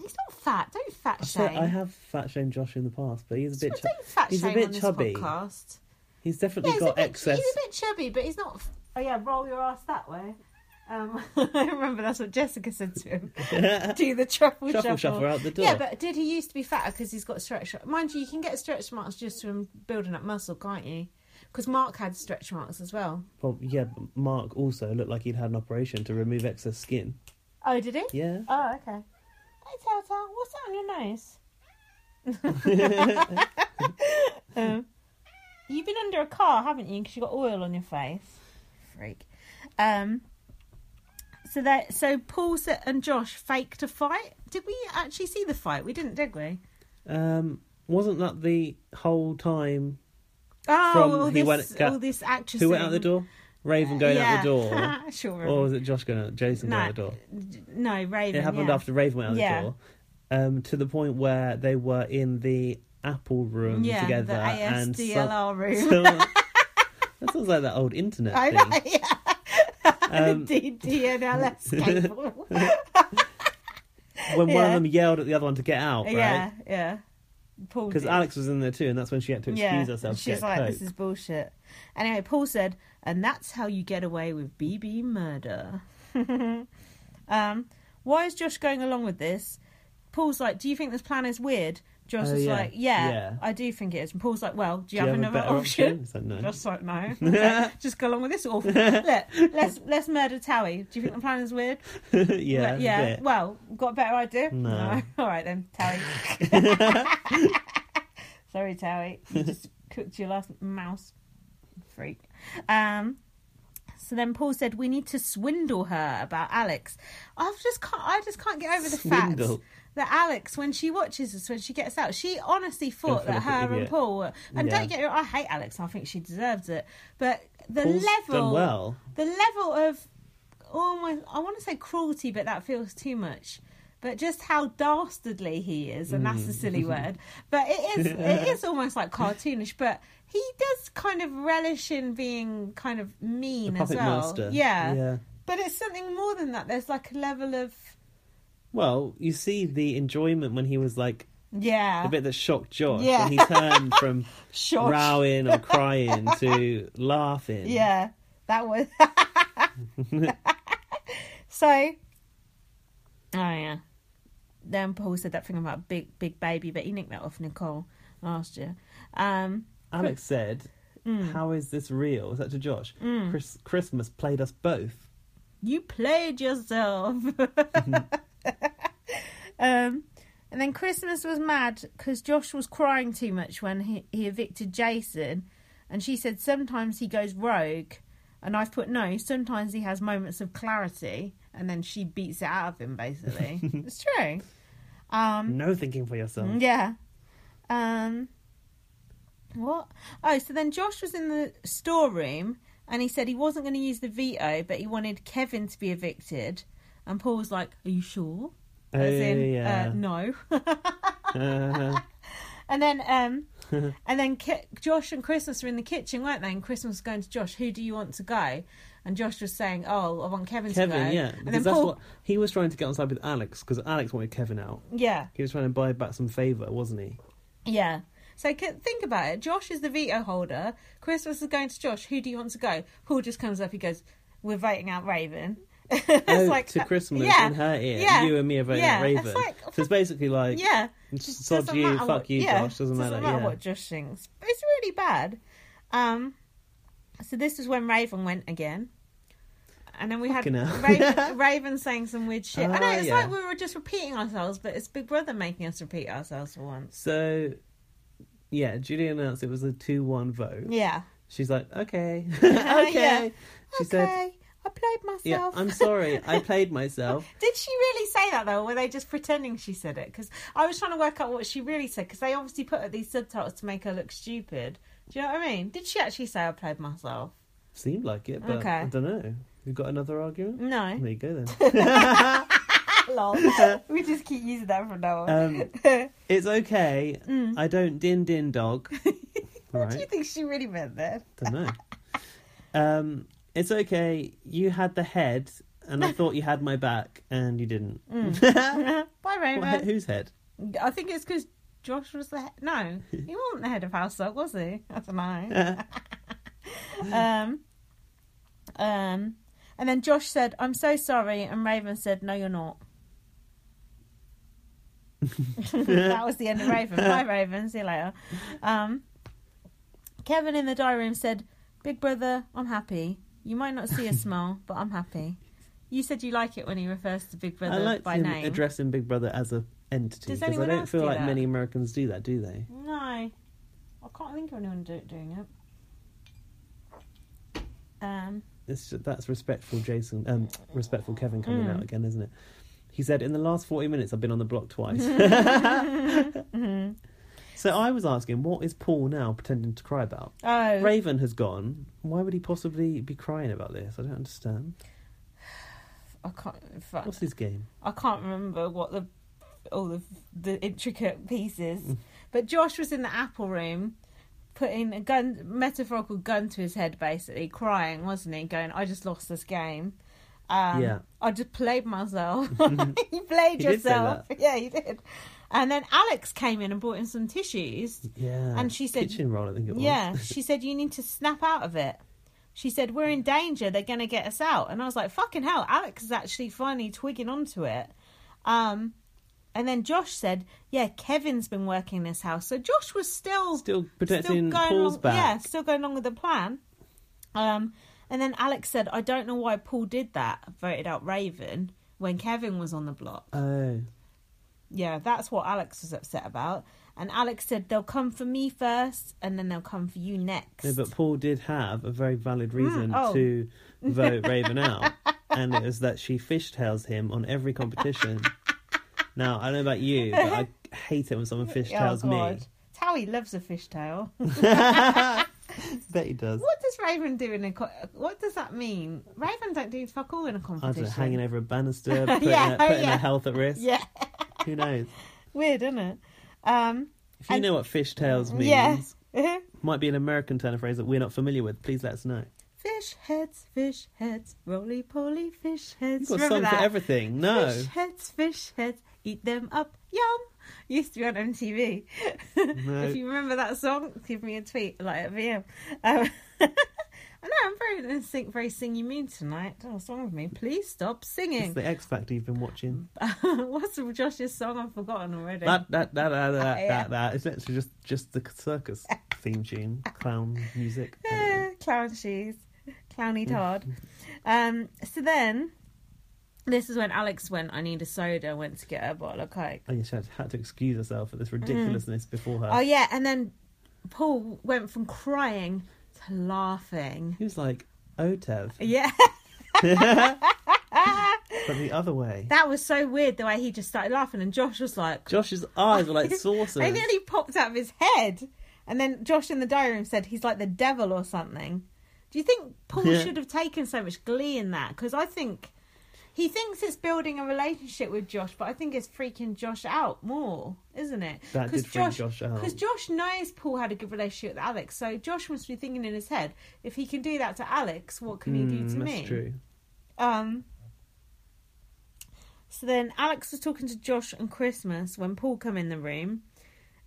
A: He's not fat. Don't fat
B: I say-
A: shame.
B: I have fat shamed Josh in the past, but he's a bit.
A: Don't
B: Chub-
A: fat
B: he's
A: shame
B: a bit
A: on
B: chubby.
A: this podcast.
B: He's definitely
A: Yeah, he's, a
B: got
A: bit,
B: excess.
A: he's a bit chubby, but he's not. f- Oh yeah, roll your ass that way. Um, I remember that's what Jessica said to him. Do the truffle shuffle,
B: Shuffle, shuffle out the
A: Yeah,
B: door.
A: but did he used to be fatter because he's got stretch marks? Mind you, you can get stretch marks just from building up muscle, can't you? Because Mark had stretch marks as well.
B: Well, yeah, but Mark also looked like he'd had an operation to remove excess skin.
A: Oh, did he?
B: Yeah.
A: Oh, okay. Hey, Tata, what's that on your nose? um, you've been under a car, haven't you? Because you got oil on your face. Freak. Um. So that so Paul sa- and Josh faked a fight. Did we actually see the fight? We didn't, did we?
B: Um, wasn't that the whole time
A: Oh,
B: From
A: all
B: who
A: this,
B: went-
A: all this actress.
B: who went out the
A: thing.
B: door? Raven going out the door,
A: Yeah. sure.
B: or was it Josh going out? Jason
A: no,
B: going out the door.
A: No, Raven.
B: It happened
A: yeah.
B: after Raven went out
A: Yeah.
B: the door, um, to the point where they were in the Apple room
A: yeah,
B: together
A: the
B: and some-
A: ASDLR room.
B: some- that sounds like that old internet
A: I
B: thing.
A: know, yeah.
B: Um,
A: the DDNLS cable.
B: when one of
A: Yeah.
B: them yelled at the other one to get out,
A: Yeah,
B: right?
A: yeah. Paul
B: Because
A: did.
B: Alex was in there too, and that's when she had to excuse
A: yeah.
B: herself.
A: and
B: to
A: she's
B: get
A: like,
B: Coke.
A: this is bullshit. Anyway, Paul said, and that's how you get away with BB murder. um, why is Josh going along with this? Paul's like, do you think this plan is weird? Josh
B: Oh,
A: was
B: yeah.
A: like, yeah,
B: Yeah.
A: I do think it is. And Paul's like, well, do you,
B: Do
A: have, another
B: better
A: option?
B: It's like, no.
A: Josh's like, no. Okay, just go along with this awful. Look, let's let's murder Towie. Do you think the plan is weird?
B: yeah,
A: Like,
B: yeah.
A: yeah. Well, got a better idea?
B: No.
A: All right then, Towie. Sorry, Towie. You just cooked your last mouse. Freak. Um, so then Paul said, "We need to swindle her about Alex." I just can't. I just can't get over the fact
B: Swindle.
A: that Alex, when she watches us, when she gets out, she honestly thought
B: for
A: that
B: the
A: her and
B: idiot.
A: Paul. Were, and
B: Yeah.
A: don't get me wrong, I hate Alex. I think she deserves it. But the
B: Paul's
A: level,
B: done well.
A: the level of almost, I want to say cruelty, but that feels too much. But just how dastardly he is, and
B: Mm.
A: that's a silly word. But it is, it is almost like cartoonish. But he does kind of relish in being kind of mean as
B: Puppet
A: well.
B: master.
A: Yeah.
B: Yeah.
A: But it's something more than that. There's like a level of
B: Well, you see the enjoyment when he was like
A: yeah,
B: the bit that shocked Josh
A: Yeah.
B: when he turned from
A: Sure.
B: rowing or crying to laughing.
A: Yeah, that was. so, oh yeah. Then Paul said that thing about big, big baby, but he nicked that off Nicole last year. Um,
B: Alex said,
A: Mm.
B: "How is this real?" Is that to Josh? Chris- Christmas played us both.
A: you played yourself. um, and then Christmas was mad because Josh was crying too much when he, he evicted Jason. And she said, Sometimes he goes rogue. And I've put, No, sometimes he has moments of clarity. And then she beats it out of him, basically. it's true. Um, mm,
B: No thinking for yourself.
A: yeah. Um. What? Oh, so then Josh was in the storeroom and he said he wasn't going to use the veto, but he wanted Kevin to be evicted. And Paul was like, "Are you sure?" As in, uh, no.
B: Uh,
A: and then, um, and then Ki- Josh and Christmas were in the kitchen, weren't they? And Christmas was going to Josh, "Who do you want to go?" And Josh was saying, "Oh, I want Kevin, to go."
B: Kevin, yeah,
A: And then
B: because that's
A: Paul,
B: what he was trying to get on side with Alex because Alex wanted Kevin out.
A: yeah,
B: He was trying to buy back some favour, wasn't he?
A: Yeah. So c- think about it. Josh is the veto holder. Christmas is going to Josh. Who do you want to go? Paul just comes up. He goes, "We're voting out Raven." it's uh,
B: Oh, to Christmas
A: yeah,
B: in her ear.
A: yeah,
B: you and me are voting
A: yeah.
B: out Raven.
A: It's like,
B: so it's basically like,
A: yeah.
B: Just sod you,
A: matter
B: fuck
A: what-
B: you,
A: yeah,
B: Josh. Doesn't, matter. yeah.
A: what Josh thinks. But it's really bad. Um, so this is when Raven went again. And then we had
B: Fucking hell.
A: Raven, Raven saying some weird shit. I know
B: Ah,
A: it's
B: yeah.
A: like we were just repeating ourselves, but it's Big Brother making us repeat ourselves for once.
B: So, yeah, Julie announced it was a two-one vote.
A: Yeah.
B: She's like, okay,
A: Yeah.
B: okay. She said,
A: okay, I played myself.
B: yeah, I'm sorry, I played myself.
A: Did she really say that though? Or were they just pretending she said it? Because I was trying to work out what she really said. Because they obviously put up these subtitles to make her look stupid. Do you know what I mean? Did she actually say I played myself?
B: Seemed like it, but
A: Okay. Mm.
B: I don't know. You got another argument?
A: No.
B: There you go then.
A: Lol. we just keep using that from now on.
B: Um, it's okay.
A: Mm.
B: I don't din din dog.
A: what do you
B: right?
A: think she really meant then?
B: Don't know. Um, it's okay. You had the head, and I thought you had my back, and you didn't.
A: Bye,
B: What head-
A: Raven.
B: whose head?
A: I think it's because Josh was the he- no, he wasn't the head of house dog, was he? I don't know. um, um, and then Josh said, "I'm so sorry," and Raven said, "No, you're not." that was the end of Raven. Bye, Raven. See you later. Um, Kevin in the diary room said, "Big brother, I'm happy. You might not see a smile, but I'm happy." You said you like it when he refers to Big
B: I
A: Brother
B: like
A: by
B: him
A: name.
B: addressing Big Brother as a entity
A: Does
B: because I
A: anyone
B: don't
A: else
B: feel
A: do
B: like
A: that?
B: many Americans do that, do they?
A: No, I can't think of anyone do- doing it. Um,
B: It's ju- that's respectful Jason, um, respectful Kevin coming
A: Mm.
B: out again, isn't it? He said, "In the last forty minutes, I've been on the block twice." so I was asking, what is Paul now pretending to cry about?
A: oh,
B: Raven has gone. Why would he possibly be crying about this? I don't understand.
A: I can't. in fact,
B: What's his game?
A: I can't remember what the all of the intricate pieces.
B: Mm.
A: But Josh was in the apple room, putting a gun, metaphorical gun to his head, basically crying, wasn't he? Going, I just lost this game. Um,
B: Yeah.
A: I just played myself. you played
B: He did say
A: yourself. Yeah, you did. And then Alex came in and brought in some tissues.
B: Yeah,
A: And she said-
B: kitchen roll. I think it was.
A: Yeah, she said you need to snap out of it. She said we're in danger; they're going to get us out. And I was like, "Fucking hell!" Alex is actually finally twigging onto it. Um, And then Josh said, "Yeah, Kevin's been working in this house, so Josh was still
B: Still protecting
A: going
B: Paul's
A: along,
B: back.
A: Yeah, still going along with the plan." Um, and then Alex said, "I don't know why Paul did that. Voted out Raven when Kevin was on the block."
B: Oh.
A: Yeah, that's what Alex was upset about. And Alex said, "They'll come for me first, and then they'll come for you next."
B: No, but Paul did have a very valid reason
A: oh.
B: to vote Raven out, and it was that she fishtails him on every competition. Now I don't know about you, but I hate it when
A: Oh,
B: someone fishtails me.
A: Towie loves a fishtail.
B: Bet he does.
A: What does Raven do in a? Co- what does that mean? Raven don't do fuck all in a
B: I don't
A: competition.
B: know, hanging over a banister, putting,
A: Yeah,
B: her, putting
A: yeah.
B: her health at risk.
A: Yeah,
B: Who knows?
A: weird, isn't it? Um,
B: If you
A: And-
B: know what fishtails means,
A: yeah.
B: might be an American turn of phrase that we're not familiar with. Please let us know.
A: fish heads, fish heads, roly poly fish
B: You've
A: heads.
B: got
A: Remember
B: some
A: that?
B: for everything. No,
A: Fish heads, fish heads, eat them up, yum. Used to be on MTV.
B: No.
A: if you remember that song, give me a tweet like at VM. Um, I know I'm very in sync, very singy mood tonight. Oh, what's wrong with me? Please stop
B: it's
A: singing.
B: the X Factor you've been watching.
A: what's Josh's song? I've forgotten already.
B: that that that that that,
A: Yeah.
B: that, that. It's literally just just the circus theme tune, clown music. I don't know.
A: Eh, clown shoes, clowny
B: Mm.
A: Todd. um, so then, this is when Alex went. I need a soda. Went to get her a bottle of coke.
B: Oh yeah, she had, had to excuse herself for this ridiculousness before her.
A: Mm-hmm. Oh yeah, and then Paul went from crying to laughing.
B: He was like, Otev,
A: Yeah,
B: but the other way.
A: that was so weird the way he just started laughing, and Josh was like,
B: Josh's eyes were like saucers.
A: They nearly popped out of his head. And then Josh in the diary room said he's like the devil or something. Do you think Paul
B: Yeah.
A: should have taken so much glee in that? Because I think he thinks it's building a relationship with Josh, but I think it's freaking Josh out more, isn't it?
B: That did freak Josh out.
A: Because Josh knows Paul had a good relationship with Alex, so Josh must be thinking in his head, if he can do that to Alex, what can he do
B: Mm,
A: to
B: that's
A: me?
B: true.
A: Um. So then Alex was talking to Josh on Christmas when Paul come in the room,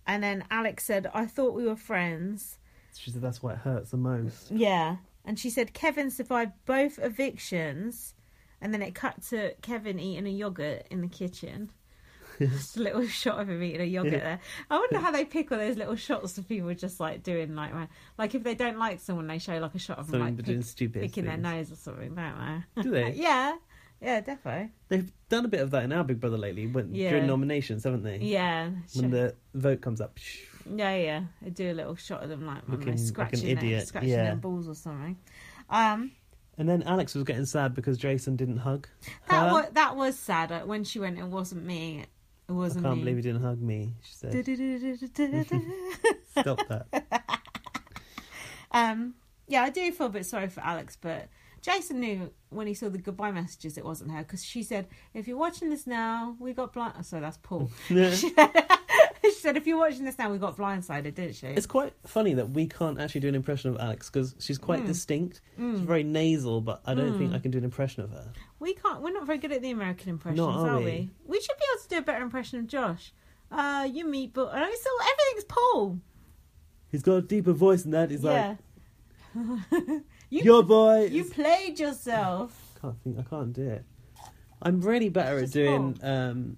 A: and then Alex said, "I thought we were friends."
B: She said that's why it hurts the most.
A: Yeah, and she said Kevin survived both evictions, and then it cut to Kevin eating a yogurt in the kitchen. just a little shot of him eating a yogurt
B: Yeah.
A: there. I wonder how they pick all those little shots of people just like doing like right- like if they don't like someone, they show like a shot of them
B: Something
A: like
B: they're doing
A: pick-
B: stupid
A: picking their
B: things.
A: nose or something, don't they?
B: Do they?
A: yeah, yeah, definitely.
B: They've done a bit of that in our Big Brother lately when
A: Yeah.
B: during nominations, haven't they?
A: Yeah,
B: When
A: sure.
B: the vote comes up, psh,
A: yeah, yeah. I do a little shot of them like, when
B: Looking
A: they're
B: like an
A: scratching, Their,
B: idiot,
A: scratching
B: yeah.
A: their balls or something. Um,
B: and then Alex was getting sad because Jason didn't hug.
A: that
B: her.
A: was that was sad uh, when she went. It wasn't me. It
B: I
A: wasn't
B: can't
A: me.
B: believe he didn't hug me. She said, "Stop that."
A: um, yeah, I do feel a bit sorry for Alex, but Jason knew when he saw the goodbye messages it wasn't her because she said, "If you're watching this now, we got blind." Oh, sorry, that's Paul. she said, "If you're watching this now, we got blindsided," didn't she?
B: It's quite funny that we can't actually do an impression of Alex because she's quite
A: Hmm.
B: distinct. She's very nasal, but I don't think I can do an impression of her.
A: We can't. We're not very good at the American impressions,
B: Not,
A: are,
B: are
A: we?
B: we?
A: we? should be able to do a better impression of Josh. Uh, you meet, but and I still everything's Paul.
B: He's got a deeper voice than that. He's
A: yeah.
B: like,
A: you
B: "Your boy."
A: you played yourself.
B: can't think. I can't do it. I'm really better
A: Just
B: at doing um,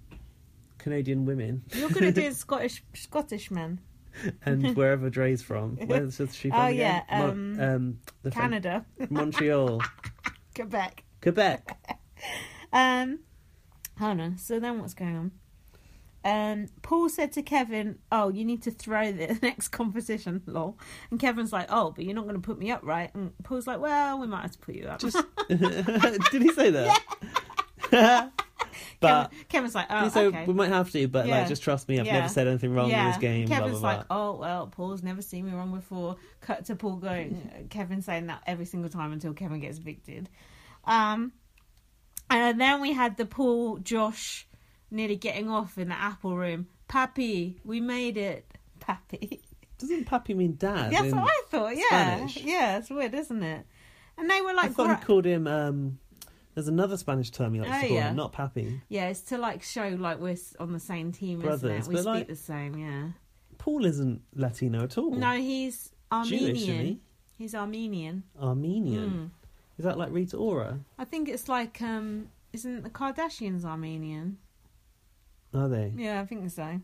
B: Canadian women
A: You're good at doing Scottish Scottish men.
B: and wherever Dre's from. Where's she from?
A: Oh, yeah,
B: again? Mon-
A: um,
B: um, the Fran-
A: Canada,
B: Montreal,
A: Quebec.
B: Quebec.
A: Um, hold on. So then, what's going on? Um, Paul said to Kevin, "Oh, you need to throw the next composition, lol." And Kevin's like, "Oh, but you're not going to put me up, right?" And Paul's like, "Well, we might have to put you up."
B: Just did he say that? but
A: Kevin, Kevin's like, "Oh,
B: so
A: okay."
B: we might have to. But
A: Yeah.
B: like, just trust me. I've
A: Yeah.
B: never said anything wrong in this game. blah,
A: Kevin's
B: blah,
A: like,
B: blah.
A: oh well, Paul's never seen me wrong before. Cut to Paul going, Kevin saying that every single time until Kevin gets evicted. Um, and then we had the Paul Josh nearly getting off in the Apple room. Pappy, we made it. Pappy.
B: Doesn't Pappy mean dad?
A: That's
B: in-
A: what I thought. Yeah,
B: Spanish.
A: yeah, it's weird, isn't it? And they were
B: I
A: like,
B: thought
A: gra-
B: he called him. Um, there's another Spanish term he likes
A: Oh,
B: to call
A: yeah.
B: him, not Pappy.
A: yeah, it's to like show like we're s- on the same team,
B: Brothers,
A: isn't it? We
B: but,
A: speak
B: like-
A: the same. Yeah.
B: Paul isn't Latino at all.
A: No, he's
B: Jewish,
A: Armenian.
B: isn't he?
A: He's Armenian. Hmm.
B: Armenian. Is that like Rita Ora?
A: I think it's like um isn't the Kardashians Armenian?
B: Are they?
A: Yeah, I think so.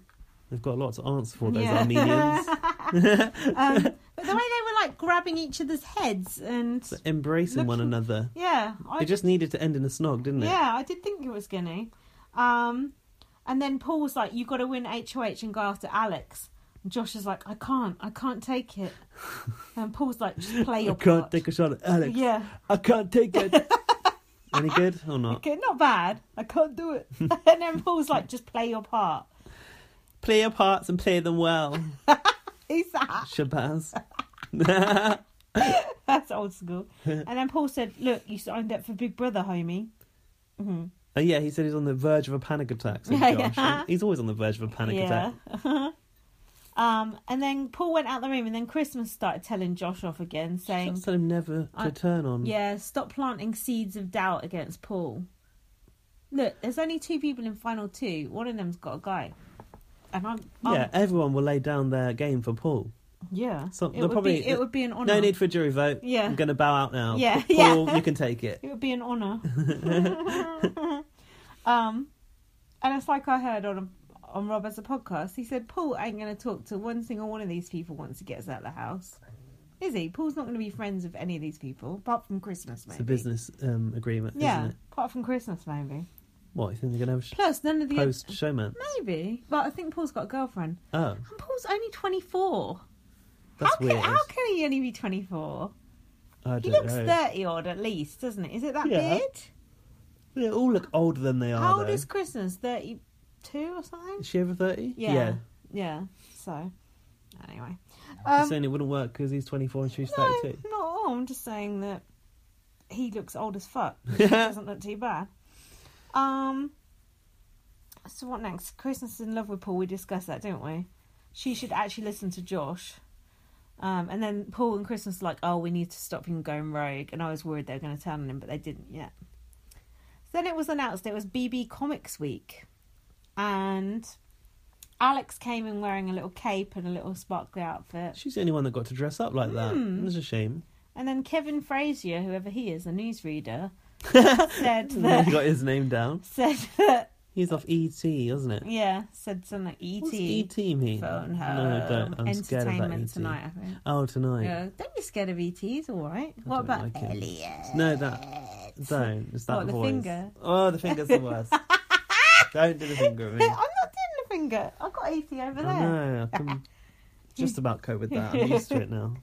B: They've got a lot to answer for, those
A: Yeah.
B: Armenians.
A: Um, but the way they were like grabbing each other's heads and
B: They're Embracing one
A: Looking-
B: another.
A: yeah, I
B: It just needed to end in a snog, didn't it?
A: yeah, I did think it was gonna. Um, and then Paul's like, "You got to win HOH and go after Alex." And Josh is like, "I can't, I can't take it." and Paul's like, "Just play
B: I
A: your
B: can't
A: part."
B: take a shot at Alex.
A: yeah,
B: I can't take it. Any good or not?
A: okay, not bad. I can't do it. and then Paul's like, "Just play your part."
B: Play your parts and play them well,
A: Who's that?
B: Shabazz.
A: That's old school. and then Paul said, "Look, you signed up for Big Brother, homie."
B: Oh yeah, he said he's on the verge of a panic attack. So
A: Yeah,
B: Josh,
A: yeah.
B: he's always on the verge of a panic attack.
A: um, and then Paul went out the room, and then Christmas started telling Josh off again,
B: I
A: saying,
B: said him never to
A: I-
B: turn on.
A: "Yeah, stop planting seeds of doubt against Paul." Look, there's only two people in final two. One of them's got a guy, and I'm, I'm
B: Yeah, everyone will lay down their game for Paul.
A: yeah.
B: So
A: it
B: they're
A: would
B: probably-
A: be it would be an honor.
B: No need for a jury vote.
A: Yeah.
B: I'm going to bow out now.
A: Yeah,
B: Paul,
A: yeah.
B: you can take it.
A: It would be an honour. um, and it's like I heard on a, on Rob as a podcast. He said Paul ain't going to talk to one single one of these people once he gets out of the house. Is he? Paul's not going to be friends with any of these people, apart from Christmas, maybe.
B: It's a business um, agreement,
A: yeah,
B: isn't it?
A: apart from Christmas, maybe.
B: What, you think they're going to have sh-
A: Plus, none of the
B: post showman?
A: maybe. But I think Paul's got a girlfriend,
B: Oh,
A: and Paul's only twenty four.
B: that's
A: how can
B: weird.
A: how can he only be twenty four?
B: I don't
A: He looks
B: know.
A: thirty odd at least, doesn't it? Is it that
B: Yeah.
A: beard?
B: They all look older than they are,
A: How old
B: though.
A: is Christmas? Thirty two or something?
B: Is she over 30?
A: Yeah.
B: yeah.
A: Yeah. So, anyway.
B: He's
A: Um,
B: saying it wouldn't work because he's 24 and she's
A: no,
B: 32.
A: not at all. I'm just saying that he looks old as fuck. Which doesn't look too bad. Um. So what next? Christmas in love with Paul. We discussed that, didn't we? She should actually listen to Josh. Um, and then Paul and Christmas are like, oh, we need to stop him going rogue. And I was worried they were going to turn on him, but they didn't yet. Then it was announced it was BB Comics Week, and Alex came in wearing a little cape and a little sparkly outfit.
B: She's the only one that got to dress up like that.
A: Hmm.
B: It's a shame.
A: And then Kevin Frazier, whoever he is, a newsreader, said
B: he
A: that
B: got his name down.
A: said that
B: He's off E.T., wasn't it?
A: yeah said something like ET
B: What's E.T. mean?
A: phone
B: no, don't. I'm scared of that E
A: entertainment
B: E.T.
A: tonight. I think.
B: Oh, tonight.
A: Yeah, don't be scared of ET. It's all right. what
B: don't
A: about
B: like it.
A: Elliot?
B: No, that. Don't. It's that
A: What, the
B: voice.
A: finger?
B: Oh, the finger's the worst. don't do the finger at
A: I'm
B: me.
A: not doing the finger. I've got ET over
B: I
A: there.
B: know. I can just about cope with that. I'm used to it now.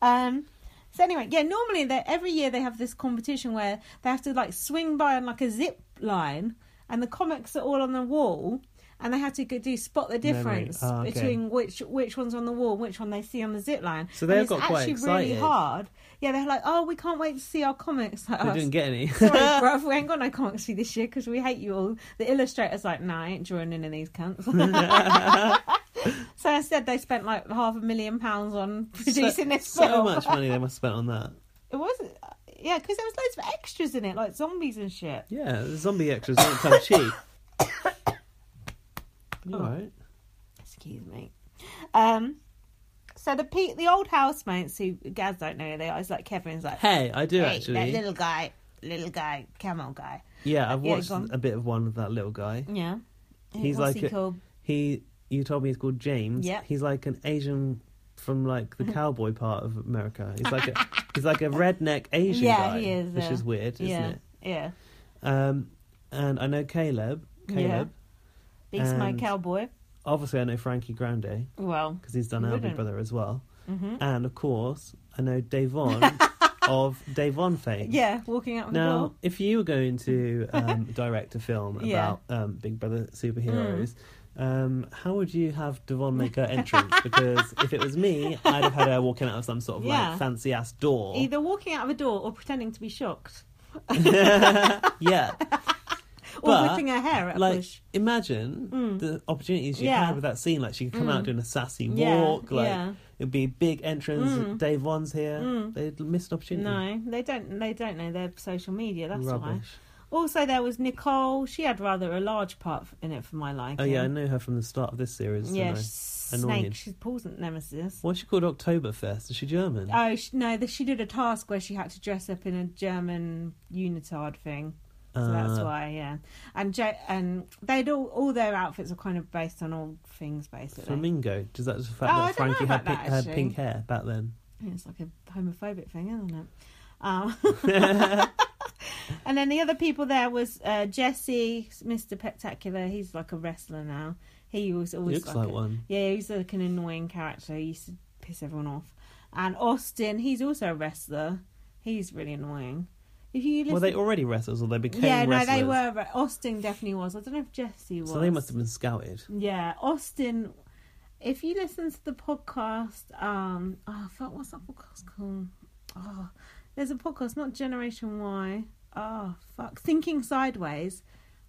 A: Um, so anyway, yeah, normally they every year they have this competition where they have to like swing by on like a zip line, and the comics are all on the wall, and they have to go do spot the difference
B: Ah, okay.
A: between which which ones on the wall, which one they see on the zip line.
B: So they
A: And
B: have
A: it's
B: got quite
A: actually really
B: excited.
A: hard. Yeah, they're like, oh, we can't wait to see our comics. Like,
B: I
A: oh,
B: didn't get any.
A: Sorry, bruv, we ain't got no comics for you this year because we hate you all. The illustrator's like, nah, I ain't drawing any of these cunts. so instead, they spent like half a million pounds on producing this
B: so
A: film.
B: much money they must have spent on that.
A: It was, yeah, because there was loads of extras in it, like zombies and shit.
B: Yeah, the zombie extras don't come cheap. You alright?
A: Excuse me. Um, so the pe- the old housemates who Gaz don't know who they are. It's like Kevin's like,
B: Hey, I do
A: "Hey, that
B: actually.
A: little guy, little guy, camel guy.
B: Yeah, I've
A: Yeah,
B: watched
A: go on.
B: a bit of one of that little guy.
A: Yeah,
B: He's
A: What's
B: like
A: he
B: a-
A: called?
B: He, you told me he's called James.
A: Yeah.
B: He's like an Asian from like the cowboy part of America. He's like a, he's like a redneck Asian
A: Yeah,
B: guy,
A: he is,
B: which
A: yeah.
B: is weird, isn't
A: yeah,
B: it?
A: yeah.
B: Um, and I know Caleb.
A: Yeah.
B: Caleb.
A: Big Smoke
B: And-
A: Cowboy.
B: Obviously, I know Frankie Grande
A: Well,
B: because he's done
A: You
B: our Big
A: wouldn't.
B: Brother as well.
A: Mhm.
B: And of course, I know Davon of Davon fame.
A: yeah, walking out the
B: Now,
A: door.
B: if you were going to um, direct a film
A: Yeah. Mm.
B: about um, Big Brother superheroes, um, how would you have Devon make her entrance? Because if it was me, I'd have had her walking out of some sort of
A: Yeah.
B: like fancy ass door.
A: Either walking out of a door or pretending to be shocked.
B: yeah,
A: Or
B: But,
A: whipping her hair at a
B: like
A: push.
B: imagine the opportunities you
A: Mm. Yeah. Mm.
B: had with that scene. Like she could come out doing a sassy
A: Yeah,
B: walk. Like
A: yeah. Mm.
B: it'd be a big entrance. Dave Vaughn's here. They'd miss an opportunity.
A: No, they don't. They don't know their social media. That's why.
B: Rubbish.
A: Also, there was Nicole. She had rather a large part in it for my liking.
B: Oh yeah, I know her from the start of this series. didn't
A: yeah.
B: I?
A: she's
B: Annoying.
A: Snake. She's Paul's nemesis.
B: What's she called? Oktoberfest? Is she German?
A: Oh sh no! The, she did a task where she had to dress up in a German unitard thing. So that's
B: Uh,
A: why, yeah. And jo- and they'd all all their outfits were kind of based on old things, basically.
B: Flamingo. Does that just the fact
A: Oh, I
B: that
A: don't know
B: Frankie had,
A: about
B: pink,
A: that,
B: had
A: actually.
B: pink hair back then?
A: I think It's like a homophobic thing, isn't it? Um, and then the other people there was uh, Jesse, Mr. Spectacular. He's like a wrestler now. He was always
B: looks like
A: a-
B: one.
A: Yeah, he was like an annoying character. He used to piss everyone off. And Austin, he's also a wrestler. He's really annoying. If you listen,
B: Were they already wrestlers or they became
A: yeah,
B: wrestlers?
A: no, they were. re- Austin definitely was. I don't know if Jesse was.
B: So they must have been scouted.
A: Yeah, Austin. If you listen to the podcast, um, oh fuck, what's that podcast called? Oh, there's a podcast, not Generation Y. Oh fuck, Thinking Sideways.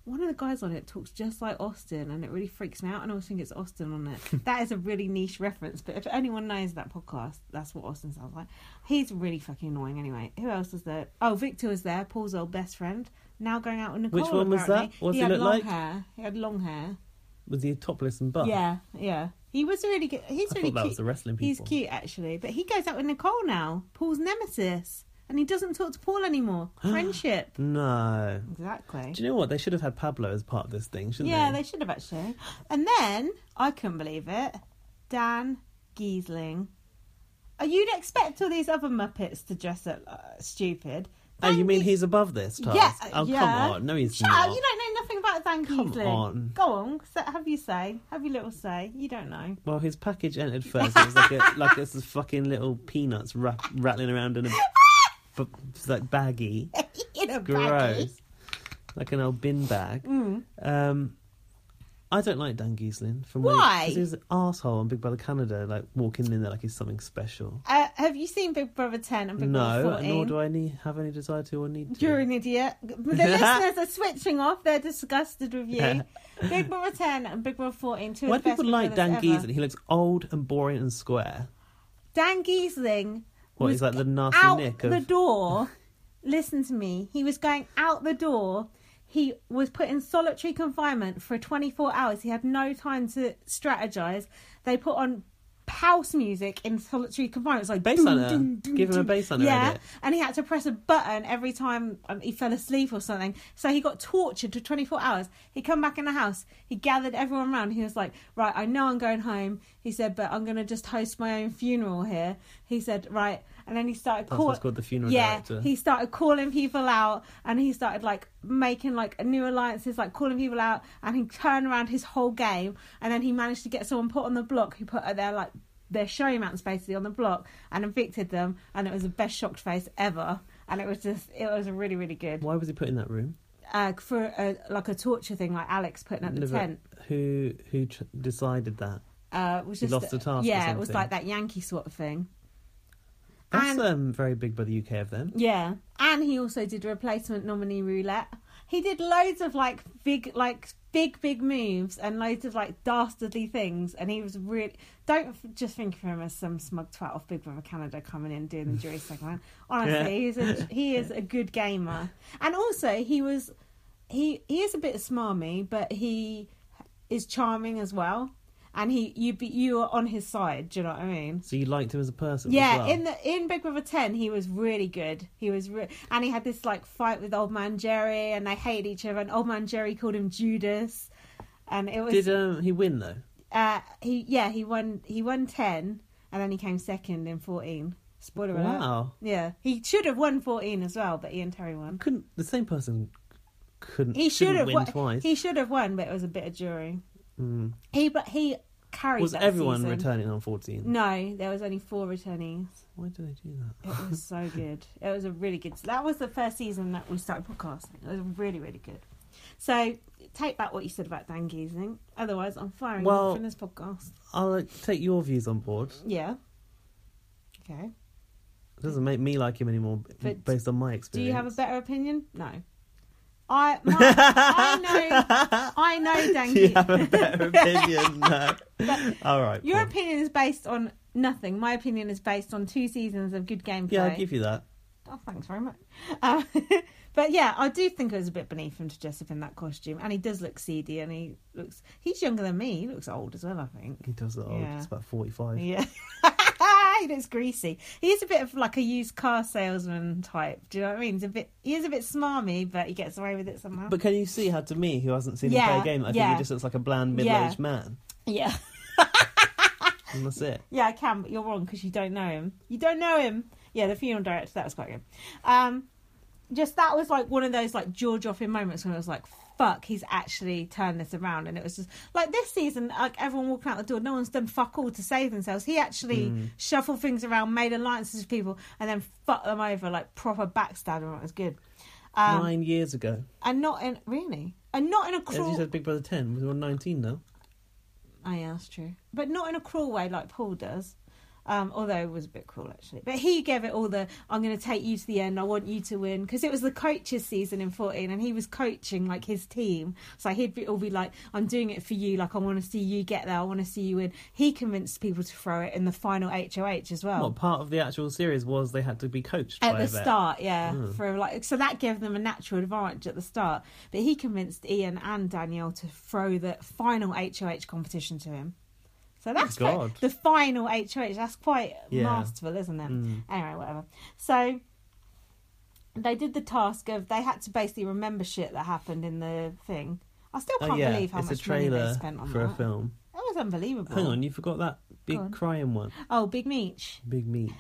A: One of the guys on it talks just like Austin, and it really freaks me out. And I always think it's Austin on it. that is a really niche reference, but if anyone knows that podcast, that's what Austin sounds like. He's really fucking annoying. Anyway, who else was there? Oh, Victor was there. Paul's old best friend. Now going out with Nicole.
B: Which one was that?
A: apparently.
B: What
A: he
B: does he
A: had
B: look
A: long
B: like?
A: hair. He had long hair.
B: Was he topless and buff?
A: Yeah, yeah. He was really good. He's
B: I
A: really
B: thought that
A: cute.
B: was the wrestling people.
A: He's cute actually, but he goes out with Nicole now, Paul's nemesis, and he doesn't talk to Paul anymore. Friendship.
B: No.
A: Exactly.
B: Do you know what? They should have had Pablo as part of this thing, shouldn't
A: Yeah,
B: they?
A: they should have actually. And then I couldn't believe it. Dan Giesling. Uh, You'd expect all these other Muppets to dress up uh, stupid.
B: Oh, you
A: Dan
B: mean
A: Gies-
B: he's above this task?
A: Yeah,
B: oh,
A: yeah.
B: come on. No, he's
A: Shut
B: not.
A: up, you don't know nothing about Dan
B: Come
A: Giesling.
B: on.
A: Go on, so- have you say, have your little say. You don't know.
B: Well, his package entered first. It was like a, like this fucking little peanuts ra- rattling around in a b- like baggie.
A: In a baggie.
B: Gross. Like an old bin bag.
A: Mm.
B: Um, I don't like Dan Gieslin. From when he-
A: Why?
B: 'cause he was an asshole on Big Brother Canada, like walking in there like he's something special.
A: Uh, have you seen Big Brother 10 and Big Brother
B: No,
A: 14?
B: nor do I need, have any desire to or need to.
A: You're an idiot. The listeners are switching off. They're disgusted with you. Big Brother 10 and Big Brother 14, two
B: Why
A: of
B: do
A: the
B: people
A: best
B: like Dan
A: Big Brothers
B: Giesling? He looks old and boring and square.
A: ever. Dan Giesling
B: What,
A: was
B: he's like the nasty
A: out
B: Nick
A: the
B: of...
A: door. Listen to me. He was going out the door. He was put in solitary confinement for 24 hours. He had no time to strategize. They put on house music in solitary confinement. It's like
B: Bass
A: dun,
B: hunter.
A: dun, dun,
B: Give him a
A: dun.
B: bass hunter
A: Yeah,
B: edit.
A: and he had to press a button every time um, he fell asleep or something. So he got tortured for 24 hours. He come back in the house. He gathered everyone around. He was like, "Right, I know I'm going home." He said, "But I'm going to just host my own funeral here." He said, "Right," and then he started
B: That's
A: call-
B: what's called the funeral
A: yeah,
B: director.
A: he started calling people out, and he started like making like new alliances, like calling people out, and he turned around his whole game, and then he managed to get someone put on the block who put their like their showing mounts basically on the block and evicted them, and it was the best shocked face ever. And it was just, it was really, really good
B: Why was he put in that room?
A: uh, for a, like a torture thing, like Alex putting up the
B: No, but
A: tent.
B: Who who tr- decided that?
A: Uh, it was
B: He
A: just
B: lost the task or
A: yeah, it was
B: something.
A: like that Yankee sort of thing.
B: That's
A: And-
B: um, very big by the UK of them.
A: Yeah, and he also did replacement nominee roulette. He did loads of like big, like big, big moves and loads of like dastardly things. And he was really don't f- just think of him as some smug twat off Big Brother Canada coming in doing the jury segment. Honestly, he's a, he is a good gamer, and also he was he he is a bit smarmy, but he is charming as well. And he you be you are on his side. Do you know what I mean?
B: So you liked him as a person.
A: Yeah,
B: as well.
A: in the in Big Brother Ten, he was really good. He was, re- and he had this like fight with Old Man Jerry, and they hated each other. And Old Man Jerry called him Judas, and it was
B: Did um, he win though?
A: uh, he yeah he won he won ten, and then he came second in fourteen. Spoiler alert!
B: Wow.
A: Yeah, he should have won fourteen as well, but Ian Terry won.
B: Couldn't the same person couldn't
A: He should
B: shouldn't
A: have
B: win
A: won.
B: twice? Hmm.
A: He should have won, but it was a bit of jury. He but he carried.
B: was
A: that
B: everyone
A: season.
B: returning on fourteen?
A: No, there was only four returnees.
B: Why do they do that?
A: It was so good. It was a really good. That was the first season that we started podcasting. It was really, really good. So take back what you said about Dan Giesling. Otherwise, I'm firing you
B: Well-
A: from this podcast.
B: I'll uh, take your views on board.
A: Yeah. Okay.
B: It doesn't make me like him anymore b-
A: But
B: based on my
A: Do
B: experience.
A: you have a better opinion? No. I my, I know I know Dan
B: Do you
A: Giesling.
B: have a better opinion? No. All right.
A: Your
B: fine.
A: opinion is based on nothing. My opinion is based on two seasons of good gameplay.
B: Yeah, I'll give you that.
A: Oh, thanks very much. Um, but yeah, I do think it was a bit beneath him to dress up in that costume, and he does look seedy, and he looks—he's younger than me. He looks old as well, I think.
B: He does look old.
A: Yeah.
B: It's about forty-five.
A: Yeah, saying it's greasy. He's a bit of like a used car salesman type. Do you know what I mean? He's a bit. He is a bit smarmy, but he gets away with it somehow.
B: But can you see how, to me, who hasn't seen
A: Yeah,
B: him play a game, I
A: yeah.
B: think he just looks like a bland middle-aged
A: Yeah.
B: man,
A: yeah.
B: and that's it.
A: Yeah, I can, but you're wrong because you don't know him. You don't know him. Yeah, the funeral director, that was quite good. Um, just that was like one of those like jaw dropping moments when I was like, fuck, he's actually turned this around. And it was just like this season, like everyone walking out the door, no one's done fuck all to save themselves. He actually
B: Hmm.
A: shuffled things around, made alliances with people, and then fucked them over like proper backstabbing. It was good. Um,
B: Nine years ago,
A: and not in, really? And not in a
B: as you
A: cruel
B: said, Big Brother Ten. We're on nineteen now.
A: I yeah, that's true. But not in a cruel way like Paul does. Um, although it was a bit cruel actually. But he gave it all the I'm going to take you to the end. I want you to win because it was the coaches season in 14 and he was coaching like his team. So he'd be, all be like I'm doing it for you like I want to see you get there. I want to see you win. He convinced people to throw it in the final HOH as well.
B: Well, part of the actual series was they had to be coached
A: Oh. At
B: by
A: the
B: a vet.
A: start, yeah,
B: Hmm.
A: for like so that gave them a natural advantage at the start. But he convinced Ian and Danielle to throw the final HOH competition to him. So that's quite-
B: God.
A: the final HOH. That's quite
B: Yeah. Hmm.
A: masterful, isn't it? Anyway, whatever. So they did the task of they had to basically remember shit that happened in the thing. I still can't
B: Oh yeah,
A: believe how
B: it's
A: much
B: a trailer
A: money they spent on
B: for
A: that.
B: a film.
A: That was unbelievable.
B: Hang on, you forgot that big
A: Uh-huh. on.
B: crying one,
A: Oh, Big Meech.
B: Big Meat.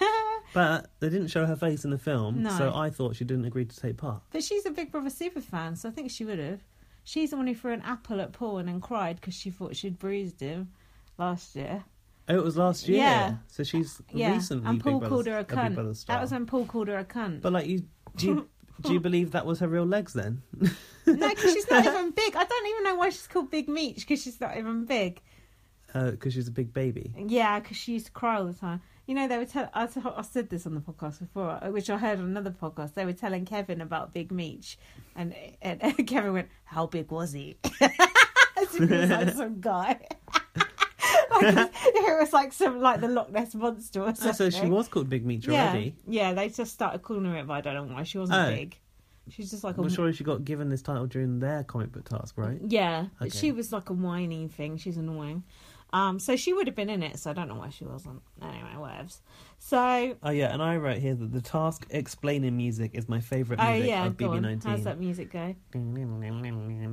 B: but they didn't show her face in the film,
A: No.
B: so I thought she didn't agree to take part.
A: But she's a Big Brother super fan, so I think she would have. She's the one who threw an apple at Paul and then cried because she thought she'd bruised him last year.
B: Oh, it was last year.
A: Yeah.
B: So she's
A: Yeah,
B: recently
A: and Paul
B: Big
A: called
B: Brother-
A: her a
B: Big Brother
A: cunt.
B: star.
A: That was when Paul called her a cunt.
B: But like, you, do you do you believe that was her real legs then?
A: no, because she's not even big. I don't even know why she's called Big Meech because she's not even big.
B: Because Uh, she's a big baby.
A: Yeah, because she used to cry all the time. You know, they were tell- I, t- I said this on the podcast before, uh, which I heard on another podcast. They were telling Kevin about Big Meech, and, and Kevin went, "How big was he?" As if he was like some guy. like, it was like some like the Loch Ness monster or
B: Oh,
A: something.
B: so she was called Big Meat
A: yeah,
B: already.
A: yeah. They just started calling her it, but I don't know why she wasn't
B: Oh.
A: big. She's just like a
B: Well, surely she got given this title during their comic book task, right?
A: yeah, but
B: Okay.
A: she was like a whiny thing. She's annoying. Um, so she would have been in it. So I don't know why she wasn't. Anyway, whatevs. So
B: Oh yeah, and I wrote here that the task explaining music is my favourite
A: oh
B: music
A: yeah,
B: of
A: go on.
B: BB19.
A: How's that music go?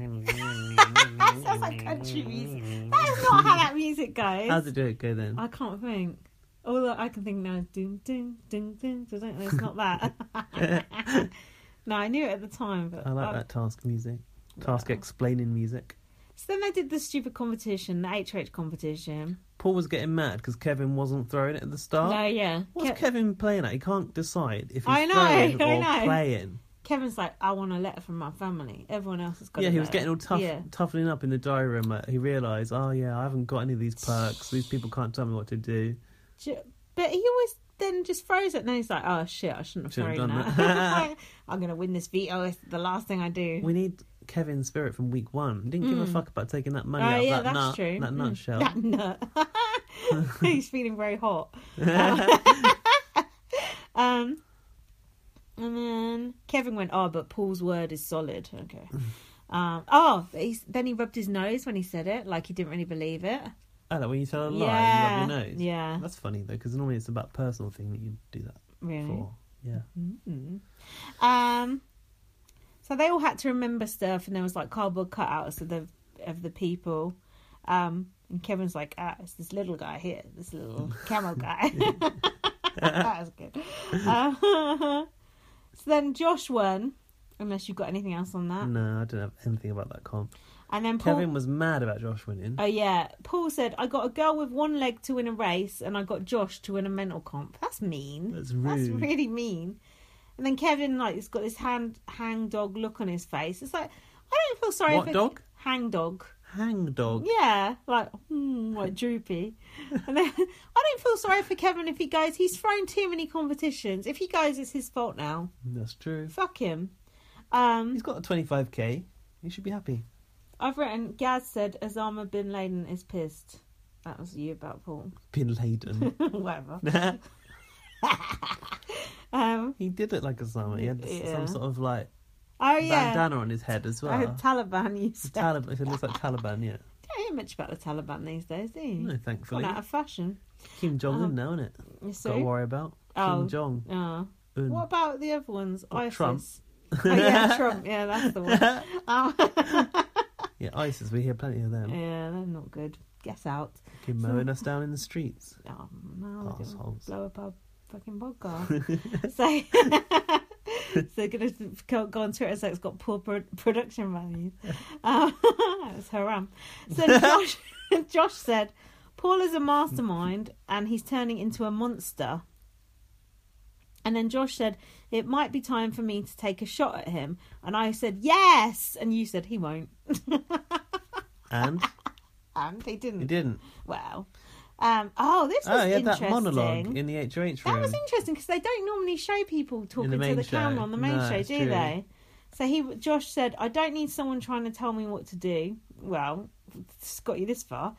A: That sounds like country music. That is not how that music goes.
B: How's it do it go then?
A: I can't think. All that I can think now is ding ding ding ding. So I don't know. It's not that. no, I knew it at the time, but
B: I like
A: um,
B: that task music. Task explaining music.
A: So then they did the stupid competition, the HH competition.
B: Paul was getting mad because Kevin wasn't throwing it at the start.
A: No, yeah.
B: Oh. What's
A: Ke-
B: Kevin playing at? He can't decide if he's
A: I know,
B: throwing
A: I
B: or
A: know.
B: playing.
A: Kevin's like, I want a letter from my family. Everyone else has got.
B: yeah,
A: a
B: he was
A: letter."
B: getting all tough,
A: Yeah.
B: toughening up in the diary room. uh, He realised, oh yeah, I haven't got any of these perks. These people can't tell me what to do.
A: Ju- But he always then just throws it, and then he's like, "Oh shit, I shouldn't have
B: Shouldn't
A: thrown
B: have
A: that.
B: done
A: Like, I'm gonna win this veto. It's the last thing I do."
B: We need Kevin's spirit from week one. He didn't give a fuck about taking that money
A: Mm. Oh,
B: out of
A: yeah,
B: that
A: that's
B: nut,
A: true.
B: that
A: Mm.
B: nutshell.
A: That nut. he's feeling very hot. um, and then Kevin went, "Oh, but Paul's word is solid." Okay. Um, oh, he's, then he rubbed his nose when he said it, like he didn't really believe it.
B: Oh, like when you tell a lie, you
A: Yeah,
B: rub your nose.
A: yeah.
B: that's funny though, because normally it's about personal thing that you do that
A: Really.
B: for. Yeah,
A: Um, so they all had to remember stuff, and there was like cardboard cutouts of the of the people. Um, and Kevin's like, ah, it's this little guy here, this little camel guy. that was good. Uh, so then Josh won, unless you've got anything else on that.
B: no, I don't have anything about that comp.
A: And then Paul,
B: Kevin was mad about Josh winning.
A: oh yeah, Paul said, I got a girl with one leg to win a race, and I got Josh to win a mental comp. That's mean.
B: That's
A: That's
B: rude.
A: really mean. And then Kevin, like, has got this hand hang dog look on his face. It's like I don't feel sorry.
B: What
A: for
B: dog?
A: Hang dog.
B: Hang dog.
A: Yeah, like hmm, like droopy. And then I don't feel sorry for Kevin if he goes. He's thrown too many competitions. If he goes, it's his fault now.
B: That's true.
A: Fuck him. Um,
B: He's got a 25k. He should be happy.
A: I've written. Gaz said Osama bin Laden is pissed. That was you about Paul.
B: Bin Laden.
A: Whatever. Um,
B: he did look like a summer. He had s-
A: Yeah.
B: some sort of like
A: oh yeah.
B: bandana on his head as
A: I had
B: well.
A: Taliban. You said.
B: Taliban. It looks like Taliban. Yeah.
A: Yeah, say much about the Taliban these days, do you?
B: No,
A: It's
B: thankfully.
A: Gone out of fashion.
B: Kim Jong Un
A: Um,
B: now, isn't it?
A: You
B: Got to
A: see?
B: worry about
A: Oh.
B: Kim Jong
A: Ah.
B: Un.
A: What about the other ones?
B: What,
A: ISIS.
B: Trump?
A: oh, yeah, Trump. Yeah, that's the one. Um,
B: Yeah, ISIS. We hear plenty of them.
A: yeah, they're not good. Get out.
B: Keep mowing us down in the streets.
A: Oh, no, they're gonna
B: Arseholes.
A: blow up our fucking podcast. so, so they're going to go, go on Twitter and say it's got poor pro- production value. Um, it's haram. So Josh, Josh said, Paul is a mastermind and he's turning into a monster. And then Josh said, It might be time for me to take a shot at him. And I said, Yes. And you said, He won't.
B: And
A: And he didn't.
B: he didn't.
A: Wow. Um, oh, this was
B: Oh, he had that
A: interesting.
B: monologue in the HOH room.
A: That was interesting because they don't normally show people talking to
B: main
A: the
B: show.
A: camera on the main
B: No,
A: show,
B: it's
A: do
B: true.
A: they? So he, Josh said, "I don't need someone trying to tell me what to do." Well, it's got you this far.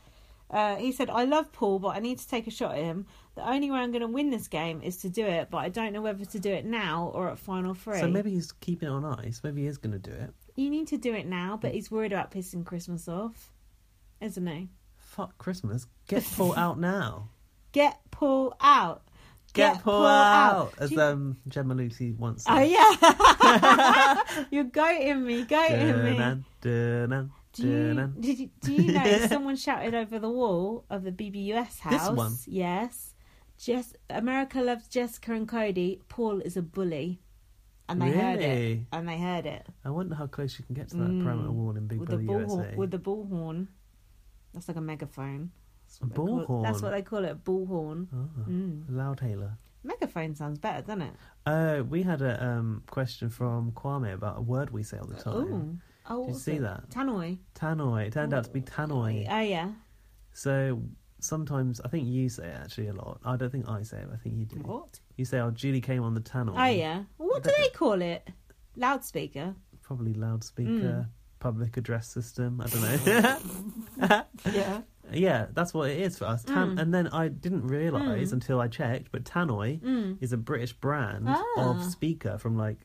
A: Uh, he said, "I love Paul, but I need to take a shot at him. The only way I'm going to win this game is to do it, but I don't know whether to do it now or at final three.
B: So maybe he's keeping it on ice. Maybe he is going to do it.
A: you need to do it now, but he's worried about pissing Christmas off, isn't he?
B: Fuck Christmas. Get Paul out now.
A: Get Paul out.
B: Get, Paul, out. As
A: Do you-
B: um, Gemma Lucy once
A: Oh
B: said.
A: yeah, you're goating me, goating me.
B: Dun-dun, dun-dun,
A: Do you,
B: dun-dun.
A: did you, do you know someone shouted over the wall of the BBUS house?
B: one?
A: Yes. Jess, America loves Jessica and Cody. Paul is a bully. And they heard it.
B: Really?
A: And they heard it.
B: I wonder how close you can get to that parameter wall in Big
A: Mm. with, the
B: Brother USA.
A: bullhorn, with the bullhorn. That's like a megaphone. That's what
B: A
A: they call it. That's
B: bullhorn?
A: what they call it, a bullhorn.
B: Ah, Loud Hailer.
A: Megaphone sounds better, doesn't it?
B: Oh, we had a um, question from Kwame about a word we say all the time.
A: Ooh. Oh, what
B: Did you
A: was
B: see
A: it?
B: that?
A: Tannoy.
B: Tannoy. It turned out to be
A: Oh,
B: Tannoy.
A: yeah.
B: So sometimes I think you say it actually a lot. I don't think I say it. I think you do.
A: What?
B: You say, "Oh, Julie came on the Tannoy."
A: Oh, yeah. What do they call it? Loudspeaker.
B: Probably
A: Mm.
B: loudspeaker, public address system. I don't know.
A: Yeah.
B: yeah, that's what it is for us. Tan-
A: Mm.
B: And then I didn't realise until I checked, but Tannoy is a British brand
A: Mm. Ah. Uh,
B: of speaker from like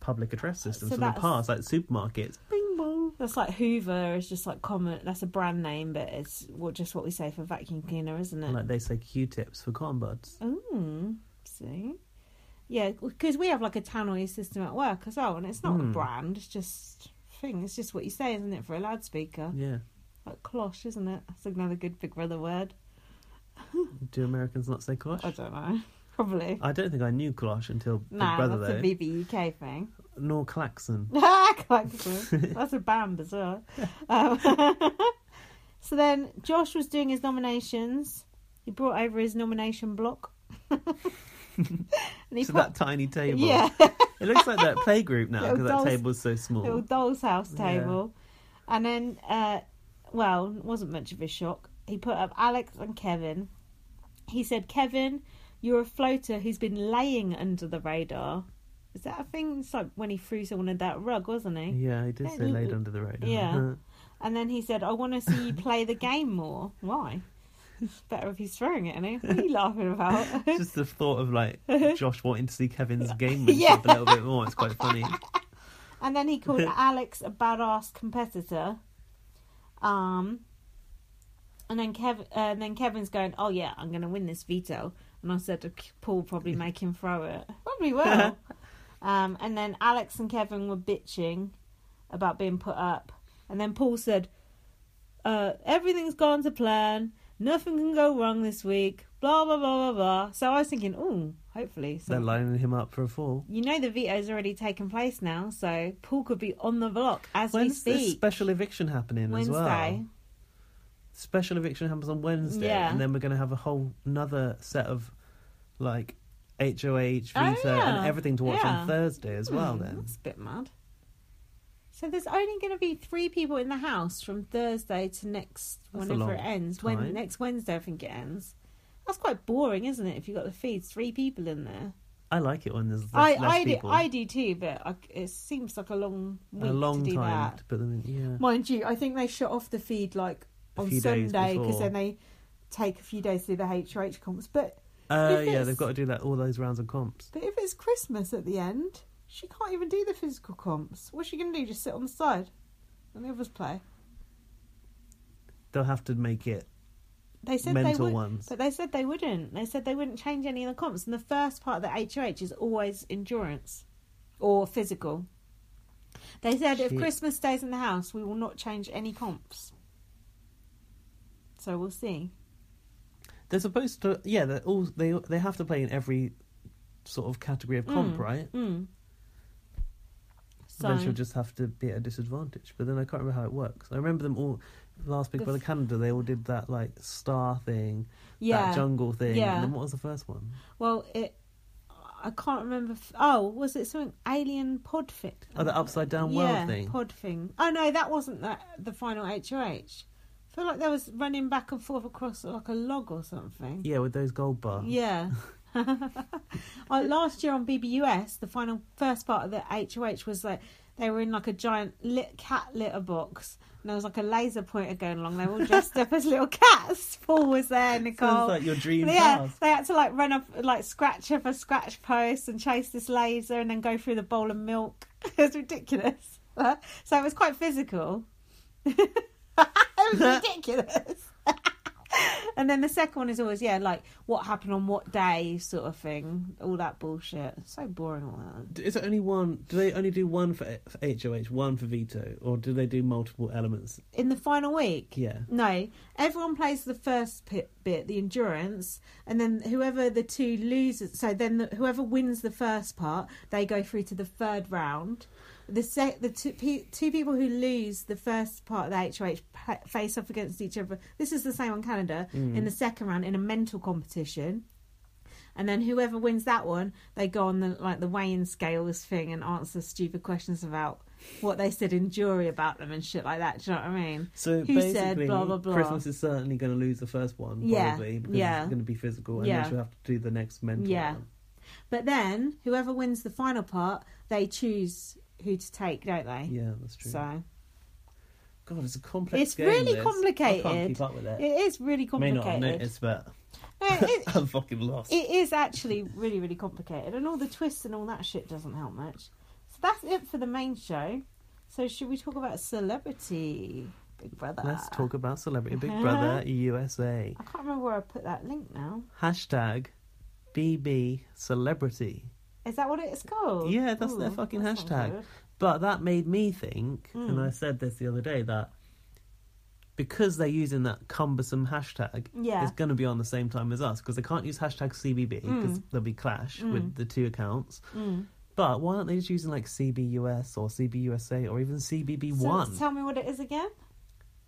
B: public address systems
A: So
B: from the
A: that's-
B: past, like supermarkets. Bing bong.
A: That's like Hoover is just like common. That's a brand name, but it's what just what we say for vacuum cleaner, isn't it?
B: Like they say Q-tips for cotton buds.
A: Ooh, see, yeah, because we have like a tannoy system at work as well, and it's not a brand. It's just thing. It's just what you say, isn't it, for a loudspeaker?
B: Yeah.
A: Like cloche, isn't it? That's another good Big Brother word.
B: Do Americans not say cloche?
A: I don't know. Probably.
B: I don't think I knew cloche until Big
A: Nah,
B: Brother
A: that's
B: though.
A: a BB UK thing.
B: Nor klaxon.
A: Collectible. That's a band as well. Um, so then Josh was doing his nominations. He brought over his nomination block. and he
B: to
A: put
B: that tiny table.
A: yeah,
B: It looks like that playgroup now
A: Little
B: because that
A: dolls-
B: table's so small.
A: little doll's house
B: Yeah.
A: table. And then, uh, well, it wasn't much of a shock. He put up Alex and Kevin. He said, Kevin, you're a floater who's been laying under the radar. Is that a thing? It's like when he threw someone in that rug, wasn't he?
B: Yeah, he did say
A: Little-
B: laid under the radar.
A: Yeah. And then he said, I want to see you play the game more. Why? It's better if he's throwing it, isn't it? What are you laughing about?
B: Just the thought of like Josh wanting to see Kevin's gamemanship
A: Yeah.
B: a little bit more. It's quite funny.
A: and then he called Alex a badass competitor. Um, and then Kev, uh, and then Kevin's going, "Oh yeah, I'm going to win this veto." And I said, "Paul will probably make him throw it. Probably will." um, and then Alex and Kevin were bitching about being put up, and then Paul said, uh, "Everything's gone to plan. Nothing can go wrong this week." Blah blah blah blah blah. So I was thinking, "Oh, hopefully."
B: They're
A: some-
B: lining him up for a fall.
A: you know the veto's already taken place now, so Paul could be on the block as
B: When's
A: we
B: this
A: speak.
B: special eviction happening
A: Wednesday.
B: as well? Special eviction happens on Wednesday,
A: Yeah.
B: and then we're going to have a whole another set of like HOH, veto,
A: Oh, yeah.
B: and everything to watch
A: Yeah.
B: on Thursday as well.
A: Hmm,
B: Then
A: that's a bit mad. So there's only going to be three people in the house from Thursday to next
B: That's a
A: whenever
B: long
A: it ends. When
B: time.
A: next Wednesday, I think it ends. That's quite boring, isn't it? If you've got the feeds, three people in there.
B: I like it when there's less,
A: I
B: less
A: I do,
B: people.
A: I do too, but I, it seems like a long week
B: a long
A: to do
B: time
A: that.
B: to put them in. Yeah.
A: Mind you, I think they shut off the feed like
B: A
A: on
B: few days
A: Sunday because
B: before.
A: then they take a few days to do the HRH comps. But
B: Uh,
A: If
B: yeah,
A: it's-
B: they've got to do that all those rounds of comps.
A: but if it's Christmas at the end, she can't even do the physical comps. What's she going to do? Just sit on the side and the others play?
B: They'll have to make it.
A: They said they
B: Mental
A: would,
B: ones.
A: but they said they wouldn't. They said they wouldn't change any of the comps. And the first part of the HOH is always endurance or physical. They said if
B: Shit.
A: Christmas stays in the house, we will not change any comps. So we'll see.
B: They're supposed to. Yeah, they're all they they have to play in every sort of category of comp, right?
A: Mm. So
B: Then she'll just have to be at a disadvantage. But then I can't remember how it works. I remember them all last Big
A: The
B: Brother
A: f-
B: Canada. They all did that like star thing,
A: yeah,
B: that jungle thing.
A: Yeah.
B: And then what was the first one?
A: well it. I can't remember. F- oh, was it something alien pod fit?
B: Oh, the upside down
A: yeah,
B: world thing.
A: pod thing. Oh no, that wasn't that the final HOH. I feel like there was running back and forth across like a log or something.
B: Yeah, with those gold bars.
A: Yeah. Uh, last year on BBUS, the final first part of the HOH was like they were in like a giant lit cat litter box, and there was like a laser pointer going along. They were all dressed up as little cats. Paul was there, Nicole.
B: Sounds like your dream
A: yeah,
B: task.
A: they had to like run up, like scratch up a scratch post and chase this laser, and then go through the bowl of milk. it was ridiculous. so it was quite physical. it was ridiculous. and then the second one is always yeah, like what happened on what day, sort of thing. All that bullshit. So boring. All that.
B: Is it only one? Do they only do one for, for HOH, one for veto, or do they do multiple elements?
A: In the final week,
B: Yeah.
A: No, everyone plays the first pit, bit, the endurance, and then whoever the two losers, so then the, whoever wins the first part, they go through to the third round. The se- the two, pe- two people who lose the first part of the HOH pa- face off against each other. This is the same on Canada in the second round in a mental competition. And then whoever wins that one, they go on the like the weighing scales thing and answer stupid questions about what they said in jury about them and shit like that. Do you know what I mean?
B: So
A: Who
B: basically,
A: said blah, blah, blah?
B: Christmas is certainly going to lose the first one,
A: Yeah,
B: probably, because
A: yeah.
B: it's going to be physical, and
A: Yeah.
B: then she'll have to do the next mental
A: Yeah.
B: one.
A: But then whoever wins the final part, they choose who to take, don't they?
B: Yeah, that's true.
A: So
B: God, it's a complex.
A: It's
B: game,
A: really
B: this. I
A: complicated.
B: can't keep up with it.
A: it is really
B: May not
A: complicated.
B: have noticed, but
A: No, it,
B: I'm fucking lost.
A: it is actually really, really complicated, and all the twists and all that shit doesn't help much. So that's it for the main show. So should we talk about celebrity Big Brother?
B: Let's talk about Celebrity Big
A: Uh-huh.
B: Brother USA.
A: I can't remember where I put that link now.
B: Hashtag BB Celebrity.
A: Is that what it's called?
B: Yeah, that's their
A: Ooh,
B: fucking
A: that's not
B: hashtag.
A: good.
B: But that made me think, and
A: Mm.
B: I said this the other day, that because they're using that cumbersome hashtag,
A: Yeah.
B: it's going to be on the same time as us because they can't use hashtag CBB because
A: Mm.
B: there'll be clash
A: Mm.
B: with the two accounts.
A: Mm.
B: But why aren't they just using like CBUS or CBUSA or even CBB1?
A: So tell me what it is again.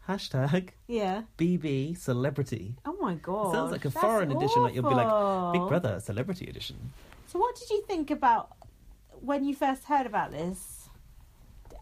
B: hashtag
A: Yeah.
B: BB Celebrity.
A: Oh my god.
B: It sounds like a
A: that's
B: foreign edition, like you'll be like Big
A: awful.
B: Brother Celebrity Edition.
A: So, what did you think about when you first heard about this?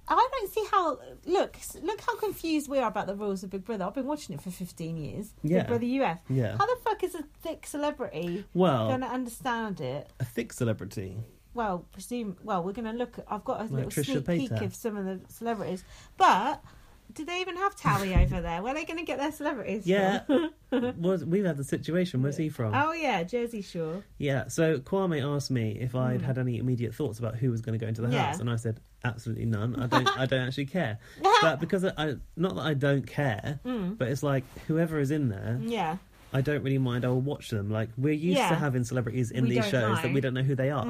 A: I don't see how. Look, look how confused we are about the rules of Big Brother. I've been watching it for fifteen years.
B: Yeah.
A: Big Brother US.
B: Yeah.
A: How the fuck is a thick celebrity
B: Well,
A: going to understand it?
B: a thick celebrity.
A: Well, presume. Well, we're going to look. I've got a little
B: Trisha
A: sneak peek
B: Paytas.
A: of some of the celebrities, but. Do they even have Tally over there? Where are they going to get their celebrities
B: Yeah.
A: from?
B: Was, we've had the situation. Where's he from?
A: Oh, yeah, Jersey Shore.
B: Yeah, so Kwame asked me if I'd had any immediate thoughts about who was going to go into the
A: Yeah.
B: house, and I said absolutely none. I don't, I don't actually care. But because I, I, not that I don't care, but it's like whoever is in there,
A: Yeah.
B: I don't really mind. I will watch them. Like we're used
A: Yeah.
B: to having celebrities in
A: We
B: these
A: don't Mm.
B: shows
A: know.
B: that we don't know who they are.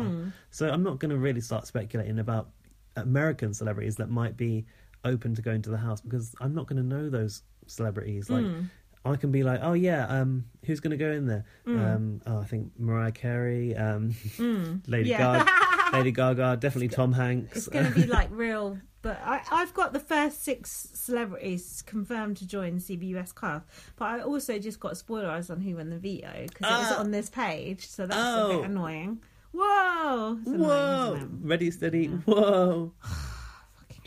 B: So I'm not going to really start speculating about American celebrities that might be open to going to the house because I'm not going to know those celebrities. Like
A: Mm.
B: I can be like, oh yeah, um, who's going to go in there?
A: Mm.
B: Um, oh, I think Mariah Carey, um, Lady
A: Mm. Yeah.
B: Gaga, Lady Gaga, definitely Tom Hanks.
A: It's going to be like real. But I, I've got the first six celebrities confirmed to join CBUS class. But I also just got spoilers on who won the veto because it was
B: Ah.
A: on this page. So that's a
B: Oh.
A: bit annoying. Whoa! It's annoying,
B: Whoa!
A: isn't it?
B: Ready, steady, whoa! Do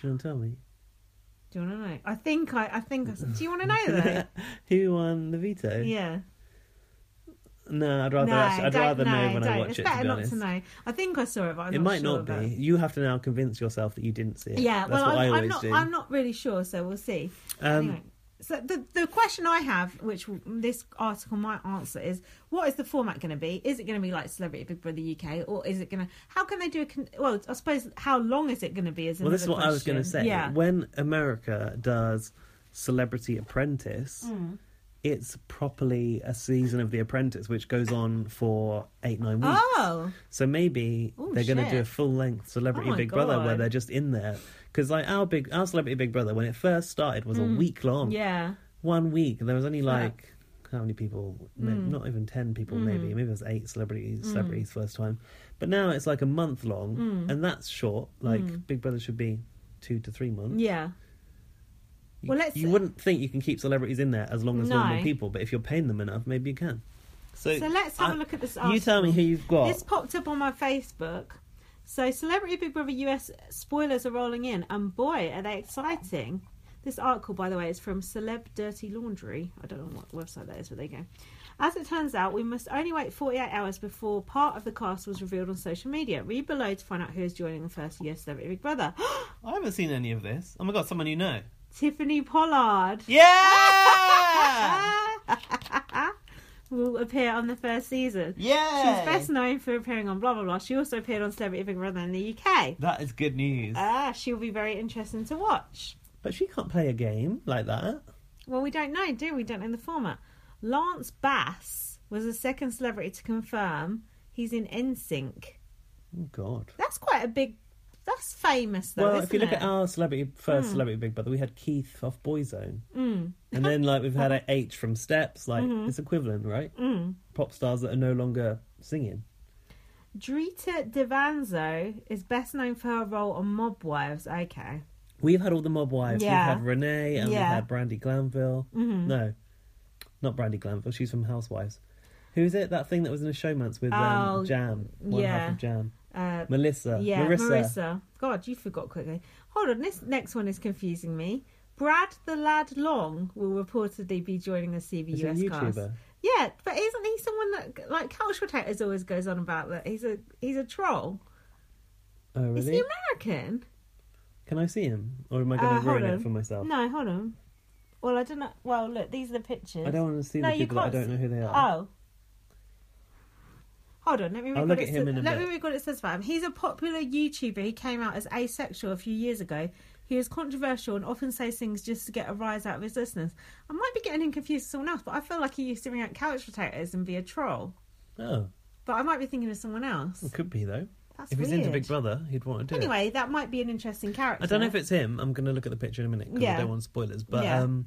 B: you want to tell me
A: Do you want to know? I think I, I think I said, do you want to know though?
B: who won the veto?
A: yeah.
B: No, I'd rather
A: no,
B: actually, I'd
A: don't
B: rather know, when
A: don't.
B: I watch
A: it's
B: it.
A: better
B: To be
A: not
B: honest,
A: to know. I think I saw it, but I'm
B: it
A: not
B: might
A: sure
B: not be.
A: about it.
B: You have to now convince yourself that you didn't see it.
A: Yeah,
B: that's
A: well,
B: what
A: I'm,
B: I
A: I'm
B: always
A: not.
B: do.
A: I'm not really sure, so we'll see.
B: Um,
A: anyway, so the the question I have, which w- this article might answer, is what is the format going to be? Is it going to be like Celebrity Big Brother UK, or is it going to? How can they do a? Con- well, I suppose how long is it going to be? Is
B: well, this is what
A: another
B: I was going to
A: question.
B: say.
A: Yeah,
B: When America does Celebrity Apprentice,
A: Mm.
B: it's properly a season of The Apprentice, which goes on for eight, nine weeks.
A: Oh,
B: So maybe
A: Ooh,
B: they're going to do
A: shit.
B: a full length Celebrity
A: Oh my
B: Big Brother where
A: God.
B: they're just in there. Because like our big, our Celebrity Big Brother when it first started was a week long.
A: Mm. yeah.
B: One week. There was only
A: Fuck.
B: like how many people? No,
A: Hmm.
B: Not even ten people. Maybe maybe it was eight celebrities. Celebrities first time. But now it's like a month long,
A: Hmm.
B: and that's short. Like Big Brother should be two to three months.
A: Yeah.
B: You-
A: Well, let's-
B: You wouldn't think you can keep celebrities in there as long as
A: No.
B: normal people, but if you're paying them enough, maybe you can. So,
A: So let's have
B: I-
A: a look at this.
B: You tell me
A: article.
B: who you've got.
A: This popped up on my Facebook. So, Celebrity Big Brother US spoilers are rolling in, and boy, are they exciting! This article, by the way, is from Celeb Dirty Laundry. I don't know what website that is, but there you go. As it turns out, we must only wait 48 hours before part of the cast was revealed on social media. Read below to find out who is joining the first US Celebrity Big Brother.
B: I haven't seen any of this. Oh my god, someone you know.
A: Tiffany Pollard.
B: Yeah!
A: will appear on the first season.
B: yeah!
A: She's best known for appearing on blah blah blah. She also appeared on Celebrity Big Brother in the UK.
B: That is good news.
A: Ah, she'll be very interesting to watch.
B: but she can't play a game like that.
A: Well, we don't know, do we? We Don't know the format. Lance Bass was the second celebrity to confirm he's in NSYNC.
B: Oh god.
A: That's quite a big. That's famous though.
B: well,
A: isn't
B: if you look
A: it?
B: at our celebrity first
A: Hmm.
B: celebrity Big Brother, we had Keith off Boyzone,
A: Mm.
B: and then like we've had uh, H from Steps. Like
A: Mm-hmm.
B: it's equivalent, right?
A: Mm.
B: Pop stars that are no longer singing.
A: Drita Devanzo is best known for her role on Mob Wives. Okay.
B: We've had all the mob wives.
A: Yeah.
B: We've had Renee and
A: Yeah. Mm-hmm.
B: we've had Brandy Glanville. No, not Brandy Glanville. She's from Housewives. Who is it? That thing that was in a showman's with um,
A: Oh,
B: Jam. One
A: yeah.
B: half of Jam.
A: Uh,
B: Melissa.
A: yeah,
B: Marissa.
A: God, you forgot quickly. Hold on, this next one is confusing me. Brad the Lad Long will reportedly be joining the CBUS
B: Is he a YouTuber?
A: cast. Yeah, but isn't he someone that like couch potatoes always goes on about that he's a he's a troll?
B: Oh,
A: Is
B: really?
A: he American?
B: Can I see him? Or am I going
A: Uh,
B: to
A: hold
B: ruin
A: on.
B: it for myself?
A: No, hold on. Well, I don't know. Well, look, these are the pictures.
B: I don't want to see
A: No,
B: the
A: you
B: people that I
A: can't
B: don't
A: see-
B: know who they are.
A: Oh. Hold on, let me read
B: I'll
A: what
B: look
A: it
B: at him
A: sa-
B: in a
A: let
B: bit.
A: me read what it says about him. He's a popular YouTuber who came out as asexual a few years ago. He is controversial and often says things just to get a rise out of his listeners. I might be getting him confused with someone else, but I feel like he used to ring out couch potatoes and be a troll.
B: Oh,
A: But I might be thinking of someone else.
B: it could be though.
A: That's
B: Hmm. if he's into
A: weird.
B: Big Brother, he'd want to do it.
A: Anyway, that might be an interesting character.
B: I don't know if it's him. I'm going to look at the picture in a minute because
A: Yeah.
B: I don't want spoilers. But
A: Yeah.
B: um,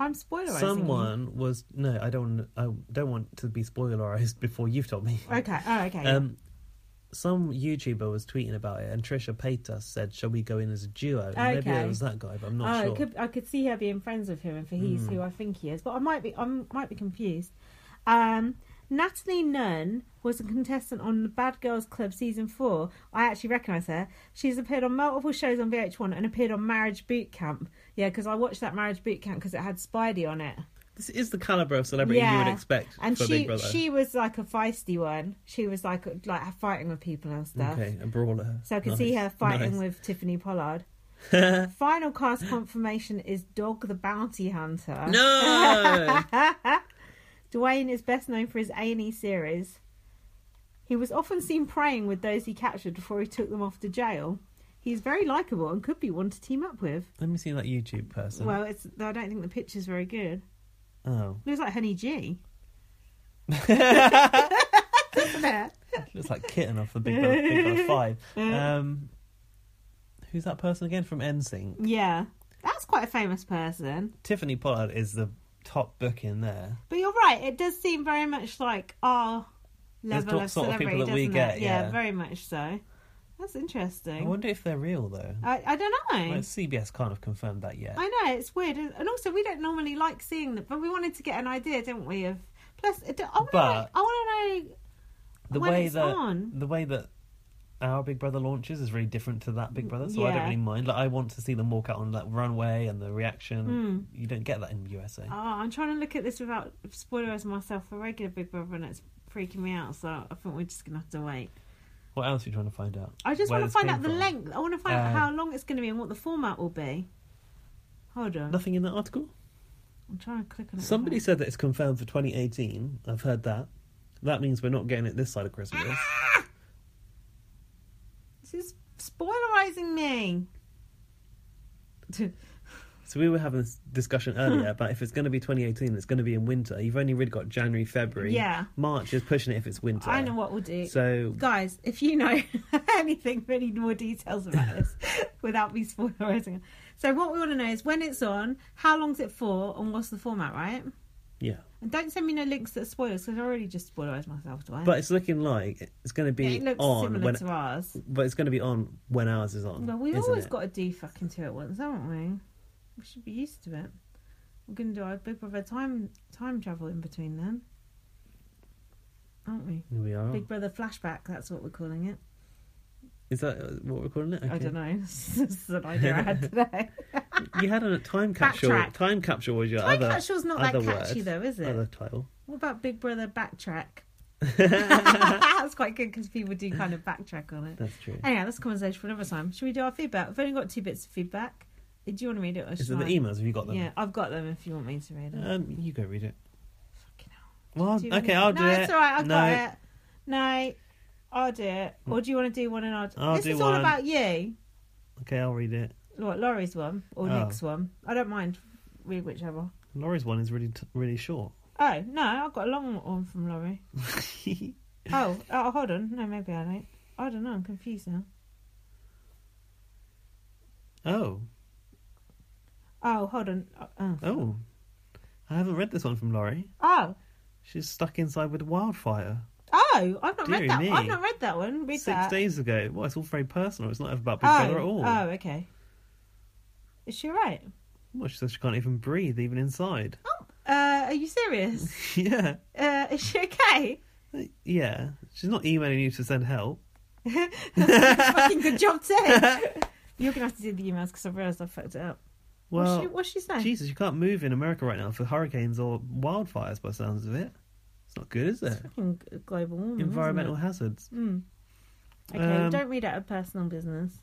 A: I'm spoilerizing.
B: someone was no, I don't. want- I don't want to be spoilerized before you've told me.
A: you. Okay. Oh, okay.
B: Um, some YouTuber was tweeting about it, and Trisha Paytas said, "Shall we go in as a duo?" And Maybe
A: Okay.
B: it was that guy, but I'm
A: oh,
B: not
A: it
B: sure. Hmm.
A: could, I could see her being friends with him if he's who I think he is, but I might be. I might be confused. Um, Natalie Nunn was a contestant on the Bad Girls Club season four. I actually recognise her. She's appeared on multiple shows on VH1 and appeared on Marriage Boot Camp. Yeah, because I watched that Marriage Boot Camp because it had Spidey on it.
B: This is the caliber of celebrity you would expect
A: And
B: for
A: she
B: Big Brother.
A: she was like a feisty one. She was like like fighting with people and stuff.
B: okay, a brawler.
A: So I could
B: Nice,
A: see her fighting
B: nice.
A: with Tiffany Pollard. Final cast confirmation is Dog the Bounty Hunter.
B: No.
A: Dwayne is best known for his A&E series. He was often seen praying with those he captured before he took them off to jail. He's very likable and could be one to team up with.
B: Let me see that YouTube person.
A: Well, it's I don't think the picture's very good.
B: oh,
A: Looks like Honey G. Isn't it?
B: looks like Kitten off the Big Brother, Big Brother Five. Um, who's that person again from NSYNC?
A: Yeah. That's quite a famous person.
B: Tiffany Pollard is the top book in there.
A: But you're right. It does seem very much like our
B: That's
A: level
B: the
A: of
B: sort of
A: celebrity,
B: people that we
A: doesn't
B: get,
A: it? Yeah,
B: yeah.
A: very much so. That's
B: I
A: interesting.
B: wonder if they're real though.
A: I, I don't know.
B: Well, CBS can't have confirmed that yet.
A: I know it's weird, and and also we don't normally like seeing them, but we wanted to get an idea, didn't we? Of plus, I want to know.
B: But-
A: I want to know.
B: the
A: when
B: way
A: it's
B: that
A: on.
B: the way that our Big Brother launches is very different to that Big Brother, so I
A: yeah.
B: don't really mind. Like I want to see them walk out on that runway and the
A: Hmm.
B: reaction. You don't get that in USA.
A: Oh, I'm trying to look at this without spoilers myself for regular Big Brother, and it's freaking me out. So I think we're just gonna have to wait.
B: What else are you trying to find out?
A: I just
B: Where
A: want to
B: this
A: find
B: came
A: out the
B: from?
A: length. I want to find out
B: Uh,
A: how long it's going to be and what the format will be. Hold on,
B: Nothing in that article.
A: I'm trying to click on it.
B: Somebody said that it's confirmed for 2018. I've heard that. That means we're not getting it this side of Christmas.
A: This is spoilerizing me.
B: So we were having this
A: Hmm.
B: discussion earlier about if it's going to be 2018, it's going to be in winter. You've only really got January, February.
A: Yeah.
B: March is pushing it if it's winter.
A: I know what we'll do.
B: So
A: Guys, if you know anything, any more details about this without me spoilerizing it. So, what we want to know is when it's on, how long's it for, and what's the format, right?
B: yeah,
A: And don't send me no links that spoilers because I already just spoilerized myself, do I?
B: but it's looking like it's going to
A: Yeah,
B: be
A: it looks
B: on
A: similar
B: when,
A: to ours.
B: but it's going to be on when ours is on.
A: Well, we've
B: isn't
A: always
B: it?
A: got to do fucking two at once, haven't we? We should be used to it. We're going to do our Big Brother time time travel in between then, aren't we?
B: We are.
A: Big Brother flashback. That's what we're calling it.
B: Is that uh, what we're calling it?
A: I don't know. this is an idea I had today.
B: You had a time capsule.
A: Backtrack.
B: Time capsule was your
A: Time
B: other
A: capsule's not that
B: other
A: catchy
B: word,
A: though, is it?
B: Other title.
A: What about Big Brother backtrack? that's quite good because people do kind of backtrack on it.
B: That's true.
A: Anyhow, that's a conversation for another time. Should we do our feedback? We've only got two bits of feedback. Do you want to read it or
B: Is it
A: shall
B: the
A: I?
B: emails? Have you got them?
A: Yeah, I've got them if you want me to read them.
B: Um, you go read it.
A: Fucking hell.
B: Well,
A: Do you
B: Oh, okay,
A: wanna-
B: I'll do
A: no,
B: it.
A: it's all right. I've
B: no, Mm.
A: got it. No, I'll do it. Or do you want to do one and I'll do
B: I'll
A: This
B: do
A: is all
B: one.
A: about you.
B: Okay, I'll read it.
A: What, Laurie's one or
B: Oh.
A: Nick's one? I don't mind. Read whichever.
B: Laurie's one is really, t- really short.
A: Oh, no, I've got a long one from Laurie. Oh, oh, hold on. No, maybe I don't. I don't know. I'm confused now.
B: oh,
A: Oh, hold on. Oh,
B: oh, I haven't read this one from Laurie.
A: oh,
B: She's stuck inside with wildfire
A: oh I've not
B: Dearie
A: read that.
B: me.
A: I've not read that one. Read
B: six
A: that.
B: days ago. Well, it's all very personal. It's not about Big
A: oh,
B: Brother at all.
A: oh, okay. Is she right?
B: Well, she says she can't even breathe, even inside.
A: Uh, are you serious?
B: yeah,
A: Uh, is she okay?
B: yeah. She's not emailing you to send help.
A: Fucking good job, Ted. You're gonna have to do the emails because I've realised I fucked it up.
B: Well,
A: what's she, what's she saying?
B: Jesus, you can't move in America right now for hurricanes or wildfires, by the sounds of it. It's not good, is it?
A: Fucking g- global warming. Hmm, isn't
B: Environmental hazards.
A: it? Mm. Okay,
B: Um,
A: don't read out of personal business.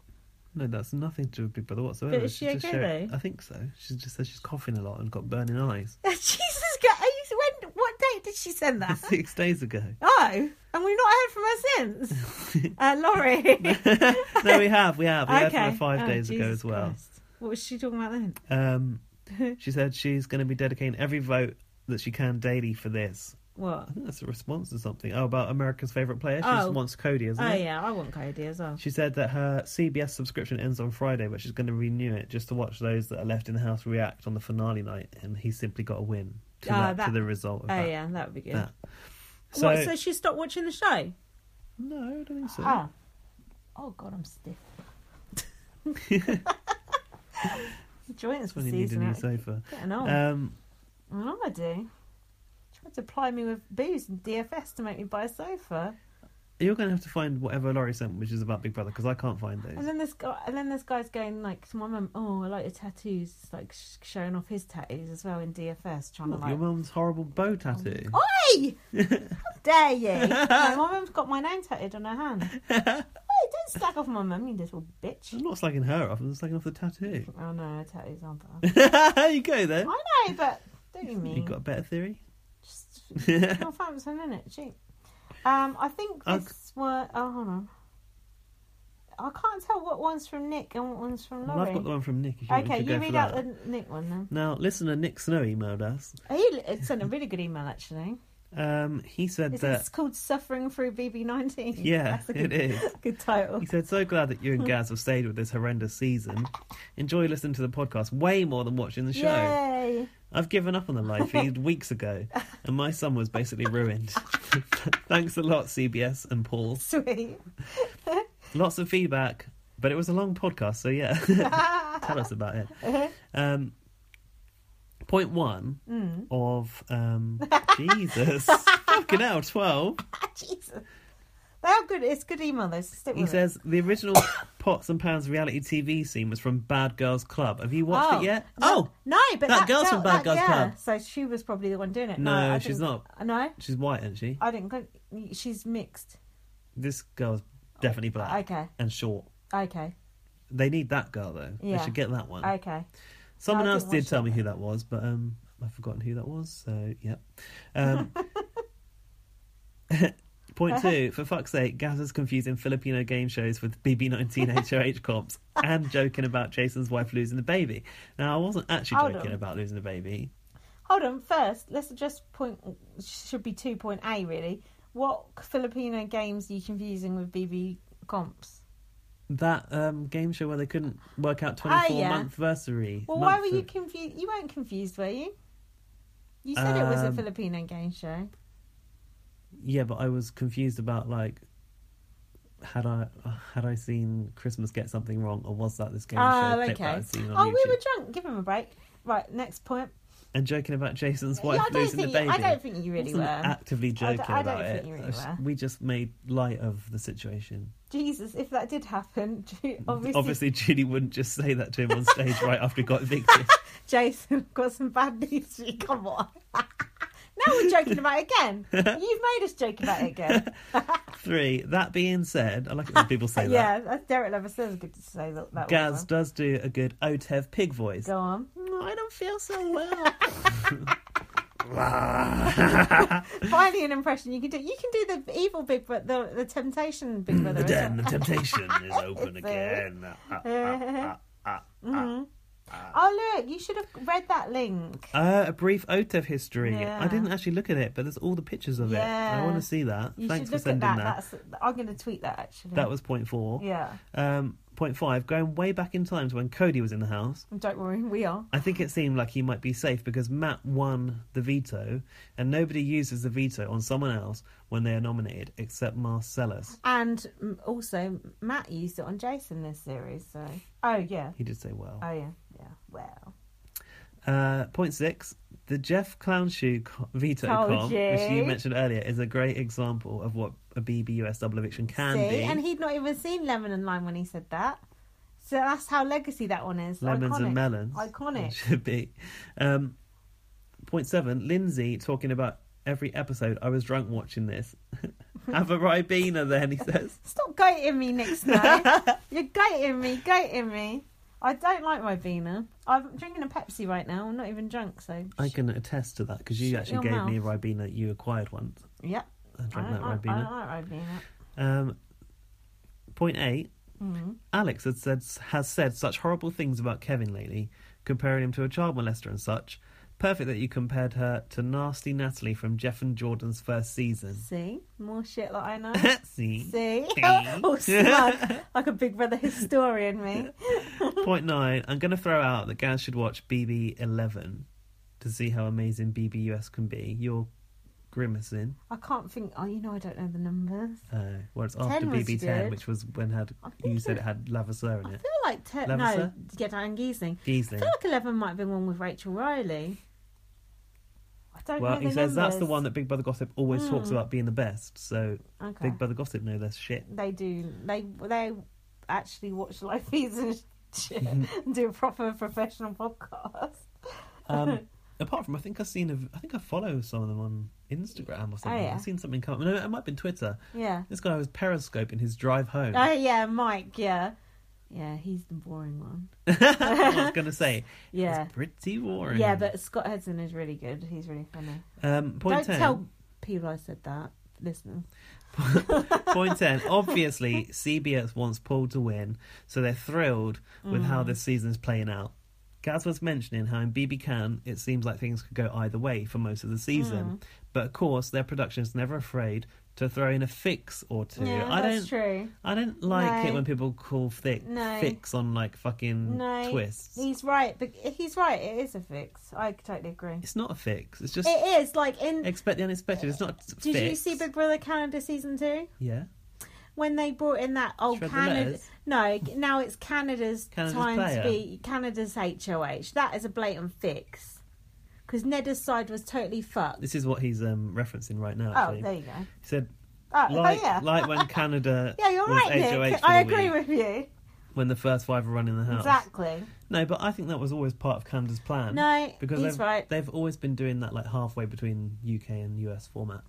B: No, that's nothing to do with Big Brother whatsoever.
A: But is she
B: She's just
A: okay,
B: sharing-
A: though?
B: I think so. She just said she's coughing a lot and got burning eyes.
A: Jesus, God, are you, when what date did she send that?
B: Six days ago.
A: Oh, and we've not heard from her since. Uh, Laurie.
B: no, we have, we have. We had
A: Okay.
B: her five
A: Oh,
B: days ago
A: Jesus
B: as well.
A: Christ. What was she talking about then?
B: Um, she said she's going to be dedicating every vote that she can daily for this.
A: What?
B: I think that's a response to something. Oh, about America's favourite player. She
A: Oh.
B: just wants Cody, isn't
A: Oh
B: it?
A: yeah, I want Cody as well.
B: She said that her CBS subscription ends on Friday, but she's going to renew it just to watch those that are left in the house react on the finale night, and he simply got a win
A: Ah,
B: to, that,
A: that-
B: to the result of
A: Oh
B: that.
A: yeah, that would be good.
B: that.
A: So,
B: So,
A: what? So she stopped watching the show?
B: no, I don't think so.
A: Oh. Oh god, I'm stiff. the joints were
B: When you need a new
A: seasoning.
B: sofa.
A: Getting old.
B: Um,
A: I know I do. Tried to ply me with booze and DFS to make me buy a sofa,
B: you're going to have to find whatever Laurie sent, which is about Big Brother, because I can't find
A: and
B: those.
A: then this guy, and then this guy's going like to my mum. Oh, I like your tattoos. It's like sh- showing off his tattoos as well in DFS, trying
B: What,
A: to like. Oh
B: your mum's horrible bow tattoo.
A: Oi! How dare you? No, my mum's got my name tattooed on her hand. Oi, don't slack off my mum, you little bitch.
B: I'm not slagging her off, I'm slagging off the tattoo.
A: Oh no, her tattoos aren't bad.
B: there you go, then.
A: I know, but don't you mean?
B: You got a better theory?
A: Just oh, thanks, in it, cheap. Um, I think
B: Oh,
A: this were. Oh, hold on. I can't tell what one's from Nick and what one's from
B: Well,
A: Laurie.
B: I've got the one from Nick. If you want me
A: okay,
B: to
A: you
B: go for
A: read out
B: that.
A: the Nick one then.
B: Now, listener Nick Snow emailed us.
A: He l- sent a really good email actually.
B: Um, he said
A: It's,
B: that
A: it's called "Suffering Through BB19."
B: Yeah,
A: That's a
B: it
A: good,
B: is.
A: good title.
B: He said, "So glad that you and Gaz have stayed with this horrendous season. Enjoy listening to the podcast way more than watching the show.
A: Yay!
B: I've given up on the live feed weeks ago, and my son was basically ruined. Thanks a lot, CBS and Paul.
A: Sweet.
B: Lots of feedback, but it was a long podcast, so yeah, tell us about it.
A: Uh-huh.
B: Um, point one
A: Mm.
B: of um, Jesus, fucking hell, twelve.
A: Jesus. They are good. It's good email though. so Stick
B: He
A: with it.
B: says the original pots and pans reality TV scene was from Bad Girls Club. Have you watched
A: Oh,
B: it yet?
A: No,
B: Oh,
A: no, but
B: that
A: that
B: girl's
A: girl-
B: from Bad
A: that-
B: Girls
A: yeah,
B: Club.
A: So she was probably the one doing it.
B: No,
A: I
B: she's
A: didn't- No,
B: she's white, isn't she?
A: I didn't. think- She's mixed.
B: This girl's definitely black.
A: Okay.
B: And short.
A: Okay,
B: They need that girl though.
A: Yeah.
B: They should get that one.
A: okay.
B: Someone
A: I
B: else
A: didn't
B: did
A: watch
B: tell
A: that
B: me who that was, but um, I've forgotten who that was. So yep. Um, Point two, for fuck's sake, Gazza's confusing Filipino game shows with BB19 HOH comps and joking about Jason's wife losing the baby. Now, I wasn't actually
A: Hold
B: joking
A: on.
B: about losing the baby.
A: Hold on. First, let's address point. Should be two point A really. What Filipino games are you confusing with BB comps?
B: That um, game show where they couldn't work out 24
A: Ah, yeah.
B: month versary.
A: Well, why were you confused? You weren't confused, were you? You said it was a
B: Um,
A: Filipino game show.
B: Yeah, but I was confused about like. Had I had I seen Christmas get something wrong, or was that this game
A: Oh,
B: show clip that
A: okay.
B: I'd seen on
A: Oh,
B: YouTube?
A: we were drunk. Give him a break. Right, next point.
B: And joking about Jason's
A: Yeah,
B: wife
A: I don't
B: losing the
A: think
B: baby.
A: you, I don't think you really
B: wasn't
A: were.
B: actively
A: I
B: joking
A: d- I
B: about
A: don't
B: it.
A: think you really
B: I just-
A: were.
B: We just made light of the situation.
A: Jesus, if that did happen, obviously,
B: Mm, Obviously, Judy wouldn't just say that to him on stage right after he got evicted.
A: Jason got some bad news. for you. Come on. now we're joking about it again. You've made us joke about it again.
B: Three. That being said, I like it when people say
A: yeah, that's Derek Lever says good to say that. that
B: that. Gaz
A: one.
B: does do a good Otev pig voice. "Mm,
A: go on.
B: I don't feel so well.
A: Finally, an impression you can do. You can do the evil Big Brother, the, the Temptation Big Brother.
B: Mm,
A: as
B: the
A: well.
B: den, the temptation is open
A: Is
B: again. Ah, ah, ah, ah,
A: Oh look, you should have read that link.
B: ah. Uh, a brief Otev history.
A: Yeah.
B: I didn't actually look at it, but there's all the pictures of it.
A: Yeah.
B: I want to see that.
A: You
B: Thanks
A: should
B: for
A: look at
B: sending
A: that.
B: that.
A: That's I'm going to tweet that actually.
B: That was point four.
A: yeah.
B: Um, point five, going way back in times when Cody was in the house,
A: Don't worry, we are.
B: I think it seemed like he might be safe because Matt won the veto, and nobody uses the veto on someone else when they are nominated except Marcellus.
A: And mm, also, Matt used it on Jason this series. So, oh yeah,
B: He did say well.
A: oh yeah, yeah. Well,
B: Uh, point six, the Jeff Clown Shoe co- veto
A: Told
B: comp, which
A: you.
B: you mentioned earlier, is a great example of what a BBUS double eviction can
A: see,
B: be.
A: and he'd not even seen Lemon and Lime when he said that. So that's how legacy that one is.
B: lemons
A: Iconic.
B: and melons. Oh, It
A: Iconic.
B: should be. Um, point seven. Lindsay talking about every episode. I was drunk watching this. Have a ribena, then he says.
A: Stop goating me, Nick Snow. You're goating me, goating me. I don't like Ribena. I'm drinking a Pepsi right now. I'm not even drunk, so.
B: I can attest to that because you
A: Shut
B: actually
A: your
B: gave me a ribena you acquired once.
A: Yep.
B: I
A: I
B: drank
A: don't,
B: that
A: like, I
B: ribena.
A: don't like Ribena.
B: Um, point eight.
A: Mm-hmm.
B: Alex has said has said such horrible things about Kevin lately, comparing him to a child molester and such. Perfect that you compared her to nasty Natalie from Jeff and Jordan's first season.
A: See? More shit that I know.
B: See.
A: See?
B: See?
A: oh, smug. like a Big Brother historian, me.
B: Point nine. I'm going to throw out that Gaz should watch BB Eleven to see how amazing BBUS can be. You're grimacing.
A: I can't think. Oh, you know, I don't know the numbers.
B: Uh, well, it's after
A: 10 was
B: BB Ten,
A: good.
B: which was when had
A: I think
B: you said it had Levasseur
A: I
B: in
A: feel
B: it.
A: like. Te- no,
B: Levasseur?
A: get Diane Giesling. I
B: Geesling.
A: feel like 11 might have been one with Rachel Riley. I don't
B: Well,
A: know.
B: he
A: the
B: says that's the
A: numbers. Hmm.
B: one that Big Brother Gossip always talks about being the best. So
A: Okay.
B: Big Brother Gossip know their shit.
A: they do they they actually watch live feeds and shit
B: Mm-hmm.
A: and do a proper professional podcast.
B: Um, apart from, I think I've seen, a, I think I follow some of them on Instagram or something.
A: Oh, yeah.
B: I've seen something come up. No, it might have been Twitter.
A: Yeah.
B: This guy was periscoping his drive home.
A: Oh yeah, Mike. Yeah, yeah, he's the boring one.
B: I was going to say,
A: Yeah,
B: it's pretty boring.
A: yeah, but Scott Hudson is really good. He's really funny.
B: Um, point
A: Don't
B: 10,
A: tell people I said that. Listen,
B: point 10. Obviously, CBS wants Paul to win, so they're thrilled with how
A: Mm.
B: this season's playing out. Gaz was mentioning how in BB Can, it seems like things could go either way for most of the season.
A: Mm.
B: But of course, their production's never afraid to throw in a fix or two.
A: yeah,
B: I
A: that's
B: don't,
A: true.
B: I don't like
A: No.
B: it when people call thick
A: No.
B: fix on like fucking
A: No,
B: twists.
A: he's right. But he's right. It is a fix. I totally agree.
B: It's not a fix. It's just
A: It is like in.
B: expect the unexpected. It's not. A
A: Did you
B: fix.
A: see Big Brother Canada season two?
B: Yeah.
A: when they brought in that old
B: Shred the
A: Canada.
B: letters?
A: No, now it's Canada's,
B: Canada's
A: time
B: player.
A: to be Canada's HOH. That is a blatant fix because Neda's side was totally fucked.
B: This is what he's um, referencing right now.
A: Oh,
B: Actually.
A: there you go.
B: He said,
A: Oh, oh,
B: like,
A: yeah.
B: like when Canada
A: yeah, you're
B: was
A: right,
B: HOH
A: Nick.
B: for
A: I
B: the
A: agree
B: week,
A: with you.
B: when the first five were running the house.
A: Exactly.
B: No, but I think that was always part of Canada's plan.
A: No,
B: because
A: he's
B: they've,
A: right.
B: They've always been doing that like halfway between UK and US format.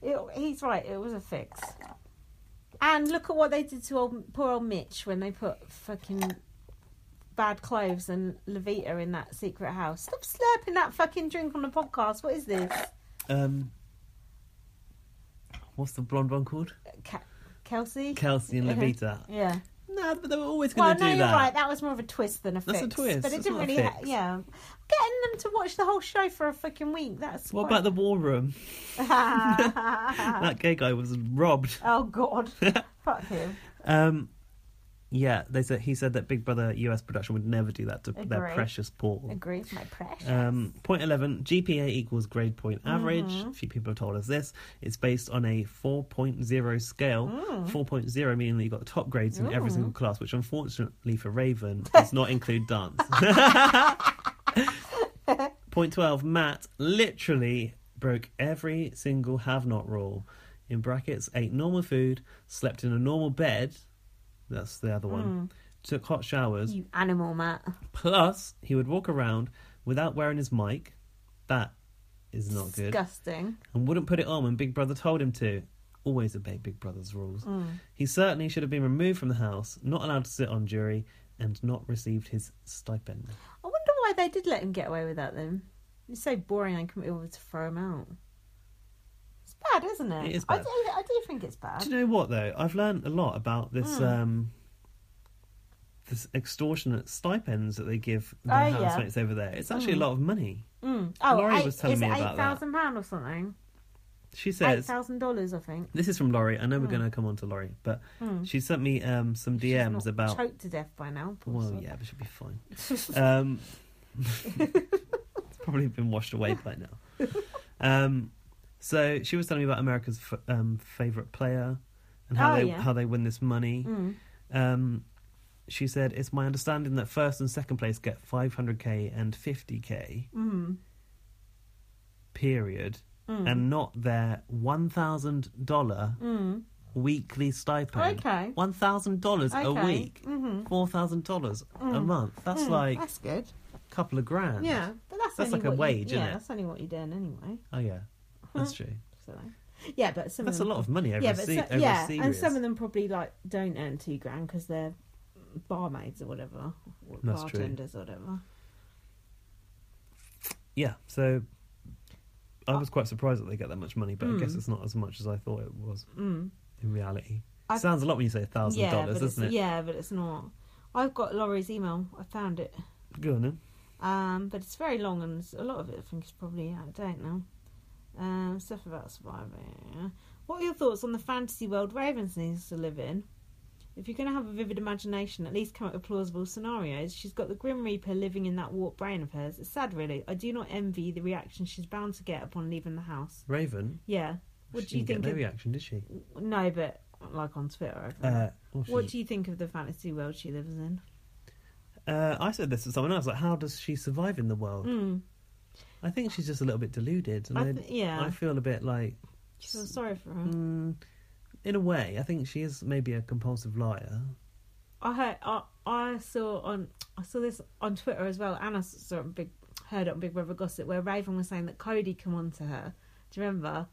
A: It, he's right. It was a fix. And look at what they did to old, poor old Mitch when they put fucking bad clothes and Levita in that secret house. Stop slurping that fucking drink on the podcast. What is this?
B: Um, what's the blonde one called?
A: Ke- Kelsey.
B: Kelsey and
A: Uh-huh.
B: Levita.
A: yeah.
B: Nah, but they were always
A: Well,
B: going to
A: no,
B: do
A: you're
B: that.
A: right. That was more of a twist than a
B: That's a
A: fix.
B: twist,
A: But it
B: that's
A: didn't
B: not a
A: really. Ha-
B: fix.
A: yeah. Getting them to watch the whole show for a fucking week. That's
B: What
A: quite-
B: about the war room? that gay guy was robbed.
A: oh God. Fuck him.
B: Um, yeah, they said he said that Big Brother US production would never do that to their
A: Agree.
B: precious Paul.
A: Agree. My precious.
B: Um, point 11 GPA equals grade point average. A few people have told us this. It's based on a 4.0 scale. 4.0 meaning that you got top grades in every single class, which unfortunately for Raven does not include dance. point 12 Matt literally broke every single have not rule. In brackets, ate normal food, slept in a normal bed. That's the other one. Took hot showers.
A: you animal, Matt.
B: Plus, he would walk around without wearing his mic. That is not good.
A: Disgusting.
B: And wouldn't put it on when Big Brother told him to. Always obey Big Brother's rules.
A: Mm.
B: He certainly should have been removed from the house, not allowed to sit on jury, and not received his stipend.
A: I wonder why they did let him get away with that then. It's so boring. I couldn't be able to throw him out. It's bad, isn't it?
B: It is
A: I
B: bad.
A: do, I do think it's bad.
B: Do you know what though? I've learned a lot about this
A: Mm.
B: um this extortionate stipends that they give the
A: Oh, yeah.
B: housemates over there. It's actually a lot of money.
A: Mm. Oh,
B: Laurie
A: eight-
B: was telling
A: is
B: me
A: it
B: about
A: eight
B: that.
A: thousand pound or something?
B: She
A: Eight
B: says
A: thousand dollars, I think.
B: This is from Laurie. I know
A: Mm.
B: we're going to come on to Laurie, but she sent me um, some DMs
A: Not
B: about.
A: choked to death by now. poor
B: Well,
A: sod.
B: yeah, but she'll be fine. Um, it's probably been washed away by now. Um, so she was telling me about America's f- um, favorite player and how
A: Oh,
B: they
A: yeah.
B: how they win this money.
A: Mm.
B: Um, she said, "It's my understanding that first and second place get 500k and 50k,
A: Mm.
B: period,
A: Mm.
B: and not their $1,000
A: Mm.
B: weekly stipend.
A: Okay.
B: One thousand dollars a
A: Okay.
B: week.
A: Mhm.
B: Four thousand dollars a month. That's
A: Mm,
B: like a
A: that's good.
B: couple of grand.
A: Yeah, but that's,
B: That's
A: only
B: like a
A: what you-
B: wage,
A: yeah,
B: isn't it?
A: that's only what you're doing anyway.
B: Oh yeah. That's true.
A: So, yeah, but some
B: That's a
A: of them,
B: lot of money over
A: yeah,
B: a
A: but
B: se-
A: so-
B: over
A: yeah,
B: a series.
A: and some of them probably like don't earn two grand because they're barmaids or whatever, or
B: That's true.
A: bartenders or whatever.
B: Yeah. So I
A: Oh.
B: was quite surprised that they get that much money, but I guess it's not as much as I thought it was
A: Mm.
B: in reality.
A: I-
B: Sounds a lot when you say thousand
A: Yeah,
B: dollars,
A: but it's,
B: doesn't it?
A: yeah, but it's not. I've got Laurie's email. I found it.
B: Go on then.
A: Um, but it's very long, and a lot of it I think is probably out of date now. Um, stuff about surviving. What are your thoughts on the fantasy world Ravens needs to live in? If you're going to have a vivid imagination, at least come up with plausible scenarios. She's got the Grim Reaper living in that warped brain of hers. It's sad, really. I do not envy the reaction she's bound to get upon leaving the house.
B: Raven.
A: Yeah. What
B: she
A: do you
B: didn't
A: think?
B: get
A: Of,
B: no reaction, did she?
A: no, but like on Twitter. I think.
B: Uh, well, she-
A: what do you think of the fantasy world she lives in?
B: uh, I said this to someone else. Like, how does she survive in the world?
A: Mm,
B: I think she's just a little bit deluded, and
A: I
B: I-
A: th- yeah.
B: I feel a bit like
A: she feels sorry for her.
B: Mm, in a way, I think she is maybe a compulsive liar.
A: I heard I, I saw on I saw this on Twitter as well, and I saw it on Big heard it on Big Brother Gossip where Raven was saying that Cody come on to her. Do you remember?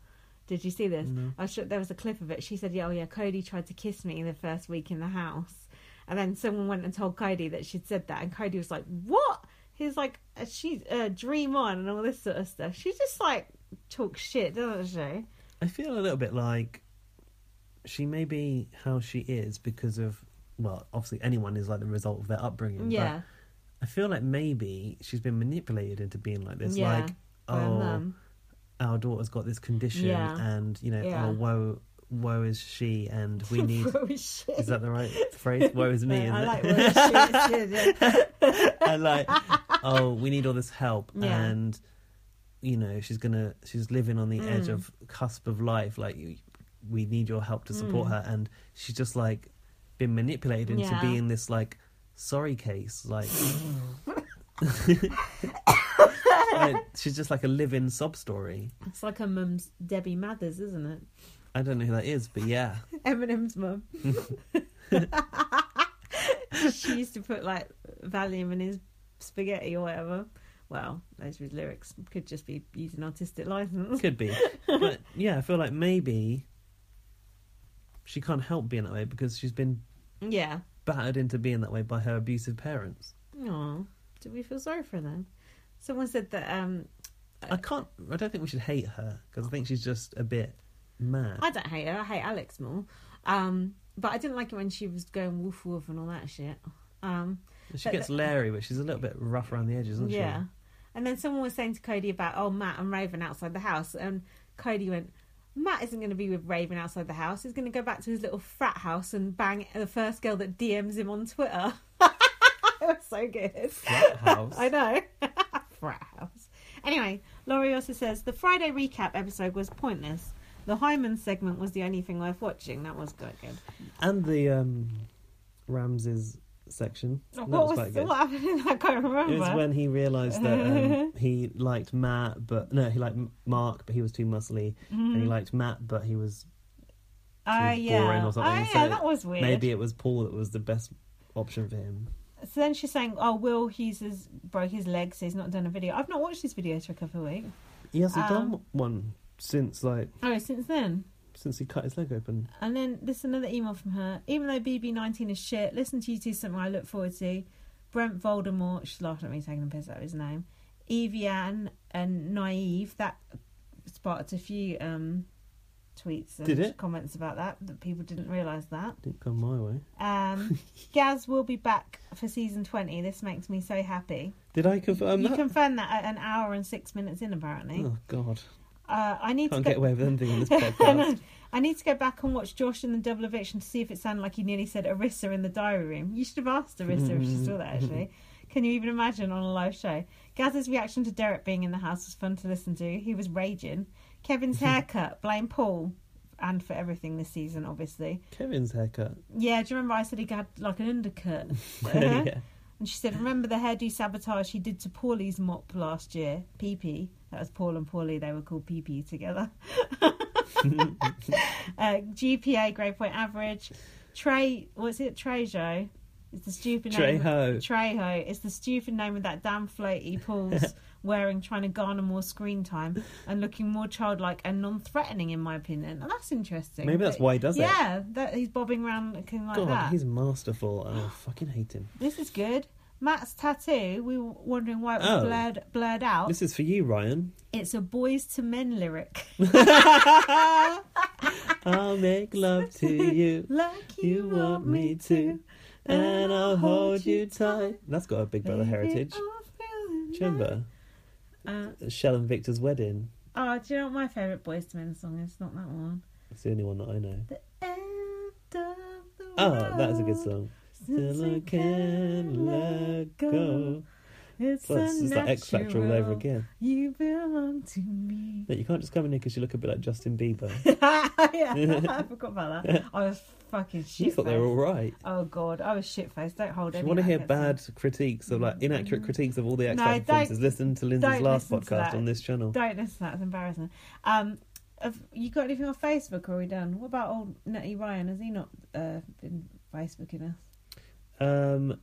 A: Did you see this? I was sure there was a clip of it. She said, "Yeah, oh yeah, Cody tried to kiss me the first week in the house," and then someone went and told Cody that she'd said that, and Cody was like, "What?" He's like, uh, "She's uh, dream on and all this sort of stuff." She just like talks shit, doesn't she?
B: I feel a little bit like she may be how she is because of well, obviously anyone is like the result of their upbringing.
A: Yeah,
B: But I feel like maybe she's been manipulated into being like this.
A: Yeah,
B: Like,
A: by her
B: oh,
A: mum.
B: our daughter's got this condition,
A: Yeah.
B: and you know,
A: Yeah.
B: oh, woe, woe is she, and we need.
A: Whoa, shit.
B: Is that the right phrase? Woe is me,
A: Yeah,
B: isn't
A: I
B: it?
A: like where the shit is, yeah.
B: and like, oh, we need all this help,
A: Yeah.
B: and you know, she's gonna, she's living on the
A: Mm.
B: edge of cusp of life. Like, you- we need your help to support her, and she's just like been manipulated into
A: Mm. Yeah.
B: being this like sorry case. Like, like, she's just like a living sob story.
A: It's like her mum's Debbie Mathers, isn't it?
B: I don't know who that is, but yeah,
A: Eminem's mum. she used to put like Valium in his spaghetti or whatever. Well, those were his lyrics. Could just be using artistic license.
B: could be. But yeah, I feel like maybe she can't help being that way because she's been
A: Yeah.
B: battered into being that way by her abusive parents.
A: Oh, do we feel sorry for them? Someone said that. um
B: I can't. I don't think we should hate her because I think she's just a bit mad.
A: I don't hate her. I hate Alex more. Um, but I didn't like it when she was going woof woof and all that shit. Um,
B: she gets Larry, but she's a little bit rough around the edges, isn't
A: yeah. And then someone was saying to Cody about, oh, Matt and Raven outside the house. And Cody went, Matt isn't going to be with Raven outside the house. He's going to go back to his little frat house and bang the first girl that DMs him on Twitter. it was so good.
B: she? Flat house.
A: I know. Frat house. Anyway, Laurie also says the Friday recap episode was pointless. The Hyman segment was the only thing worth watching. That was quite good.
B: and the um, Ramses section. That
A: what
B: was,
A: was,
B: quite good.
A: what happened in that? I can't remember.
B: It was when he realised that um, he liked Matt, but no, he liked M- Mark, but he was too muscly, and he liked Matt, but he was
A: Oh,
B: too boring
A: Mm-hmm. yeah.
B: or something.
A: Oh,
B: So
A: yeah, that was weird.
B: Maybe it was Paul that was the best option for him.
A: So then she's saying, "Oh, Will Hughes has broke his leg, so he's not done a video." I've not watched his video for a couple of weeks.
B: He hasn't
A: Um,
B: done one since like
A: Oh, since then.
B: since he cut his leg open.
A: And then this is another email from her. Even though BB19 is shit, listen to you two is something I look forward to. Brent Voldemort, she's laughing at me taking the piss out of his name. Evie Ann and Naive, that sparked a few um, tweets and
B: Did it?
A: comments about that, that people didn't realise that.
B: Didn't come my way.
A: Um, Gaz will be back for season 20. This makes me so happy.
B: Did I confirm
A: you
B: that?
A: confirmed that at an hour and six minutes in, apparently.
B: Oh God,
A: Uh, I need
B: can't
A: to
B: get
A: go.
B: away with anything on this
A: I know.
B: podcast.
A: I need to go back and watch Josh and the double eviction to see if it sounded like he nearly said Arissa in the diary room. You should have asked Arissa if she saw that actually. Can you even imagine on a live show? Gaz's reaction to Derek being in the house was fun to listen to. He was raging. Kevin's haircut, blame Paul, and for everything this season, obviously.
B: Kevin's haircut.
A: Yeah, do you remember I said he had like an undercut?
B: yeah.
A: And she said, Remember the hairdo sabotage he did to Paulie's mop last year? Pee Pee. That was Paul and Paulie. They were called Pee Pee together. uh, GPA, grade point average. Trey, what's it? Trejo. It's the stupid name.
B: Trejo.
A: Trejo. It's the stupid name of that damn floaty Paul's wearing, trying to garner more screen time and looking more childlike and non threatening, in my opinion. And that's interesting.
B: Maybe that's
A: But-
B: why he does it.
A: yeah, that, he's bobbing around looking like
B: God,
A: that.
B: he's masterful. and I fucking hate him.
A: This is good. Matt's tattoo, we were wondering why it was
B: Oh.
A: blurred, blurred out.
B: This is for you, Ryan.
A: It's a boys to men lyric.
B: I'll make love to you.
A: like
B: You want me to, and I'll hold you tight. oh, That's got a Big Brother heritage.
A: Baby, I'm feeling
B: Do you remember?
A: Uh,
B: Shell and Victor's wedding.
A: oh, do you know what my favourite boys to men song is? Not that one.
B: It's the only one that I know.
A: The end of the
B: Oh, that is a good
A: world
B: song.
A: since
B: Still I
A: we
B: can let go.
A: It's,
B: Well, it's just like X Factor all over
A: unnatural.
B: again.
A: You belong to me.
B: But you can't just come in here because you look a bit like Justin Bieber.
A: yeah, I forgot about that. I was fucking shit.
B: you thought they were all right.
A: Oh god, I was shit faced. Don't hold
B: If
A: any.
B: you want to
A: of that
B: hear
A: against
B: bad critiques of like inaccurate critiques of all the X
A: No,
B: Factor
A: don't-
B: performances, listen to Lindsay's
A: don't
B: last
A: listen to
B: podcast
A: that.
B: on this channel.
A: me. Don't listen. to That was embarrassing. Um, have you got anything on Facebook? Or are we done? What about old Nutty Ryan? Has he not uh, been Facebooking us?
B: Um,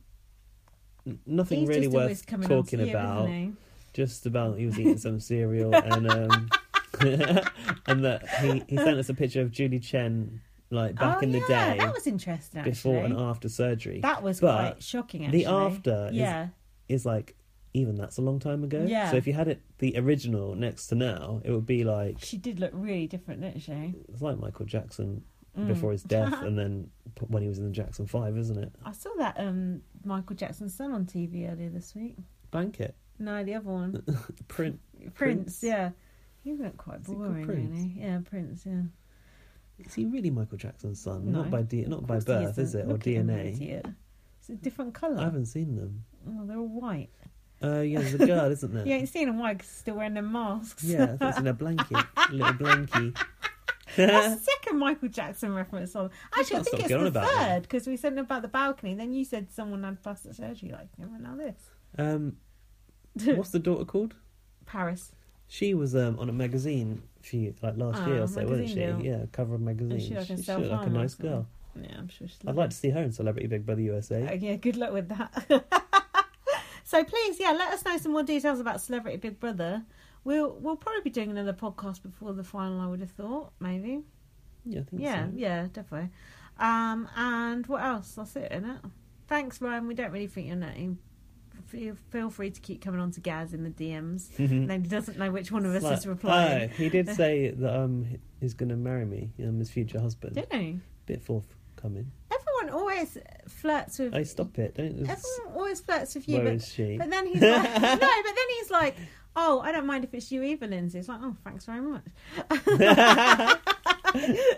B: n- nothing
A: He's
B: really
A: just always
B: worth
A: coming on
B: talking
A: to you,
B: about.
A: isn't
B: just about he was eating some cereal and um and that he, he sent us a picture of Julie Chen like
A: he?
B: back
A: Oh,
B: in the
A: yeah,
B: day
A: that was interesting. Actually.
B: before and after surgery.
A: That was
B: But
A: quite shocking. Actually,
B: the after is-
A: Yeah,
B: Is like even that's a long time ago.
A: Yeah.
B: So if you had it the original next to now, it would be like
A: she did look really different, didn't she?
B: it's like Michael Jackson
A: Mm.
B: before his death and then p- when he was in the Jackson 5, isn't it?
A: I saw that um, Michael Jackson's son on TV earlier this week.
B: Blanket.
A: No, the other one.
B: Print.
A: Prince,
B: Prince.
A: yeah. He looked quite
B: Is he called
A: boring,
B: Prince?
A: really. Yeah, Prince, yeah.
B: Is he really Michael Jackson's son?
A: No.
B: Not by D- not
A: Of
B: by
A: course he
B: birth, is
A: isn't.
B: it? Or
A: Look at him,
B: DNA?
A: idiot. It's a different
B: I
A: colour.
B: haven't seen them.
A: Oh, they're all white.
B: Oh yeah, there's a girl, isn't there?
A: You ain't seen them white because still wearing their masks.
B: Yeah, that's in a blanket, a little blankie.
A: That's the second Michael Jackson reference on. Actually, I
B: can't stop
A: think it's
B: going
A: the
B: about that.
A: third because we said about the balcony. Then you said someone had plastic surgery like him, and now this.
B: Um, what's the daughter called?
A: Paris.
B: She was um, on a magazine few like last
A: Ah,
B: year or so, wasn't she?
A: magazine deal.
B: Yeah, cover of magazine.
A: she like a
B: she looked like a
A: self-harm or
B: nice
A: something?
B: girl.
A: Yeah, I'm sure she's
B: I'd like to see her in Celebrity Big Brother USA.
A: Uh, yeah, good luck with that. so please, yeah, let us know some more details about Celebrity Big Brother. We'll we'll probably be doing another podcast before the final. I would have thought, maybe.
B: yeah, I think
A: Yeah,
B: so.
A: yeah, definitely. Um, and what else? That's it, innit? Thanks, Ryan. We don't really think you're nutty. feel, feel free to keep coming on to Gaz in the DMs. and he doesn't know which one of us
B: Like,
A: is replying.
B: Oh, Mm-hmm. he did say that um h- he's going to marry me, um, his future husband.
A: Don't know.
B: Bit forthcoming.
A: Everyone always flirts with.
B: I stop it. Don't.
A: Everyone always flirts with you,
B: Where
A: but,
B: is she?
A: but then he's like, no, but then he's like, oh, I don't mind if it's you either, Lindsay. It's like, oh, thanks very much.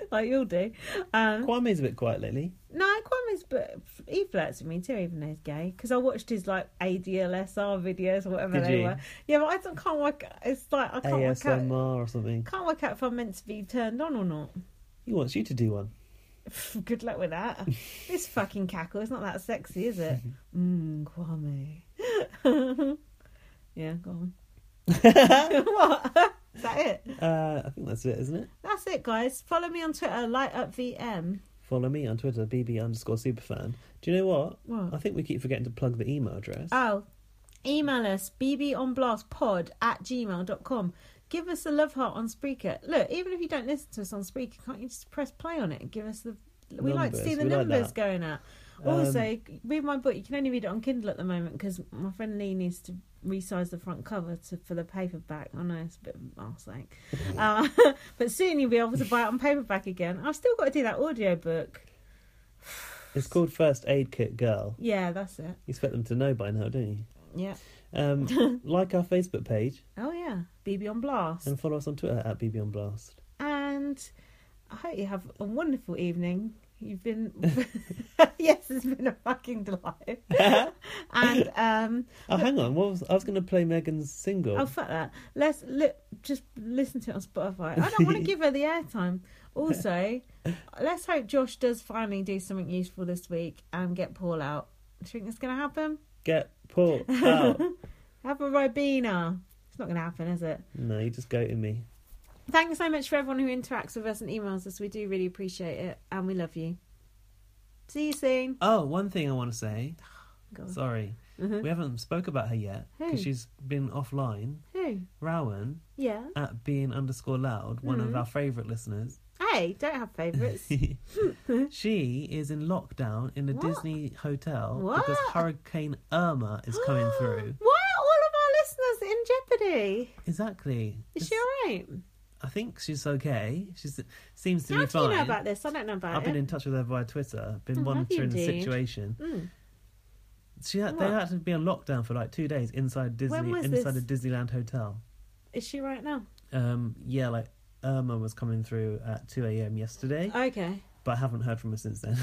A: like you'll do. Um,
B: Kwame's a bit quiet lately.
A: no, Kwame's, but he flirts with me too, even though he's gay. Because I watched his like ADLSR videos or whatever
B: Did
A: they
B: you?
A: were. Yeah, but I don't- can't work. It's like I can't work
B: ASMR
A: out.
B: or something.
A: Can't work out if I'm meant to be turned on or not.
B: He wants you to do one.
A: Good luck with that. this fucking cackle is not that sexy, is it? Mmm, Kwame. yeah, go on. what? Is that it?
B: Uh, I think that's it, isn't it?
A: That's it, guys. Follow me on Twitter, light up VM.
B: Follow me on Twitter, bb underscore superfan. Do you know what?
A: What?
B: I think we keep forgetting to plug the email address.
A: Oh, email us bbonblastpod at gmail.com. Give us a love heart on Spreaker. Look, even if you don't listen to us on Spreaker, can't you just press play on it and give us the. We like to see
B: Numbers,
A: the
B: we like
A: numbers
B: that. Um,
A: going up. Also, read my book. You can only read it on Kindle at the moment because my friend Lee needs to resize the front cover to, for the paperback. I know it's a bit of an arse ache. Uh, but soon you'll be able to buy it on paperback again. I've still got to do that audiobook.
B: It's called First Aid Kit Girl.
A: Yeah, that's it.
B: You expect them to know by now, don't you?
A: Yeah.
B: Um, like our Facebook page
A: Oh, yeah. BB on Blast.
B: and follow us on Twitter at bb on blast.
A: and I hope you have a wonderful evening. You've been yes, it's been a fucking delight. and um,
B: Oh, hang on. What was I was going to play Megan's single?
A: oh fuck that. Let's li- just listen to it on Spotify. I don't want to give her the airtime. Also, let's hope Josh does finally do something useful this week and get Paul out. Do you think that's going to happen?
B: Get Paul out.
A: Have a Robina. It's not going to happen, is it?
B: no, you just go to me.
A: Thanks so much for everyone who interacts with us and emails us. We do really appreciate it, and we love you. See you soon.
B: Oh, one thing I want to say.
A: Go on. Mm-hmm.
B: Sorry, we haven't spoke about her yet
A: Who?
B: because she's been offline.
A: Who?
B: Rowan
A: Yeah.
B: at being underscore loud, one
A: Mm-hmm.
B: of our favourite listeners.
A: Hey, don't have favourites.
B: she is in lockdown in a
A: What?
B: Disney hotel because
A: What?
B: Hurricane Irma is coming through.
A: Why are all of our listeners in jeopardy?
B: Exactly.
A: Is
B: It's-
A: she all right?
B: I think she's okay. She seems to
A: How
B: be
A: do
B: fine.
A: you know about this? I don't know about
B: I've
A: it.
B: been in touch with her via Twitter.
A: have
B: Been
A: you
B: monitoring the
A: indeed?
B: situation.
A: Mm.
B: She had, they
A: What?
B: had to be on lockdown for like two days inside Disney,
A: When was
B: inside
A: this?
B: a Disneyland hotel.
A: Is she right now?
B: Um, yeah, like Irma was coming through at two a.m. yesterday,
A: Okay.
B: but I haven't heard from her since then.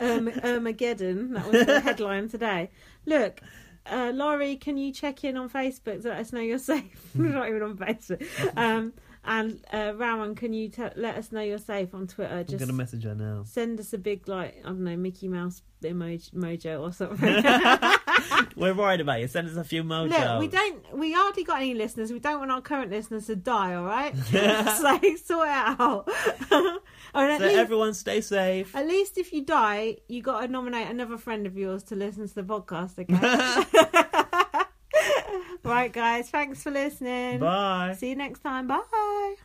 A: Um, Armageddon. That was the headline today. Look, uh, Laurie, can you check in on Facebook to let us know you're safe? We're not even on Facebook. Um, and uh, Rowan, can you te- let us know you're safe on Twitter?
B: I'm
A: Just
B: gonna message her now.
A: send us a big like I don't know Mickey Mouse emoji mojo or something.
B: We're worried about you. Send us a few mojos.
A: Look, we don't. We hardly got any listeners. We don't want our current listeners to die. All right, so sort it out. Or at,
B: So
A: least,
B: everyone, stay safe.
A: at least if you die, you got to nominate another friend of yours to listen to the podcast. Okay. right, guys. Thanks for listening.
B: Bye.
A: See you next time. Bye.